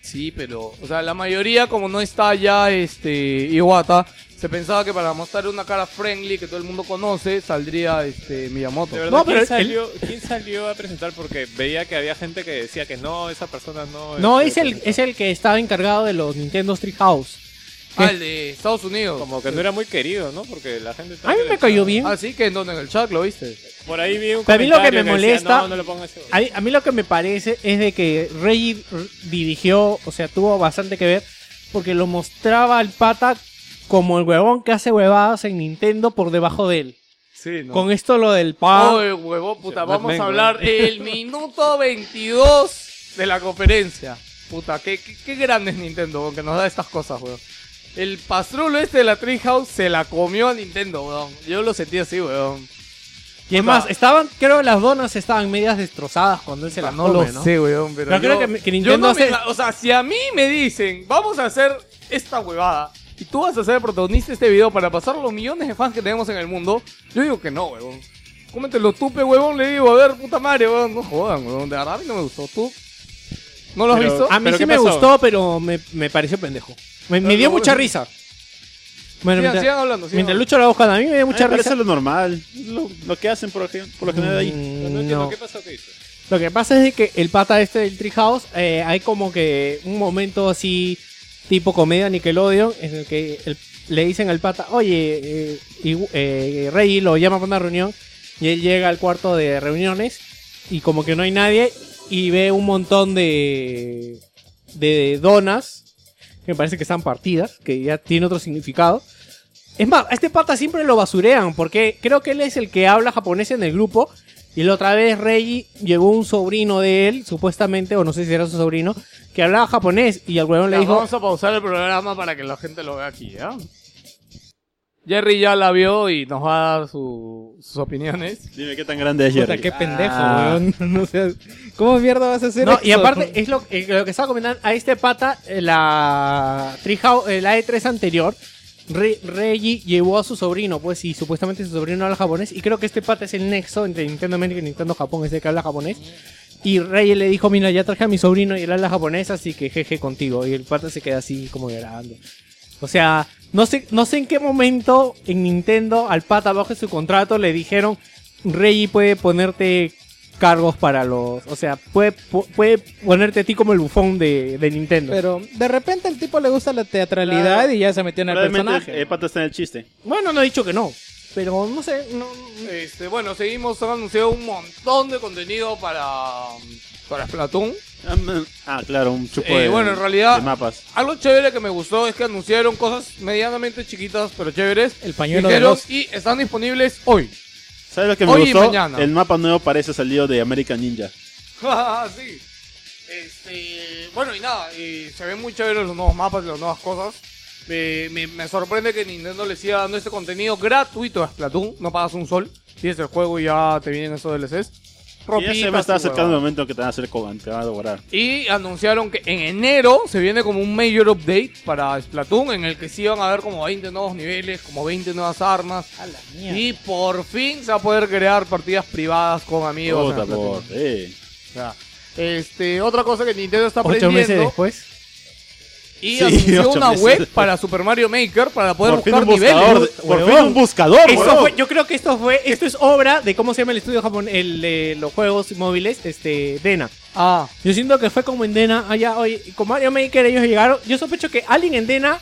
Speaker 5: Sí, pero, o sea, la mayoría, como no está ya este, Iwata, se pensaba que para mostrar una cara friendly que todo el mundo conoce, saldría este, Miyamoto.
Speaker 6: De verdad,
Speaker 2: No, pero
Speaker 6: ¿quién,
Speaker 2: el-
Speaker 6: salió, quién salió a presentar? Porque veía que había gente que decía que no, esa persona no.
Speaker 2: No, es
Speaker 6: este,
Speaker 2: el, es el que estaba encargado de los Nintendo Street House.
Speaker 5: Ah, el de Estados Unidos.
Speaker 6: Como que no era muy querido, ¿no? Porque la gente.
Speaker 2: A mí
Speaker 6: también
Speaker 2: me
Speaker 6: le-
Speaker 2: cayó bien.
Speaker 5: Ah, sí, que en donde en el chat lo viste.
Speaker 6: Por ahí vi un
Speaker 2: Pero a mí lo que
Speaker 6: comentario
Speaker 2: me
Speaker 6: decía,
Speaker 2: molesta-
Speaker 6: no, no le pongas eso".
Speaker 2: A mí, a mí lo que me parece es de que Reggie r- dirigió, o sea, tuvo bastante que ver, porque lo mostraba al pata como el huevón que hace huevadas en Nintendo por debajo de él.
Speaker 5: Sí, no.
Speaker 2: Con esto lo del pan.
Speaker 5: Oye, huevo, puta,
Speaker 6: Batman,
Speaker 5: vamos a hablar el minuto 22 de la conferencia. Puta, qué, qué, qué grande es Nintendo, weón, que nos da estas cosas, weón. El pastrulo este de la Treehouse se la comió a Nintendo, weón. Yo lo sentí así, weón.
Speaker 2: y es más, estaban, creo que las donas estaban medias destrozadas cuando él se las
Speaker 5: no
Speaker 2: come,
Speaker 5: lo
Speaker 2: ¿no?
Speaker 5: sé, weón, pero.
Speaker 2: Pero creo
Speaker 5: yo-
Speaker 2: que me- que
Speaker 5: yo
Speaker 2: Nintendo
Speaker 5: no me
Speaker 2: hace-
Speaker 5: ima- o sea, si a mí me dicen, vamos a hacer esta huevada y tú vas a ser el protagonista de este video para pasar los millones de fans que tenemos en el mundo, yo digo que no, huevón. Cómetelo tú, pe, huevón, le digo, a ver, puta madre, huevón, no jodan, huevón. De verdad a mí no me gustó. ¿Tú? ¿No lo has
Speaker 6: Pero-
Speaker 5: visto?
Speaker 2: A mí
Speaker 6: ¿Pero
Speaker 2: sí
Speaker 6: qué
Speaker 2: me
Speaker 6: pasó?
Speaker 2: gustó, pero me, me pareció pendejo. Me, me
Speaker 5: Pero
Speaker 2: dio
Speaker 5: no,
Speaker 2: mucha
Speaker 5: bueno.
Speaker 2: risa. Bueno,
Speaker 5: sigan,
Speaker 2: mientras,
Speaker 5: sigan hablando, sigan
Speaker 2: mientras
Speaker 5: hablando.
Speaker 2: Lucho la busca, a mí me dio mucha
Speaker 4: Muchas veces
Speaker 2: risa.
Speaker 4: lo normal. Lo, lo que hacen por, ej- por lo general ahí.
Speaker 6: Pero
Speaker 2: Mm,
Speaker 6: No entiendo
Speaker 2: no.
Speaker 6: qué pasó que hizo.
Speaker 2: Lo que pasa es de que el pata este del Treehouse, eh, hay como que un momento así, tipo comedia Nickelodeon, en el que el- le dicen al pata, oye, eh, y, eh, Rey lo llama para una reunión, y él llega al cuarto de reuniones, y como que no hay nadie, y ve un montón de, de donas, que me parece que están partidas, que ya tiene otro significado. Es más, a este pata siempre lo basurean, porque creo que él es el que habla japonés en el grupo. Y la otra vez Reggie llegó un sobrino de él, supuestamente, o no sé si era su sobrino, que hablaba japonés. Y al huevón le
Speaker 5: Ya,
Speaker 2: dijo,
Speaker 5: Vamos a pausar el programa para que la gente lo vea aquí, ¿ya? Jerry ya la vio y nos va a dar su- sus opiniones.
Speaker 4: Dime qué tan grande es Jerry.
Speaker 3: Puta, qué pendejo,
Speaker 5: Ah.
Speaker 3: weón. No seas- ¿Cómo mierda vas a hacer
Speaker 2: No,
Speaker 3: esto?
Speaker 2: y aparte, es lo, eh, lo que estaba comentando a este pata, eh, la, Treehou- eh, la E3 anterior, Re- Reggie llevó a su sobrino, pues, y supuestamente su sobrino habla japonés, y creo que este pata es el nexo entre Nintendo América y Nintendo Japón, es el que habla japonés. Y Reggie le dijo, mira, ya traje a mi sobrino y él habla japonés, así que jeje contigo. Y el pata se queda así como llorando. O sea, no sé, no sé en qué momento en Nintendo al pata bajo su contrato le dijeron, Reggie puede ponerte cargos para los... O sea, puede, pu- puede ponerte a ti como el bufón de, de Nintendo.
Speaker 3: Pero de repente el tipo le gusta la teatralidad y ya se metió en el
Speaker 4: Probablemente eh,
Speaker 3: personaje.
Speaker 4: el, el pata está en el chiste.
Speaker 2: bueno, no he dicho que no. Pero no sé, no...
Speaker 5: Este, bueno, seguimos, han anunciado un montón de contenido para, para Splatoon.
Speaker 4: Ah, man. Ah, claro, un chupo
Speaker 5: Eh,
Speaker 4: de,
Speaker 5: bueno, en realidad-
Speaker 4: de mapas.
Speaker 5: Algo chévere que me gustó es que anunciaron cosas medianamente chiquitas, pero chéveres.
Speaker 3: El pañuelo de
Speaker 5: Dijeron,
Speaker 3: los-
Speaker 5: Y están disponibles hoy.
Speaker 4: ¿Sabes lo que me
Speaker 5: Hoy y
Speaker 4: gustó?
Speaker 5: mañana.
Speaker 4: El mapa nuevo parece salido de American Ninja.
Speaker 5: Ah, sí. Este, bueno, y nada, y se ven muy chéveres los nuevos mapas, las nuevas cosas. Me, me- me sorprende que Nintendo le siga dando este contenido gratuito a Splatoon. No pagas un sol. Tienes el juego y ya te vienen esos
Speaker 4: Y
Speaker 5: DLCs.
Speaker 4: ya se me
Speaker 5: Ropitas
Speaker 4: está acercando
Speaker 5: y
Speaker 4: el
Speaker 5: huevadas.
Speaker 4: momento que te van a hacer Kogan, te van a devorar.
Speaker 5: Y anunciaron que en enero se viene como un major update para Splatoon, en el que sí van a haber como 20 nuevos niveles, como 20 nuevas armas. Y por fin se va a poder crear partidas privadas con amigos. en
Speaker 4: Puta,
Speaker 5: Splatoon.
Speaker 4: por- eh.
Speaker 5: O sea, este, otra cosa que Nintendo está
Speaker 2: Ocho meses
Speaker 5: aprendiendo
Speaker 2: después.
Speaker 5: y
Speaker 4: Sí,
Speaker 5: anunció
Speaker 4: ocho
Speaker 5: una
Speaker 4: meses
Speaker 5: web
Speaker 4: después.
Speaker 5: para Super Mario Maker para poder
Speaker 4: Por fin
Speaker 5: buscar
Speaker 4: un buscador.
Speaker 5: niveles.
Speaker 4: de- Por fin
Speaker 2: huevón.
Speaker 4: un buscador,
Speaker 2: Esto
Speaker 4: huevón.
Speaker 2: fue- yo creo que esto fue, esto es obra de cómo se llama el estudio japonés, el de los juegos móviles, este, Dena.
Speaker 5: Ah,
Speaker 2: Yo siento que fue como en Dena, allá, oye, y con Mario Maker ellos llegaron. Yo sospecho que alguien en Dena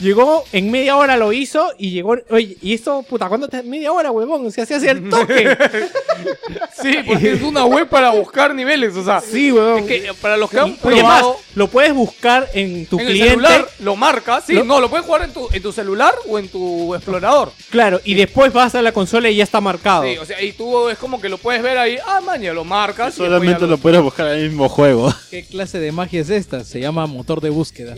Speaker 2: llegó, en media hora lo hizo y llegó, oye, y esto, puta, ¿cuánto te, media hora, huevón? Se hacía así el toque.
Speaker 5: sí, porque es una web para buscar niveles, o sea,
Speaker 2: sí, huevón.
Speaker 5: es que para los que han
Speaker 2: Oye, más,
Speaker 5: probado
Speaker 2: lo puedes buscar en tu
Speaker 5: en el
Speaker 2: cliente.
Speaker 5: celular, lo marca, sí,
Speaker 2: Lo-
Speaker 5: no, lo puedes jugar en tu, en tu celular o en tu explorador.
Speaker 2: Claro, y después vas a la consola y ya está marcado.
Speaker 5: Sí, o sea, y tú es como que lo puedes ver ahí, ah, maña, lo marcas. y después
Speaker 4: Solamente
Speaker 5: ya
Speaker 4: lo puedes buscar en el mismo juego.
Speaker 3: ¿Qué clase de magia es esta? Se llama motor de búsqueda.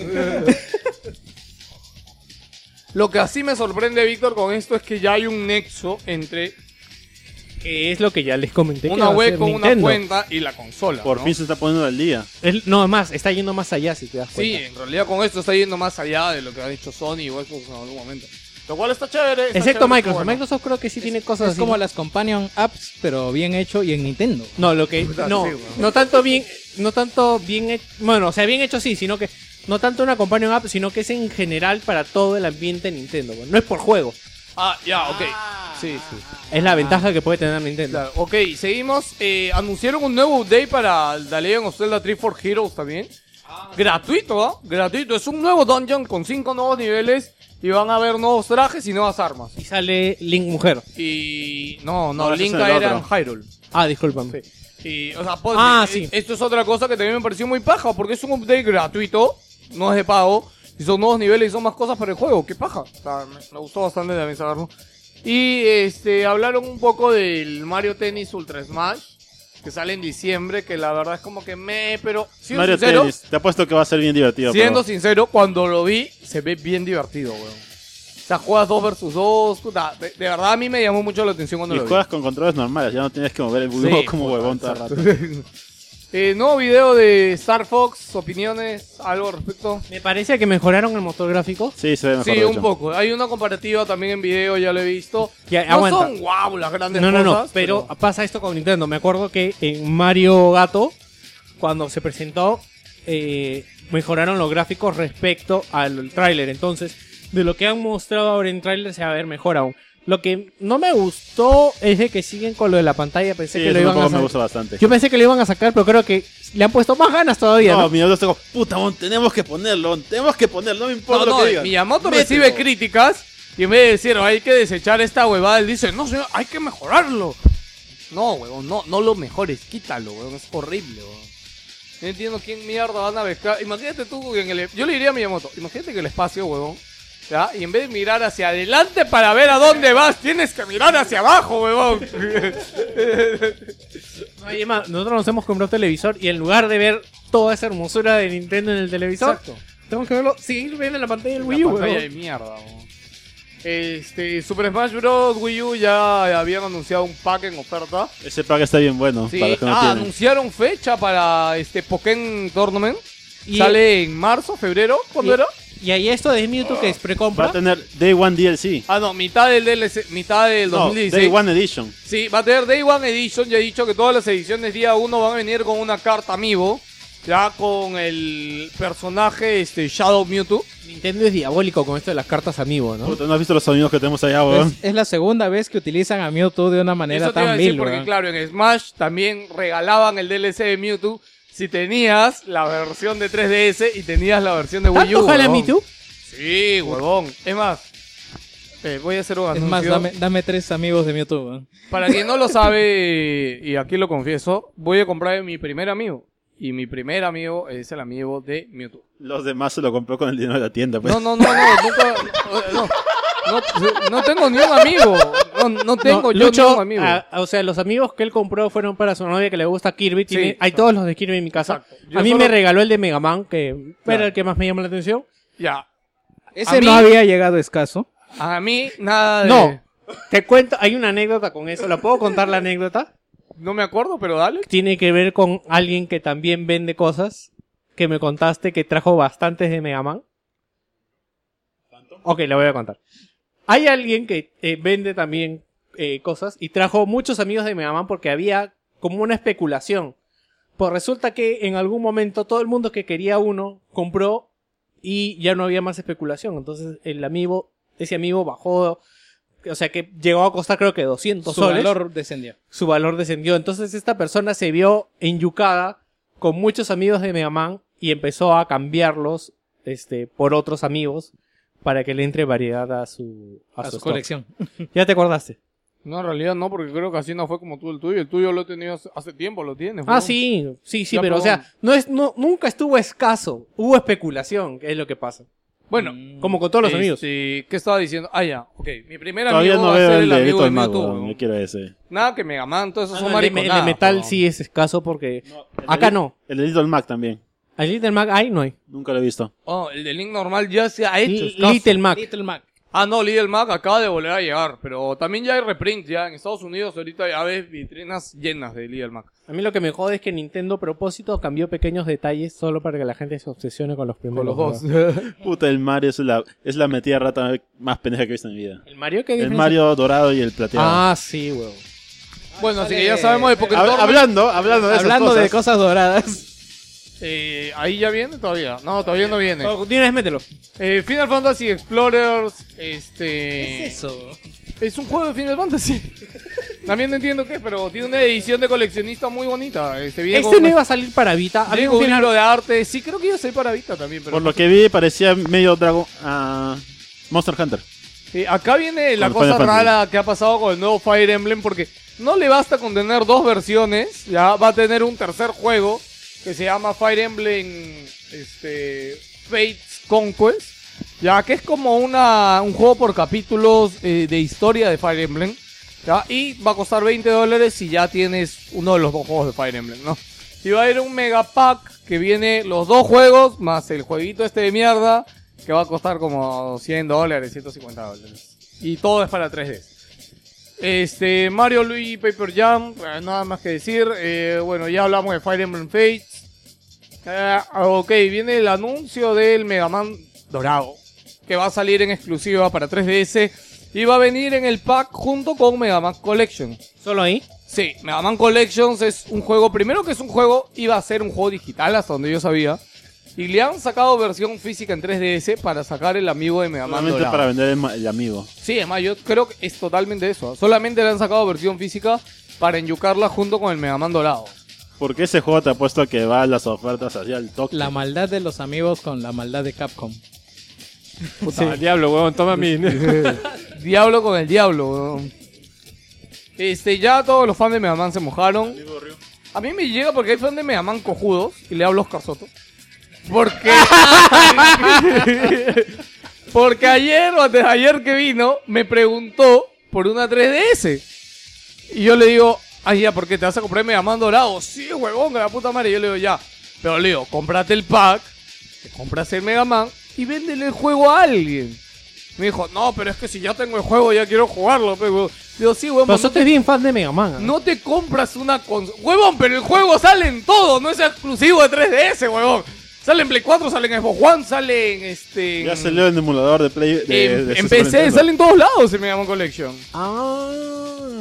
Speaker 5: Lo que así me sorprende, Víctor, con esto es que ya hay un nexo entre
Speaker 2: que es lo que ya les comenté. que
Speaker 5: una
Speaker 2: va a
Speaker 5: web
Speaker 2: hacer
Speaker 5: con una
Speaker 2: Nintendo.
Speaker 5: cuenta y la consola.
Speaker 4: Por
Speaker 5: ¿no?
Speaker 4: fin se está poniendo al día.
Speaker 2: Es- no, más, está yendo más allá si te das cuenta.
Speaker 5: Sí, en realidad con esto está yendo más allá de lo que ha dicho Sony o Xbox en algún momento.
Speaker 9: Lo cual está chévere. está
Speaker 2: Excepto
Speaker 9: chévere,
Speaker 2: Microsoft.
Speaker 9: bueno.
Speaker 2: Microsoft creo que sí tiene cosas
Speaker 3: Es
Speaker 2: así.
Speaker 3: como las companion apps, pero bien hecho y en Nintendo.
Speaker 2: No, lo que
Speaker 9: Puta,
Speaker 2: no,
Speaker 9: sí, weón.
Speaker 2: no tanto bien, no tanto bien, he- bueno, o sea, bien hecho sí, sino que no tanto una companion app, sino que es en general para todo el ambiente de Nintendo. weón. No es por juego,
Speaker 5: Ah, ya, ok. Sí, sí. Ah.
Speaker 2: es la ventaja que puede tener Nintendo.
Speaker 5: Claro, ok, seguimos. Eh, anunciaron un nuevo update para The Legend of Zelda 3 for Heroes también. Gratuito, ¿ah? Gratuito. Es un nuevo dungeon con cinco nuevos niveles y van a haber nuevos trajes y nuevas armas.
Speaker 2: Y sale Link mujer.
Speaker 5: Y. No, no,
Speaker 4: No, ese
Speaker 5: Link
Speaker 4: es el
Speaker 5: era en
Speaker 4: otro.
Speaker 5: Hyrule.
Speaker 2: Ah, discúlpame.
Speaker 5: Y, o sea, pues,
Speaker 2: Ah,
Speaker 5: eh,
Speaker 2: sí.
Speaker 5: Esto es otra cosa que también me pareció muy paja porque es un update gratuito, no es de pago. Y son nuevos niveles y son más cosas para el juego. ¡Qué paja! O sea, me, me gustó bastante también saberlo. Y este, hablaron un poco del Mario Tennis Ultra Smash que sale en diciembre, que la verdad es como que me. Pero siendo
Speaker 4: Mario
Speaker 5: sincero,
Speaker 4: Tennis, te apuesto que va a ser bien divertido.
Speaker 5: siendo
Speaker 4: pero-
Speaker 5: sincero, cuando lo vi, se ve bien divertido, weón. O sea, juegas dos versus dos. puta, de, de verdad a mí me llamó mucho la atención cuando
Speaker 4: Y
Speaker 5: lo vi.
Speaker 4: juegas con controles normales, ya no tienes que mover el bulbo
Speaker 5: Sí,
Speaker 4: como huevón todo el rato.
Speaker 5: Eh, nuevo video de Star Fox, opiniones, algo al respecto.
Speaker 2: Me parece que mejoraron el motor gráfico.
Speaker 4: Sí, se ve mejor.
Speaker 5: Sí,
Speaker 4: de
Speaker 5: un
Speaker 4: hecho.
Speaker 5: poco. Hay una comparativa también en video, ya lo he visto.
Speaker 2: Ya,
Speaker 5: no
Speaker 2: aguanta.
Speaker 5: son wow las grandes
Speaker 2: No, no,
Speaker 5: cosas.
Speaker 2: no, pero pasa esto con Nintendo. Me acuerdo que en Mario Gato, cuando se presentó, eh, mejoraron los gráficos respecto al tráiler. Entonces, de lo que han mostrado ahora en tráiler se va a ver mejor aún. Lo que no me gustó es de que siguen con lo de la pantalla. Pensé
Speaker 4: Sí,
Speaker 2: que
Speaker 4: eso
Speaker 2: lo iban a
Speaker 4: tampoco me
Speaker 2: sacar.
Speaker 4: gusta bastante.
Speaker 2: Yo pensé que lo iban a sacar, pero creo que le han puesto más ganas todavía.
Speaker 4: No,
Speaker 2: ¿no?
Speaker 4: Miyamoto está como, puta, bon, tenemos que ponerlo, tenemos que ponerlo, no me
Speaker 5: No,
Speaker 4: importa lo
Speaker 5: no,
Speaker 4: que digan.
Speaker 5: Miyamoto
Speaker 4: Mételo.
Speaker 5: recibe críticas y en vez de decir "Oh, hay que desechar esta huevada, él dice, no señor, hay que mejorarlo. No, huevón, no, no lo mejores, quítalo, huevón, es horrible, huevón. No entiendo quién mierda van a pescar. Imagínate tú que en el... Yo le diría a Miyamoto, imagínate que el espacio, huevón, ¿ya? Y en vez de mirar hacia adelante para ver a dónde vas, tienes que mirar hacia abajo, huevón.
Speaker 2: No, y es más, nosotros nos hemos comprado un televisor y en lugar de ver toda esa hermosura de Nintendo en el televisor,
Speaker 5: Exacto.
Speaker 2: tenemos que verlo, seguir viendo la pantalla del
Speaker 5: La
Speaker 2: Wii U.
Speaker 5: pantalla
Speaker 2: weón.
Speaker 5: de mierda, bo. Este, Super Smash Bros. Wii U ya habían anunciado un pack en oferta.
Speaker 4: Ese pack está bien bueno,
Speaker 5: Sí.
Speaker 4: para los que no
Speaker 5: ah,
Speaker 4: tienen.
Speaker 5: anunciaron fecha para este Pokémon Tournament.
Speaker 2: Y-
Speaker 5: Sale en marzo, febrero, ¿cuándo
Speaker 2: Y-
Speaker 5: era?
Speaker 2: Y ahí esto de Mewtwo que es
Speaker 4: Va a
Speaker 2: precompra.
Speaker 4: tener Day One DLC.
Speaker 5: Ah, no, mitad del DLC, mitad del
Speaker 4: No,
Speaker 5: 2016.
Speaker 4: Day One Edition.
Speaker 5: Sí, va a tener Day One Edition. Ya he dicho que todas las ediciones día 1 van a venir con una carta amigo. Ya con el personaje este, Shadow Mewtwo.
Speaker 2: Nintendo es diabólico con esto de las cartas amigo, ¿no?
Speaker 4: Puta, ¿no has visto los sonidos que tenemos allá, weón?
Speaker 3: Es, es la segunda vez que utilizan a Mewtwo de una manera
Speaker 5: Eso te iba a
Speaker 3: tan
Speaker 5: decir
Speaker 3: vil,
Speaker 5: porque
Speaker 3: weón.
Speaker 5: claro, en Smash también regalaban el DLC de Mewtwo si tenías la versión de 3DS y tenías la versión de Wii U.
Speaker 2: ¿Tanto jala
Speaker 5: huevón.
Speaker 2: Mewtwo?
Speaker 5: Sí, huevón. Es más, eh, voy a hacer un
Speaker 3: Es
Speaker 5: anuncio.
Speaker 3: más, dame, dame tres amigos de Mewtwo, weón.
Speaker 5: Para quien no lo sabe, y aquí lo confieso, voy a comprar mi primer amigo. Y mi primer amigo es el amigo de Mewtwo.
Speaker 4: Los demás se lo compró con el dinero de la tienda, pues.
Speaker 5: No, no, no, no, nunca, no, no, no tengo ni un amigo. No, no
Speaker 2: No,
Speaker 5: tengo yo
Speaker 2: Lucho,
Speaker 5: ni un amigo.
Speaker 2: a- a- o sea, los amigos que él compró fueron para su novia que le gusta Kirby. tiene-
Speaker 5: Sí,
Speaker 2: hay todos los de Kirby en mi casa.
Speaker 5: Exacto. Yo
Speaker 2: A mí
Speaker 5: solo-
Speaker 2: me regaló el de Mega Man, que era el que más me llama la atención.
Speaker 5: Ya.
Speaker 3: Ese no
Speaker 5: A mí-
Speaker 3: había llegado escaso.
Speaker 5: A mí nada de...
Speaker 2: No, te cuento, hay una anécdota con eso. ¿La puedo contar la anécdota?
Speaker 5: No me acuerdo, pero dale.
Speaker 2: Tiene que ver con alguien que también vende cosas. Que me contaste que trajo bastantes de Mega Man. Ok, la voy a contar. Hay alguien que eh, vende también eh, cosas y trajo muchos amigos de Mega Man porque había como una especulación. Pues resulta que en algún momento todo el mundo que quería uno compró y ya no había más especulación. Entonces el amigo, ese amigo bajó, o sea que llegó a costar creo que 200
Speaker 3: Su
Speaker 2: soles
Speaker 3: valor descendió.
Speaker 2: su valor descendió. Entonces esta persona se vio enyucada con muchos amigos de Mega Man y empezó a cambiarlos este, por otros amigos para que le entre variedad a su,
Speaker 3: A su
Speaker 2: stock.
Speaker 3: colección.
Speaker 2: Ya te acordaste.
Speaker 5: No, en realidad no, porque creo que así no fue como tú el tuyo. El tuyo lo he tenido hace, hace tiempo, lo tienes.
Speaker 2: Ah,
Speaker 5: weón.
Speaker 2: sí, sí, sí,
Speaker 5: Ya,
Speaker 2: pero o
Speaker 5: perdón.
Speaker 2: sea, no es, no, nunca estuvo escaso. Hubo especulación, que es lo que pasa.
Speaker 5: Bueno,
Speaker 2: Como con Mm. todos los
Speaker 5: este,
Speaker 2: amigos.
Speaker 5: ¿Qué estaba diciendo? Ah, ya, ok. Mi primer
Speaker 4: Todavía
Speaker 5: amigo
Speaker 4: no
Speaker 5: va a
Speaker 4: veo
Speaker 5: ser el
Speaker 4: el de
Speaker 5: amigo
Speaker 4: Vito
Speaker 5: de
Speaker 4: el Mago,
Speaker 5: Mewtwo.
Speaker 4: weón,
Speaker 5: weón.
Speaker 4: yo quiero ese.
Speaker 5: Nada que Mega Man, todos esos son
Speaker 2: Ah, el, de, el de
Speaker 5: mariconadas.
Speaker 2: metal
Speaker 5: weón.
Speaker 2: sí es escaso porque
Speaker 4: El
Speaker 2: acá
Speaker 4: de-
Speaker 2: no.
Speaker 4: El de Little Mac también.
Speaker 2: Al Little Mac, ahí no hay.
Speaker 4: Nunca lo he visto.
Speaker 5: Oh, el de Link normal ya se ha hecho.
Speaker 2: Li-
Speaker 5: escaso.
Speaker 2: Little Mac.
Speaker 3: Little Mac.
Speaker 5: Ah, no, Little Mac acaba de volver a llegar, pero también ya hay reprint, ya en Estados Unidos ahorita ya ves vitrinas llenas de Little Mac.
Speaker 2: A mí lo que me jode es que Nintendo a propósito cambió pequeños detalles solo para que la gente se obsesione con los
Speaker 5: Con
Speaker 2: primeros.
Speaker 5: los dos.
Speaker 2: juegos.
Speaker 4: Puta, el Mario es la, es la metida rata más pendeja que he visto en mi vida.
Speaker 2: ¿El Mario qué
Speaker 4: El
Speaker 2: diferencia?
Speaker 4: Mario dorado y el plateado.
Speaker 2: Ah, sí, weón.
Speaker 5: bueno, así que ya sabemos de Pokémon.
Speaker 4: Hab- hablando, hablando de esas
Speaker 3: Hablando de
Speaker 4: cosas.
Speaker 3: cosas doradas.
Speaker 5: Eh, ahí ya viene todavía. No, todavía no viene.
Speaker 2: Oh, de una vez mételo.
Speaker 5: Eh, Final Fantasy Explorers, este...
Speaker 3: Eso.
Speaker 5: Es un juego de Final Fantasy. También no entiendo qué, es, pero tiene una edición de coleccionista muy bonita. Este video
Speaker 2: Este no iba a salir para Vita. Había un
Speaker 5: un
Speaker 2: final-
Speaker 5: libro de arte. Sí, creo que iba a ser para Vita también. Pero
Speaker 4: Por lo que vi, parecía medio Dragon. ah, Monster Hunter.
Speaker 5: Sí, acá viene la
Speaker 4: Con
Speaker 5: cosa
Speaker 4: Final Fantasy.
Speaker 5: rara que ha pasado con el nuevo Fire Emblem, porque no le basta con tener dos versiones, ya va a tener un tercer juego que se llama Fire Emblem este, Fates Conquest, ya que es como una, un juego por capítulos eh, de historia de Fire Emblem, ya, y va a costar 20 dólares si ya tienes uno de los dos juegos de Fire Emblem, ¿no? Y va a ir un mega pack que viene los dos juegos más el jueguito este de mierda que va a costar como 100 dólares, 150 dólares. Y todo es para 3D. Este, Mario Luigi Paper Jam, eh, nada más que decir. Eh, bueno, ya hablamos de Fire Emblem Fates. Eh, ok, viene el anuncio del Mega Man Dorado, que va a salir en exclusiva para 3DS y va a venir en el pack junto con Mega Man Collection.
Speaker 2: Solo ahí.
Speaker 5: Sí, Mega Man Collections es un juego, primero que es un juego, iba a ser un juego digital hasta donde yo sabía. Y le han sacado versión física en 3DS para sacar el amigo de Mega Man.
Speaker 4: Solamente
Speaker 5: dorado.
Speaker 4: para vender el, ma- el amigo.
Speaker 5: Sí, además yo creo que es totalmente eso. ¿ah? Solamente le han sacado versión física para enyucarla junto con el Mega Man dorado.
Speaker 4: Porque ese juego te ha puesto que va a las ofertas hacia el toque.
Speaker 3: La maldad de los amigos con la maldad de Capcom.
Speaker 6: Puta, diablo, huevón, toma mi dinero.
Speaker 5: Diablo con el diablo. weón. Este, ya todos los fans de Mega Man se mojaron. A mí me llega porque hay fans de Mega Man cojudos y le hablo a Oscar Soto. Porque. porque ayer o antes de ayer que vino me preguntó por una 3DS. Y yo le digo, ay, ya, ¿por qué te vas a comprar Mega Man dorado? Sí, huevón, que la puta madre. Y yo le digo, ya. Pero le digo, cómprate el pack, te compras el Mega Man y véndele el juego a alguien. Me dijo, no, pero es que si ya tengo el juego, ya quiero jugarlo, pe, huevón. Digo, sí, huevón.
Speaker 2: Pero
Speaker 5: no
Speaker 2: tú eres bien fan de Mega Man. ¿ah?
Speaker 5: no te compras una consola. Huevón, pero el juego sale en todo, no es exclusivo de 3DS, huevón. Sale en Play 4, sale en Xbox One, sale en este.
Speaker 4: Ya salió en emulador de Play. De,
Speaker 5: en,
Speaker 4: de
Speaker 5: en
Speaker 4: Super
Speaker 5: PC,
Speaker 4: Nintendo.
Speaker 5: sale en todos lados el Mega Man Collection.
Speaker 2: Ah.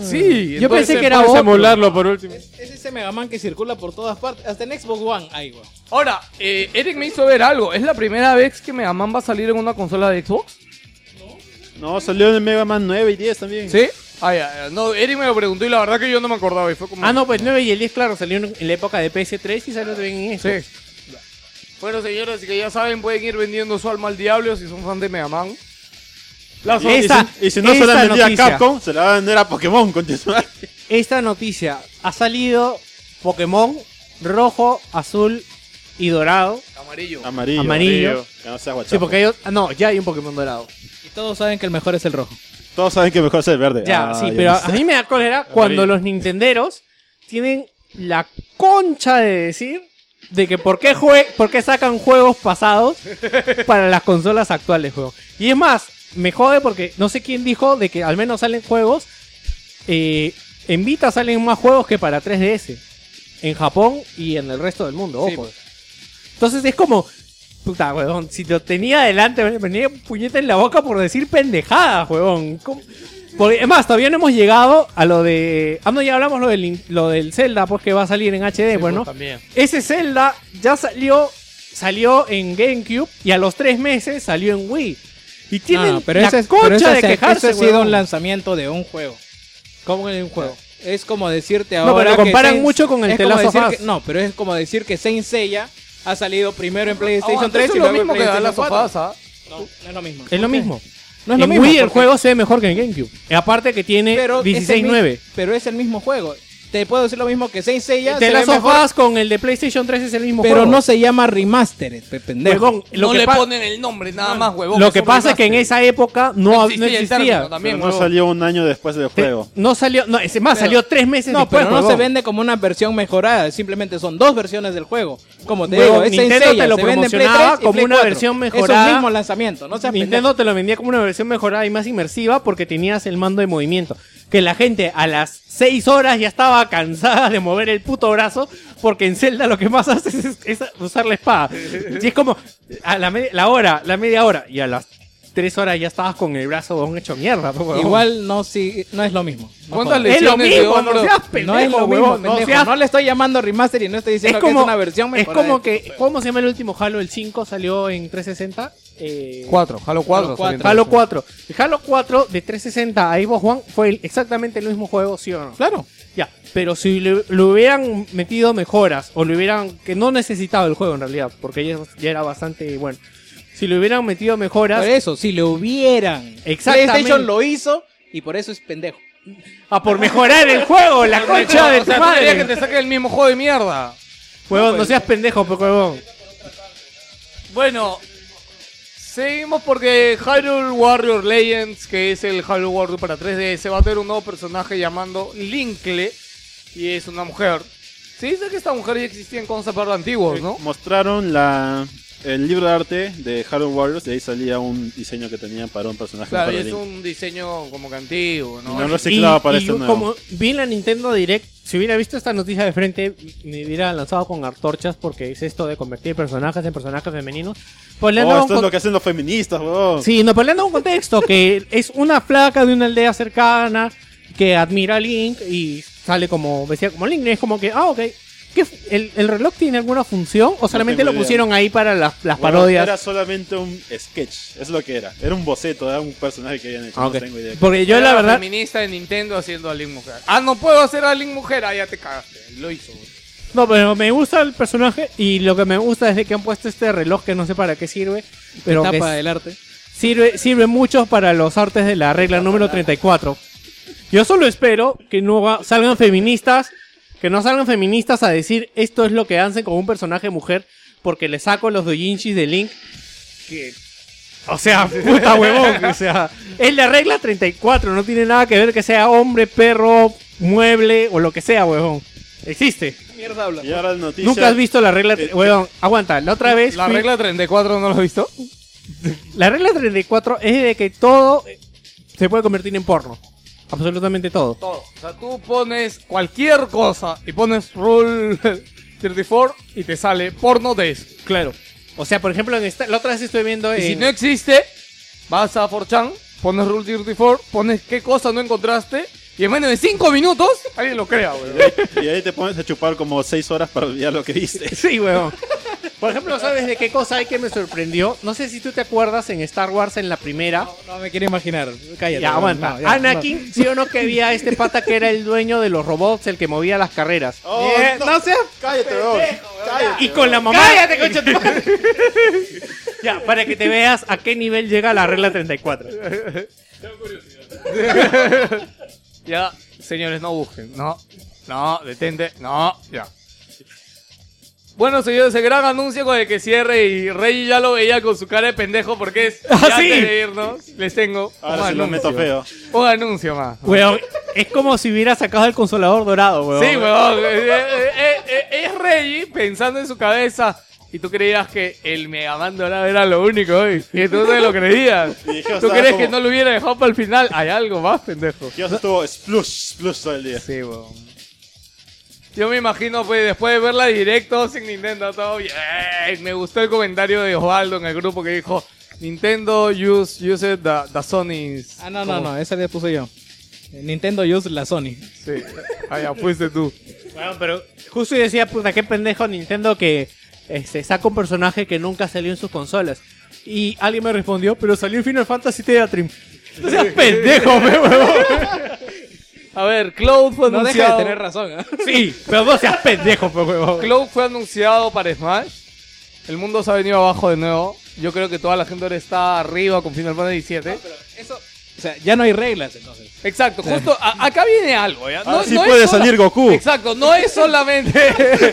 Speaker 5: Sí,
Speaker 2: Yo
Speaker 5: entonces
Speaker 2: pensé que era
Speaker 5: puedes
Speaker 2: otro.
Speaker 6: emularlo por último.
Speaker 3: Es ese Mega Man que circula por todas partes, hasta en Xbox One. Ay, güey.
Speaker 5: Ahora, eh, Eric me hizo ver algo. ¿Es la primera vez que Mega Man va a salir en una consola de Xbox?
Speaker 4: No, salió en el Mega Man 9 y 10 también.
Speaker 5: Sí. Ah, ya, ya. No, Eric me lo preguntó y la verdad que yo no me acordaba. Y fue como.
Speaker 2: Ah, no, pues 9 y el 10, claro, salieron en la época de PS3 y salieron también en este. eso.
Speaker 5: Sí. Bueno, señores, así que ya saben, pueden ir vendiendo su alma al diablo si son fan de Mega Man.
Speaker 4: Lazo,
Speaker 2: Esa-
Speaker 4: y, si, y si no se
Speaker 2: esa
Speaker 4: la vendía a
Speaker 2: noticia.
Speaker 4: Capcom, se la va a vender a Pokémon, continuar.
Speaker 2: Esta noticia ha salido Pokémon rojo, azul y dorado.
Speaker 5: Amarillo.
Speaker 4: Amarillo.
Speaker 2: Amarillo.
Speaker 4: Que no sea
Speaker 2: Sí,
Speaker 4: guachapo.
Speaker 2: porque ellos. ah, No, ya hay un Pokémon dorado.
Speaker 3: Y todos saben que el mejor es el rojo.
Speaker 4: Todos saben que mejor es el verde.
Speaker 2: Ya,
Speaker 4: Ah,
Speaker 2: sí,
Speaker 4: yo
Speaker 2: pero
Speaker 4: no
Speaker 2: a
Speaker 4: sé.
Speaker 2: mí me da cólera cuando
Speaker 6: Amarillo.
Speaker 2: los nintenderos tienen la concha de decir de que por qué, jue por qué sacan juegos pasados para las consolas actuales, juego. Y es más, me jode porque no sé quién dijo de que al menos salen juegos. eh, en Vita salen más juegos que para 3DS. En Japón y en el resto del mundo,
Speaker 5: Sí,
Speaker 2: ojo. Entonces es como. Puta, huevón, si lo tenía adelante, me ponía puñeta en la boca por decir pendejadas, huevón. ¿Cómo? Porque, es más, todavía no hemos llegado a lo de. Ah, no, ya hablamos lo del, lo del Zelda, pues que va a salir en HD, bueno.
Speaker 5: También.
Speaker 2: Ese Zelda ya salió salió en GameCube y a los tres meses salió en Wii. Y tienen
Speaker 3: Ah, No, pero
Speaker 2: la
Speaker 3: ese es-
Speaker 2: concha
Speaker 3: pero ese
Speaker 2: de
Speaker 3: se-
Speaker 2: quejarse,
Speaker 3: ese ha sido
Speaker 2: huevón.
Speaker 3: un lanzamiento de un juego.
Speaker 2: ¿Cómo que en un juego?
Speaker 3: Es como decirte
Speaker 2: No,
Speaker 3: ahora.
Speaker 2: pero lo
Speaker 3: que
Speaker 2: comparan
Speaker 3: Saints-
Speaker 2: mucho con el
Speaker 3: es
Speaker 2: The
Speaker 3: como
Speaker 2: Last of
Speaker 3: decir
Speaker 2: Us.
Speaker 3: que- No, pero es como decir que Saint Seiya ha salido primero en PlayStation 3
Speaker 5: Oh, es
Speaker 3: y
Speaker 5: lo
Speaker 3: luego en
Speaker 5: mismo que
Speaker 3: PlayStation
Speaker 5: las
Speaker 3: 4.
Speaker 5: sofás,
Speaker 3: No, no es lo mismo.
Speaker 2: Es lo mismo.
Speaker 3: No es lo
Speaker 2: en
Speaker 3: mismo
Speaker 2: Wii el
Speaker 3: porque-
Speaker 2: juego se ve mejor que en GameCube. Y aparte que tiene
Speaker 3: Pero es el mi-
Speaker 2: 16.9.
Speaker 3: Pero es el mismo juego. te puedo decir lo mismo que Saint Seiya.
Speaker 2: de
Speaker 3: se ve
Speaker 2: las
Speaker 3: mejor,
Speaker 2: sofás con el de PlayStation 3 es el mismo
Speaker 3: pero
Speaker 2: juego.
Speaker 3: no se llama remastered, pe pendejo.
Speaker 2: Huevón, lo
Speaker 5: no
Speaker 2: que
Speaker 5: le
Speaker 2: pa-
Speaker 5: ponen el nombre, nada más, huevón.
Speaker 2: Lo que
Speaker 5: son
Speaker 2: pasa es que en
Speaker 5: remaster.
Speaker 2: esa época no hab- no
Speaker 5: el
Speaker 2: existía.
Speaker 5: término
Speaker 4: Pero
Speaker 5: también,
Speaker 4: no
Speaker 5: huevón.
Speaker 4: salió un año después del
Speaker 2: Te-
Speaker 4: juego.
Speaker 2: No salió, no, es más,
Speaker 3: Pero-
Speaker 2: salió tres meses
Speaker 3: No,
Speaker 2: después.
Speaker 3: pero no
Speaker 2: huevón.
Speaker 3: se vende como una versión mejorada, simplemente son dos versiones del juego. Como te
Speaker 2: Huevón,
Speaker 3: digo, es
Speaker 2: Nintendo te
Speaker 3: sencilla,
Speaker 2: lo
Speaker 3: se vende en Play
Speaker 2: promocionaba
Speaker 3: 3 y
Speaker 2: como
Speaker 3: Play
Speaker 2: una
Speaker 3: 4.
Speaker 2: versión
Speaker 3: Es
Speaker 2: mejorada.
Speaker 3: un mismo lanzamiento, no seas
Speaker 2: Nintendo te lo vendía como una versión mejorada y más inmersiva porque tenías el mando de movimiento. Que la gente a las 6 horas ya estaba cansada de mover el puto brazo porque en Zelda lo que más haces es, es usar la espada. Y es como a la, me- la hora, la media hora y a las 3 horas ya estabas con el brazo huevón, hecho mierda. pues, huevón.
Speaker 3: Igual no, si, no es lo mismo. No
Speaker 5: ¿Cuántas
Speaker 3: jodas.
Speaker 5: le-
Speaker 2: es lo
Speaker 5: lesiones de
Speaker 2: mismo, no
Speaker 5: hombro.
Speaker 2: seas
Speaker 3: No es
Speaker 2: pendejo,
Speaker 3: lo
Speaker 2: huevón,
Speaker 3: mismo,
Speaker 2: no
Speaker 3: pendejo.
Speaker 2: seas
Speaker 3: No le estoy llamando remaster y no estoy diciendo
Speaker 2: es como,
Speaker 3: que es una versión
Speaker 2: es
Speaker 3: mejorada.
Speaker 2: como
Speaker 3: de-
Speaker 2: que, ¿cómo se llama el último Halo? El 5 salió en 360. Eh,
Speaker 5: Cuatro, Halo cuatro.
Speaker 3: Halo cuatro.
Speaker 5: salió.
Speaker 2: Halo 4. El Halo 4 de 360 a Xbox One fue el- exactamente el mismo juego, ¿sí o no?
Speaker 3: Claro.
Speaker 2: Ya, pero si le, le hubieran metido mejoras o le hubieran... que no necesitaba el juego en realidad, porque ya, ya era bastante bueno. Si le hubieran metido mejoras...
Speaker 3: Por eso, si lo hubieran.
Speaker 2: Exactamente.
Speaker 3: PlayStation lo hizo y por eso es pendejo.
Speaker 2: Ah, por mejorar el juego, la concha de
Speaker 5: O
Speaker 2: tu
Speaker 5: sea, tú querías que
Speaker 2: madre.
Speaker 5: te saquen el mismo juego de mierda.
Speaker 2: Huevón, no seas pendejo, pues, huevón.
Speaker 5: Bueno, seguimos porque Hyrule Warrior Legends, que es el Hyrule Warrior para 3DS, va a tener un nuevo personaje llamando Linkle y es una mujer. Se dice que esta mujer ya existía en conceptos antiguos, ¿no?
Speaker 4: Mostraron la, el libro de arte de Harold Warriors y ahí salía un diseño que tenían para un personaje.
Speaker 5: Claro,
Speaker 4: para
Speaker 5: y es
Speaker 4: Link.
Speaker 5: un diseño como que antiguo,
Speaker 4: Y
Speaker 5: ¿no?
Speaker 4: no lo reciclaba para
Speaker 2: y
Speaker 4: este
Speaker 2: yo
Speaker 4: nuevo.
Speaker 2: como vi la Nintendo Direct, si hubiera visto esta noticia de frente, me hubiera lanzado con antorchas porque es esto de convertir personajes en personajes femeninos. Pues le han
Speaker 4: Oh,
Speaker 2: dado
Speaker 4: esto
Speaker 2: un
Speaker 4: es
Speaker 2: con-
Speaker 4: lo que hacen los feministas, huevón.
Speaker 2: Sí, no, pero le han dado un contexto que es una flaca de una aldea cercana que admira a Link y sale como decía como Link. Es como que, ah, ok. ¿Qué fu- el, el reloj tiene alguna función o solamente lo
Speaker 4: tengo idea.
Speaker 2: pusieron ahí para las, las
Speaker 4: Huevón,
Speaker 2: parodias?
Speaker 4: Era solamente un sketch, es lo que era. Era un boceto, era un personaje que habían hecho.
Speaker 2: Ah, ok.
Speaker 4: No tengo idea.
Speaker 2: Porque yo
Speaker 5: Era
Speaker 2: la verdad...
Speaker 5: feminista de Nintendo haciendo a Link mujer. Ah, no puedo hacer a Link mujer, ah, ya te cagaste. Lo hizo.
Speaker 2: No, pero me gusta el personaje y lo que me gusta es de que han puesto este reloj que no sé para qué sirve, pero que
Speaker 3: Tapa
Speaker 2: s-
Speaker 3: del arte.
Speaker 2: sirve, sirve mucho para los artes de la regla número 34. Yo solo espero que no va- salgan feministas, que no salgan feministas a decir esto es lo que hacen con un personaje mujer porque le saco los doujinshis de Link. Que, o sea, puta huevón, o sea, es la regla 34, no tiene nada que ver que sea hombre, perro, mueble o lo que sea, huevón. Existe.
Speaker 3: Mierda habla.
Speaker 4: Y ahora la noticia.
Speaker 2: Nunca has visto la regla.
Speaker 4: Eh,
Speaker 2: Weón, aguanta. La otra vez.
Speaker 5: La
Speaker 2: fui-
Speaker 5: regla 34 no lo has visto.
Speaker 2: la regla 34 es de que todo eh, se puede convertir en porno. Absolutamente todo.
Speaker 5: Todo. O sea, tú pones cualquier cosa y pones Rule 34 y te sale porno de eso.
Speaker 2: Claro. O sea, por ejemplo, en esta- la otra vez estoy viendo.
Speaker 5: Y si
Speaker 2: en-
Speaker 5: no existe, vas a 4chan, pones Rule 34, pones qué cosa no encontraste y en menos de 5 minutos alguien lo crea, güey.
Speaker 4: Y ahí te pones a chupar como 6 horas para olvidar lo que viste.
Speaker 2: Sí, weón. Por ejemplo, ¿sabes de qué cosa hay que me sorprendió? No sé si tú te acuerdas en Star Wars en la primera.
Speaker 3: No me quiero imaginar. Cállate.
Speaker 2: Ya, aguanta.
Speaker 3: No, ya,
Speaker 2: Anakin, sí o no que había este pata que era el dueño de los robots, el que movía las carreras.
Speaker 4: Oh,
Speaker 2: Eh, no seas
Speaker 4: Cállate, huevón. Cállate.
Speaker 2: Y con la mamá. ¡Cállate, concha tu madre! Ya, para que te veas a qué nivel llega la regla 34.
Speaker 5: Ya, señores, no busquen. No, no, detente, no, ya. Bueno, señores, ese gran anuncio con el que cierre y Rey ya lo veía con su cara de pendejo porque es
Speaker 2: ¿Ah,
Speaker 5: ya
Speaker 2: sí?
Speaker 5: antes de irnos. Les tengo
Speaker 4: Ahora sí lo meto feo.
Speaker 5: un anuncio más.
Speaker 2: Weón, es como si hubiera sacado el consolador dorado, weón.
Speaker 5: Sí, weón. Eh, eh, eh, eh, es Reggie pensando en su cabeza. Y tú creías que el Mega Man dorado era lo único hoy. Y entonces lo creías.
Speaker 4: Y dije, o
Speaker 5: ¿Tú
Speaker 4: sea,
Speaker 5: crees
Speaker 4: como-
Speaker 5: que no lo hubiera dejado para el final? Hay algo más, pendejo.
Speaker 4: Yo estuvo splush, splush todo el día.
Speaker 5: Sí, weón. Yo me imagino, pues, después de verla directo sin Nintendo, todo bien. Me gustó el comentario de Osvaldo en el grupo que dijo: Nintendo use, use the, the Sony's.
Speaker 3: Ah, no, no, no. Esa le puse yo. Nintendo Use la Sony.
Speaker 5: Sí, allá fuiste tú.
Speaker 2: Weón, pero justo yo decía, puta, qué pendejo Nintendo que este, saca un personaje que nunca salió en sus consolas. Y alguien me respondió, pero salió en Final Fantasy Theatrim. No seas pendejo, weón.
Speaker 5: A ver, Cloud fue
Speaker 3: No deja
Speaker 5: anunciado-
Speaker 3: de tener razón. ¿eh?
Speaker 2: Sí, pero no seas pendejo, pues, weón.
Speaker 5: Cloud fue anunciado para Smash. El mundo se ha venido abajo de nuevo. Yo creo que toda la gente ahora está arriba con Final Fantasy VII.
Speaker 3: Eso
Speaker 10: O sea, ya no hay reglas entonces.
Speaker 5: Exacto, justo a- acá viene algo, ¿ya?
Speaker 4: Ahora sí puede salir Goku.
Speaker 5: Exacto, no es solamente.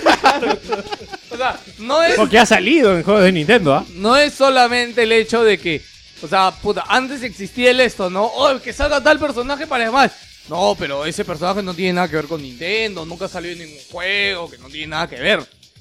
Speaker 5: o sea, no es,
Speaker 2: Porque ha salido en juegos de Nintendo, ¿ah?
Speaker 5: no es solamente el hecho de que. O sea, puta, antes existía el esto, ¿no? Oh, que salga tal personaje para Smash. No, pero ese personaje no tiene nada que ver con Nintendo, nunca salió en ningún juego, que no tiene nada que ver.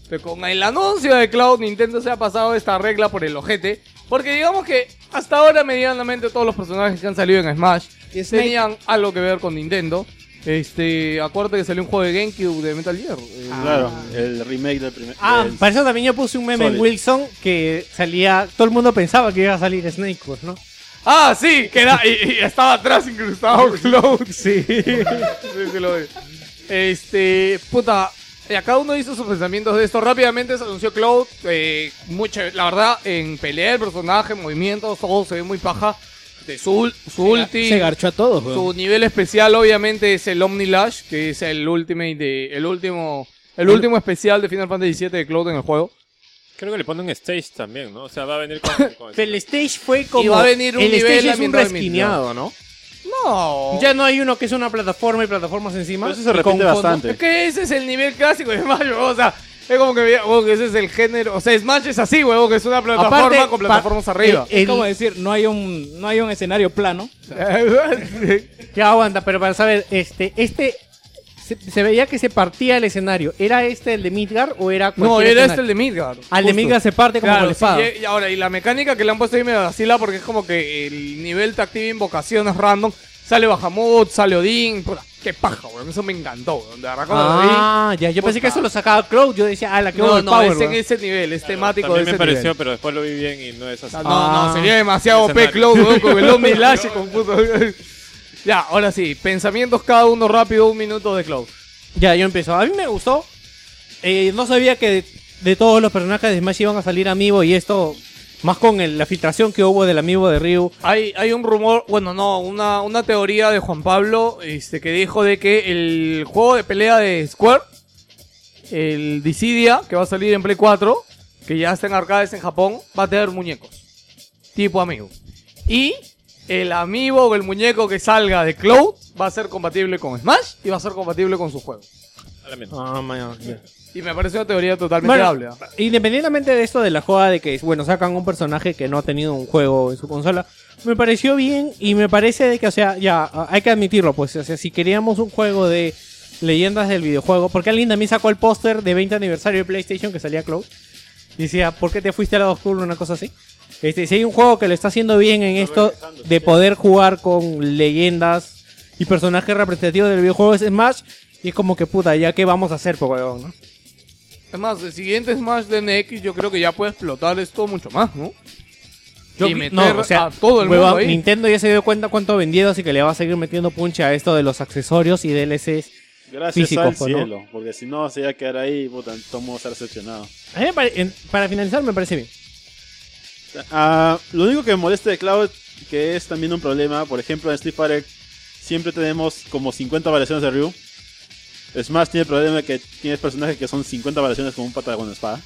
Speaker 5: Pero con el anuncio de Cloud, Nintendo se ha pasado esta regla por el ojete. Porque digamos que hasta ahora medianamente todos los personajes que han salido en Smash
Speaker 10: Y Snake-
Speaker 5: tenían algo que ver con Nintendo. Este, acuérdate que salió un juego de GameCube de Metal Gear. eh,
Speaker 2: Ah.
Speaker 4: Claro, el remake del primer.
Speaker 11: Ah,
Speaker 4: del-
Speaker 2: Para eso también yo puse un meme en
Speaker 4: Solid.
Speaker 2: Wilson que salía. Todo el mundo pensaba que iba a salir Snake, pues, ¿no?
Speaker 5: Ah, sí, que era, y, y estaba atrás incrustado Cloud.
Speaker 2: Sí.
Speaker 5: Sí, sí lo vi. Este, puta, eh, cada uno hizo sus pensamientos de esto. Rápidamente se anunció Cloud. eh, muy chévere. la verdad, en pelea, el personaje, movimientos, todo se ve muy paja. De su, ul- su ulti.
Speaker 10: Se garchó a todos, weón.
Speaker 5: Su nivel especial, obviamente, es el Omni Lash, que es el ultimate de, el último, el último especial de Final Fantasy VII de Cloud en el juego.
Speaker 6: Creo que le pone un stage también, ¿no? O sea, va a venir con. con-
Speaker 2: Pero el stage fue como.
Speaker 5: Y va a venir un
Speaker 2: el
Speaker 5: nivel
Speaker 2: stage es un
Speaker 5: ambientado de
Speaker 2: resquineado, ¿no?
Speaker 5: No.
Speaker 2: Ya no hay uno que es una plataforma y plataformas encima.
Speaker 4: Pero
Speaker 5: Pues,
Speaker 4: eso se repite bastante.
Speaker 5: Es que ese es el nivel clásico de Smash, huevón, o sea, es como que, huevón, que ese es el género, o sea, Smash es así, huevón, que es una plataforma
Speaker 2: Aparte,
Speaker 5: con plataformas
Speaker 2: pa-
Speaker 5: arriba.
Speaker 2: eh,
Speaker 10: Es como decir, no hay un, no hay un escenario plano.
Speaker 2: Ya aguanta, pero para saber, este, este se, se veía que se partía el escenario. ¿Era este el de Midgar o era
Speaker 5: no,
Speaker 2: cualquier
Speaker 5: era este
Speaker 2: escenario?
Speaker 5: el de Midgar.
Speaker 2: Al de
Speaker 5: justo.
Speaker 2: Midgar se parte como
Speaker 5: Claro,
Speaker 2: con la espada.
Speaker 5: sí, y- y ahora, y la mecánica que le han puesto ahí me vacila porque es como que el nivel te activa invocaciones random, sale Bahamut, sale Odín, puta, qué paja, weón, eso me encantó, weón, de verdad, cuando lo vi,
Speaker 2: ah, ya, yo pensé que eso lo sacaba Cloud. Yo decía, ah, la que
Speaker 5: No, no,
Speaker 2: power,
Speaker 5: es en
Speaker 2: ¿verdad?
Speaker 5: ese nivel, es temático de
Speaker 6: También
Speaker 5: ese
Speaker 6: me pareció,
Speaker 5: nivel.
Speaker 6: pero después lo vi bien y no es así.
Speaker 5: No,
Speaker 2: Ah.
Speaker 5: no, sería demasiado
Speaker 6: Escenario.
Speaker 5: P. Cloud, weón, con el Omni Lash y con puto. ya, ahora sí, pensamientos cada uno rápido, un minuto de Cloud.
Speaker 2: Ya, yo empiezo. A mí me gustó. Eh, no sabía que de, de todos los personajes de Smash iban a salir Amiibo y esto, más con el- la filtración que hubo del Amiibo de Ryu.
Speaker 5: Hay, hay un rumor, bueno, no, una, una teoría de Juan Pablo este, que dijo de que el juego de pelea de Square, el Dissidia, que va a salir en Play 4, que ya está en arcades en Japón, va a tener muñecos. Tipo amigo. Y el amigo o el muñeco que salga de Cloud va a ser compatible con Smash y va a ser compatible con su juego.
Speaker 6: A la mierda.
Speaker 2: Ah, man, ya.
Speaker 5: Y me parece una teoría totalmente
Speaker 2: Bueno,
Speaker 5: hable, ¿ah?
Speaker 2: Independientemente de esto de la joda de que, bueno, sacan un personaje que no ha tenido un juego en su consola, me pareció bien y me parece de que, o sea, ya, a- hay que admitirlo, pues, o sea, si queríamos un juego de leyendas del videojuego, porque alguien también sacó el póster de 20 aniversario de PlayStation que salía Cloud, y decía, ¿por qué te fuiste a la oscura? Una cosa así. Este, si hay un juego que lo está haciendo bien en esto de poder jugar con leyendas y personajes representativos del videojuego es Smash, y es como que puta, ya qué vamos a hacer, pues, huevón, ¿no?
Speaker 5: Es más, el siguiente Smash de NX yo creo que ya puede explotar esto mucho más, ¿no?
Speaker 2: Yo
Speaker 5: y
Speaker 2: vi-
Speaker 5: meter
Speaker 2: no, o sea,
Speaker 5: a todo el
Speaker 2: huevón,
Speaker 5: mundo ahí.
Speaker 2: Nintendo ya se dio cuenta cuánto ha vendido, así que le va a seguir metiendo punche a esto de los accesorios y DLCs.
Speaker 4: Gracias
Speaker 2: físico,
Speaker 4: al
Speaker 2: pues, ¿no?
Speaker 4: cielo, porque si no se iba a quedar ahí, puta, todo el mundo va a estar decepcionado.
Speaker 2: A mí me pare- en- para finalizar, me parece bien.
Speaker 4: Ah, lo único que me molesta de Cloud, que es también un problema, por ejemplo en Street Fighter siempre tenemos como 50 variaciones de Ryu. Smash tiene el problema de que tienes personajes que son 50 variaciones con un pata con espada.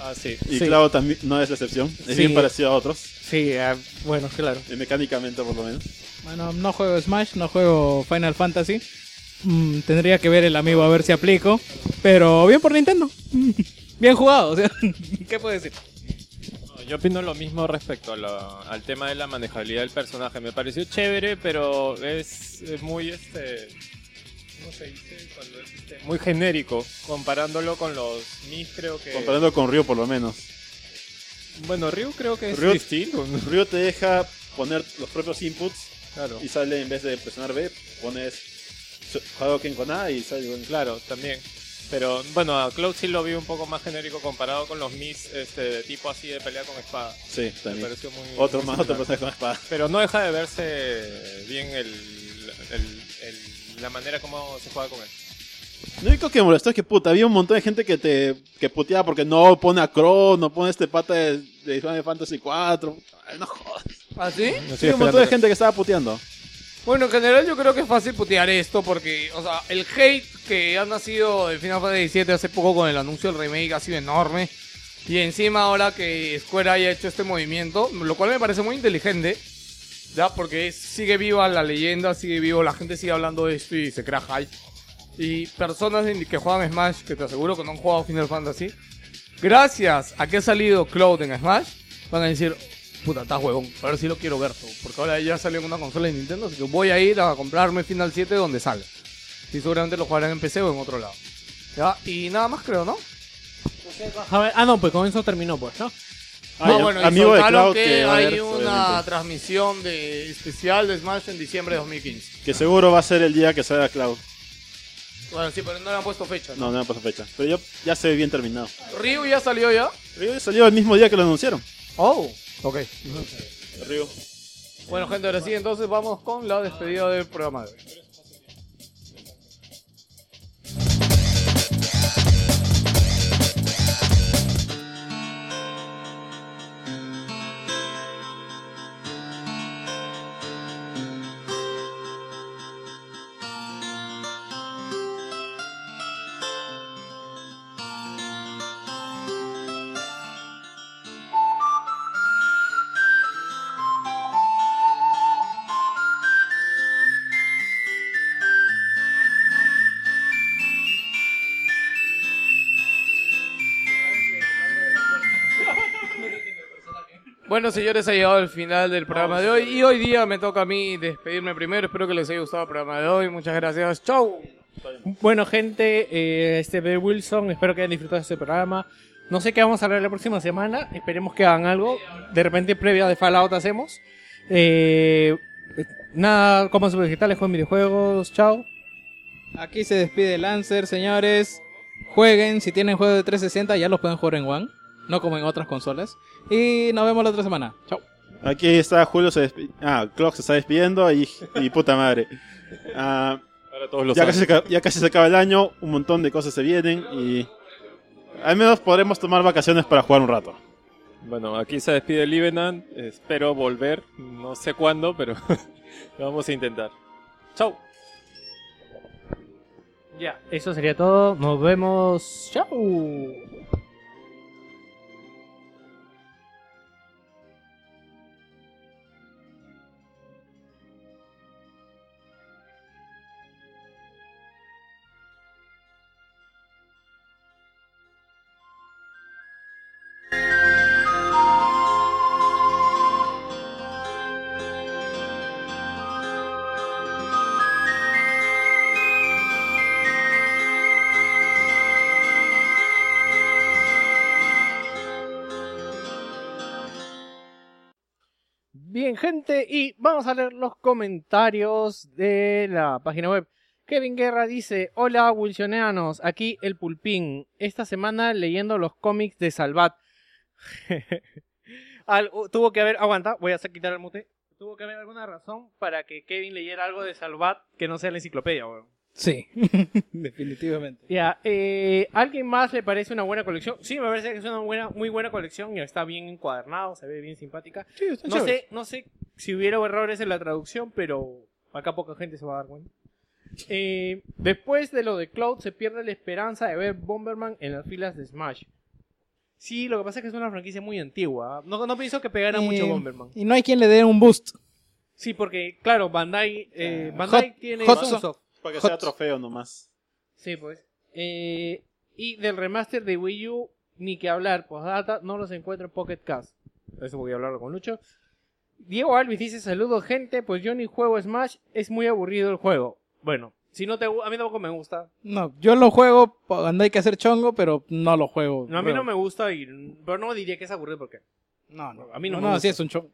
Speaker 6: Ah, sí.
Speaker 4: Y
Speaker 2: Sí.
Speaker 4: Cloud también no es la excepción,
Speaker 2: Sí.
Speaker 4: es bien parecido a otros,
Speaker 2: Sí, ah, bueno, claro.
Speaker 4: eh, mecánicamente por lo menos.
Speaker 10: Bueno, no juego Smash, no juego Final Fantasy. Mm, tendría que ver el amigo a ver si aplico. Pero bien por Nintendo. bien jugado, o sea, ¿qué puedo decir?
Speaker 6: No, Yo opino lo mismo respecto a la- al tema de la manejabilidad del personaje. Me pareció chévere, pero es eh, muy este. ¿Cómo se dice? Cuando es, este, muy genérico. Comparándolo con los Mis, creo que.
Speaker 4: Comparando con Ryu por lo menos.
Speaker 6: Bueno, Ryu creo que es
Speaker 4: Ryu-
Speaker 6: distinto. ¿no?
Speaker 4: Ryu te deja poner los propios inputs
Speaker 6: Claro.
Speaker 4: y sale en vez de presionar B, pones su- Hadouken con A y sale con
Speaker 6: Claro, también. Pero bueno, a Cloud sí lo vi un poco más genérico comparado con los Mis este, de tipo así de pelea con espada.
Speaker 4: Sí,
Speaker 6: Me
Speaker 4: también.
Speaker 6: pareció muy.
Speaker 4: Otro
Speaker 6: muy
Speaker 4: más,
Speaker 6: similar.
Speaker 4: otro personaje con espada.
Speaker 6: Pero no deja de verse bien el, el- el- la manera como se juega con él.
Speaker 4: Lo único que me molestó es que puta, había un montón de gente que te que puteaba porque no pone a Crow, no pone este pata de, de Final Fantasy 4. No jodas.
Speaker 5: ¿Ah, sí?
Speaker 4: Sí, un montón de gente que estaba puteando.
Speaker 5: Bueno, en general yo creo que es fácil putear esto porque, o sea, el hate que ha nacido de Final Fantasy VII hace poco con el anuncio del remake ha sido enorme. Y encima ahora que Square haya hecho este movimiento, lo cual me parece muy inteligente,
Speaker 12: ¿ya? Porque es- sigue viva la leyenda, sigue vivo, la gente sigue hablando de esto y se crea hype. Y personas en- que juegan Smash, que te aseguro que no han jugado Final Fantasy, gracias a que ha salido Cloud en Smash, van a decir, puta, está huevón, ahora sí lo quiero ver, todo, porque ahora ya salió en una consola de Nintendo, así que voy a ir a comprarme Final 7 donde sale. Y seguramente lo jugarán en PC o en otro lado. ¿Ya? Y nada más creo, ¿no?
Speaker 5: Ah, no, pues con eso terminó, pues, ¿no?
Speaker 4: Ah,
Speaker 12: no,
Speaker 4: y
Speaker 12: bueno, y
Speaker 4: amigo de
Speaker 12: soltaron
Speaker 4: Cloud
Speaker 12: que,
Speaker 4: que va a
Speaker 12: hay
Speaker 4: haber,
Speaker 12: una
Speaker 4: obviamente.
Speaker 12: transmisión de especial de Smash en diciembre de 2015.
Speaker 4: Que seguro va a ser el día que salga Cloud.
Speaker 12: Bueno, sí, pero no le han puesto fecha. ¿no?
Speaker 4: No, no me pasó fecha. Pero yo ya se ve bien terminado.
Speaker 12: ¿Ryu ya salió ya?
Speaker 4: Ryu salió el mismo día que lo anunciaron.
Speaker 12: Oh, ok.
Speaker 4: Ryu.
Speaker 12: Bueno, gente, ahora sí, entonces vamos con la despedida del programa de hoy. Bueno, señores, ha llegado el final del programa de hoy. Y hoy día me toca a mí despedirme primero. Espero que les haya gustado el programa de hoy. Muchas gracias. Chau.
Speaker 5: Bueno, gente, eh, este B. Wilson, espero que hayan disfrutado este programa. No sé qué vamos a hablar la próxima semana, esperemos que hagan algo. De repente, previa de Fallout hacemos. Eh, eh, nada, coman sus vegetales, jueguen videojuegos, chao.
Speaker 3: Aquí se despide Lancer, señores. Jueguen, si tienen juegos de 360 ya los pueden jugar en One, no como en otras consolas. Y nos vemos la otra semana. Chao.
Speaker 4: Aquí está Julio se despi- Ah, Clock se está despidiendo y, y puta madre. Ah,
Speaker 6: Ahora todos lo
Speaker 4: ya,
Speaker 6: saben.
Speaker 4: casi se acaba, ya casi se acaba el año, un montón de cosas se vienen y. Al menos podremos tomar vacaciones para jugar un rato.
Speaker 6: Bueno, aquí se despide Livenan. Espero volver. No sé cuándo, pero lo vamos a intentar. Chau.
Speaker 5: Ya, eso sería todo. Nos vemos. Chao. Bien, gente, y vamos a leer los comentarios de la página web. Kevin Guerra dice: Hola, Wilsoneanos, aquí el Pulpín. Esta semana leyendo los cómics de Salvat. Al- uh, tuvo que haber, aguanta, voy a hacer- quitar el mute. Tuvo que haber alguna razón para que Kevin leyera algo de Salvat que no sea la enciclopedia, weón.
Speaker 3: Sí, definitivamente.
Speaker 5: Ya, eh, ¿alguien más le parece una buena colección? Sí, me parece que es una buena, muy buena colección y está bien encuadernado, se ve bien simpática. no sé, no sé si hubiera errores en la traducción, pero acá poca gente se va a dar cuenta. Eh, después de lo de Cloud, se pierde la esperanza de ver Bomberman en las filas de Smash. Sí, lo que pasa es que es una franquicia muy antigua. ¿ah? No, no pienso que pegara mucho
Speaker 3: Eh,
Speaker 5: Bomberman.
Speaker 3: Y no hay quien le dé un boost.
Speaker 5: Sí, porque, claro, Bandai, eh, Bandai
Speaker 3: Hot-
Speaker 5: tiene
Speaker 3: Hot
Speaker 5: Sunsoft.
Speaker 4: Para que
Speaker 3: Hot-
Speaker 4: sea trofeo nomás.
Speaker 5: Sí, pues. Eh, y del remaster de Wii U, ni que hablar. Postdata, no los encuentro en Pocket Cast. Eso voy a hablarlo con Lucho. Diego Alvis dice, saludos gente, pues yo ni juego Smash, es muy aburrido el juego. Bueno, si no te gu- a mí tampoco me gusta.
Speaker 3: No, yo lo juego cuando hay que hacer chongo, pero no lo juego.
Speaker 5: No, a mí no me gusta, y, pero no diría que es aburrido porque...
Speaker 3: No, no,
Speaker 5: a mí no
Speaker 3: no,
Speaker 5: me
Speaker 3: no,
Speaker 5: gusta.
Speaker 3: sí es un chongo.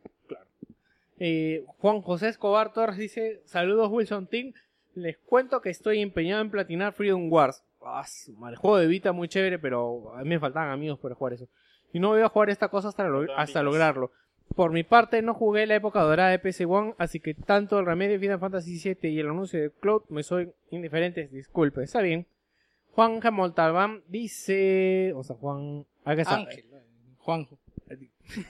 Speaker 5: Eh, Juan José Escobar Torres dice, saludos Wilson Team, les cuento que estoy empeñado en platinar Freedom Wars. Ah, su madre, el juego de Vita muy chévere, pero a mí me faltaban amigos para jugar eso. Y no voy a jugar esta cosa hasta, lo- hasta lograrlo. Por mi parte, no jugué la época dorada de PC One, así que tanto el remedio de Final Fantasy VII y el anuncio de Cloud me son indiferentes, disculpe, está bien. Juan Moltalbán dice, o sea, Juan, acá está.
Speaker 3: Ángel, Juanjo.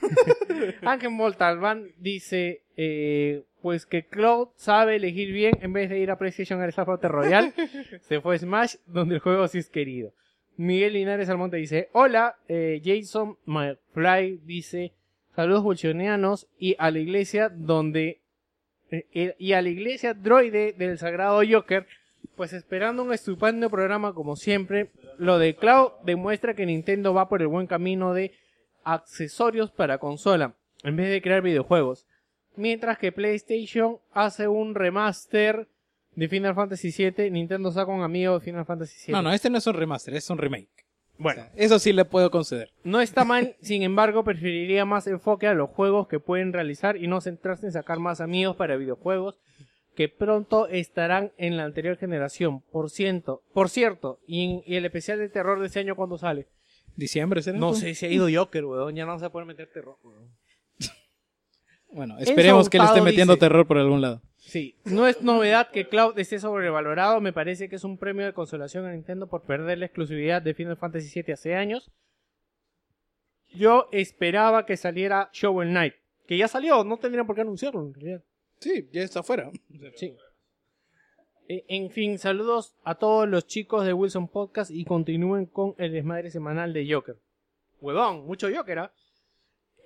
Speaker 5: Ángel Moltalbán dice, eh, pues que Cloud sabe elegir bien en vez de ir a PlayStation al Battle Royale. se fue a Smash, donde el juego sí es querido. Miguel Linares Almonte dice, hola, eh, Jason McFly dice, saludos bolsonianos y a la iglesia donde
Speaker 2: eh, eh, y a la iglesia droide del sagrado Joker, pues esperando un estupendo programa como siempre, lo de Cloud demuestra que Nintendo va por el buen camino de accesorios para consola, en vez de crear videojuegos. Mientras que PlayStation hace un remaster de Final Fantasy VII, Nintendo saca un amigo de Final Fantasy VII.
Speaker 3: No, no, este no es un remaster, es un remake. Bueno, eso sí le puedo conceder.
Speaker 2: No está mal, sin embargo, preferiría más enfoque a los juegos que pueden realizar y no centrarse en sacar más amigos para videojuegos que pronto estarán en la anterior generación. Por ciento, por cierto, y, en- y el especial de terror de ese año cuando sale.
Speaker 3: ¿Diciembre será?
Speaker 2: No
Speaker 3: entonces?
Speaker 2: sé, se ha ido Joker, weón, ya no se puede meter terror, weón.
Speaker 3: Bueno, esperemos que le esté
Speaker 2: Hurtado
Speaker 3: metiendo
Speaker 2: dice-
Speaker 3: terror por algún lado.
Speaker 2: Sí, no es novedad que Cloud esté sobrevalorado, me parece que es un premio de consolación a Nintendo por perder la exclusividad de Final Fantasy VII hace años. Yo esperaba que saliera Shovel Knight, que ya salió, no tendrían por qué anunciarlo en realidad.
Speaker 3: Sí, ya está afuera.
Speaker 2: Eh, En fin, saludos a todos los chicos de Wilson Podcast y continúen con el desmadre semanal de Joker. Huevón, mucho Joker, ¿ah?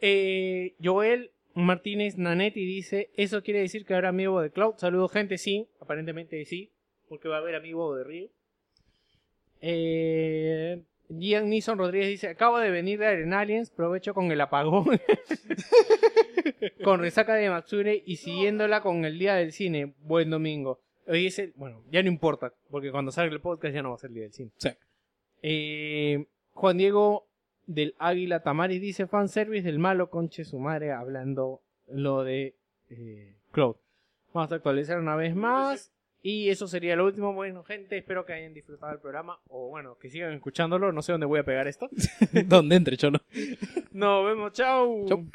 Speaker 2: Eh, Joel Martínez Nanetti dice, eso quiere decir que habrá amigo de Cloud. Saludos, gente, sí, aparentemente sí, porque va a haber amigo de Río. Eh, Gian Nison Rodríguez dice, acabo de venir de Arenaliens, provecho con el apagón. con resaca de Matsure y siguiéndola con el día del cine. Buen domingo. Hoy es el- bueno, ya no importa, porque cuando salga el podcast ya no va a ser el día del cine.
Speaker 3: Sí.
Speaker 2: Eh, Juan Diego del Águila Tamari dice fanservice del malo conche su madre hablando lo de eh, Cloud. Vamos a actualizar una vez más. Y eso sería lo último. Bueno, gente, espero que hayan disfrutado el programa. O bueno, que sigan escuchándolo. No sé dónde voy a pegar esto.
Speaker 3: ¿Dónde entre, Cholo?
Speaker 2: Nos vemos. Chau.
Speaker 3: Chau.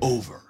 Speaker 1: over.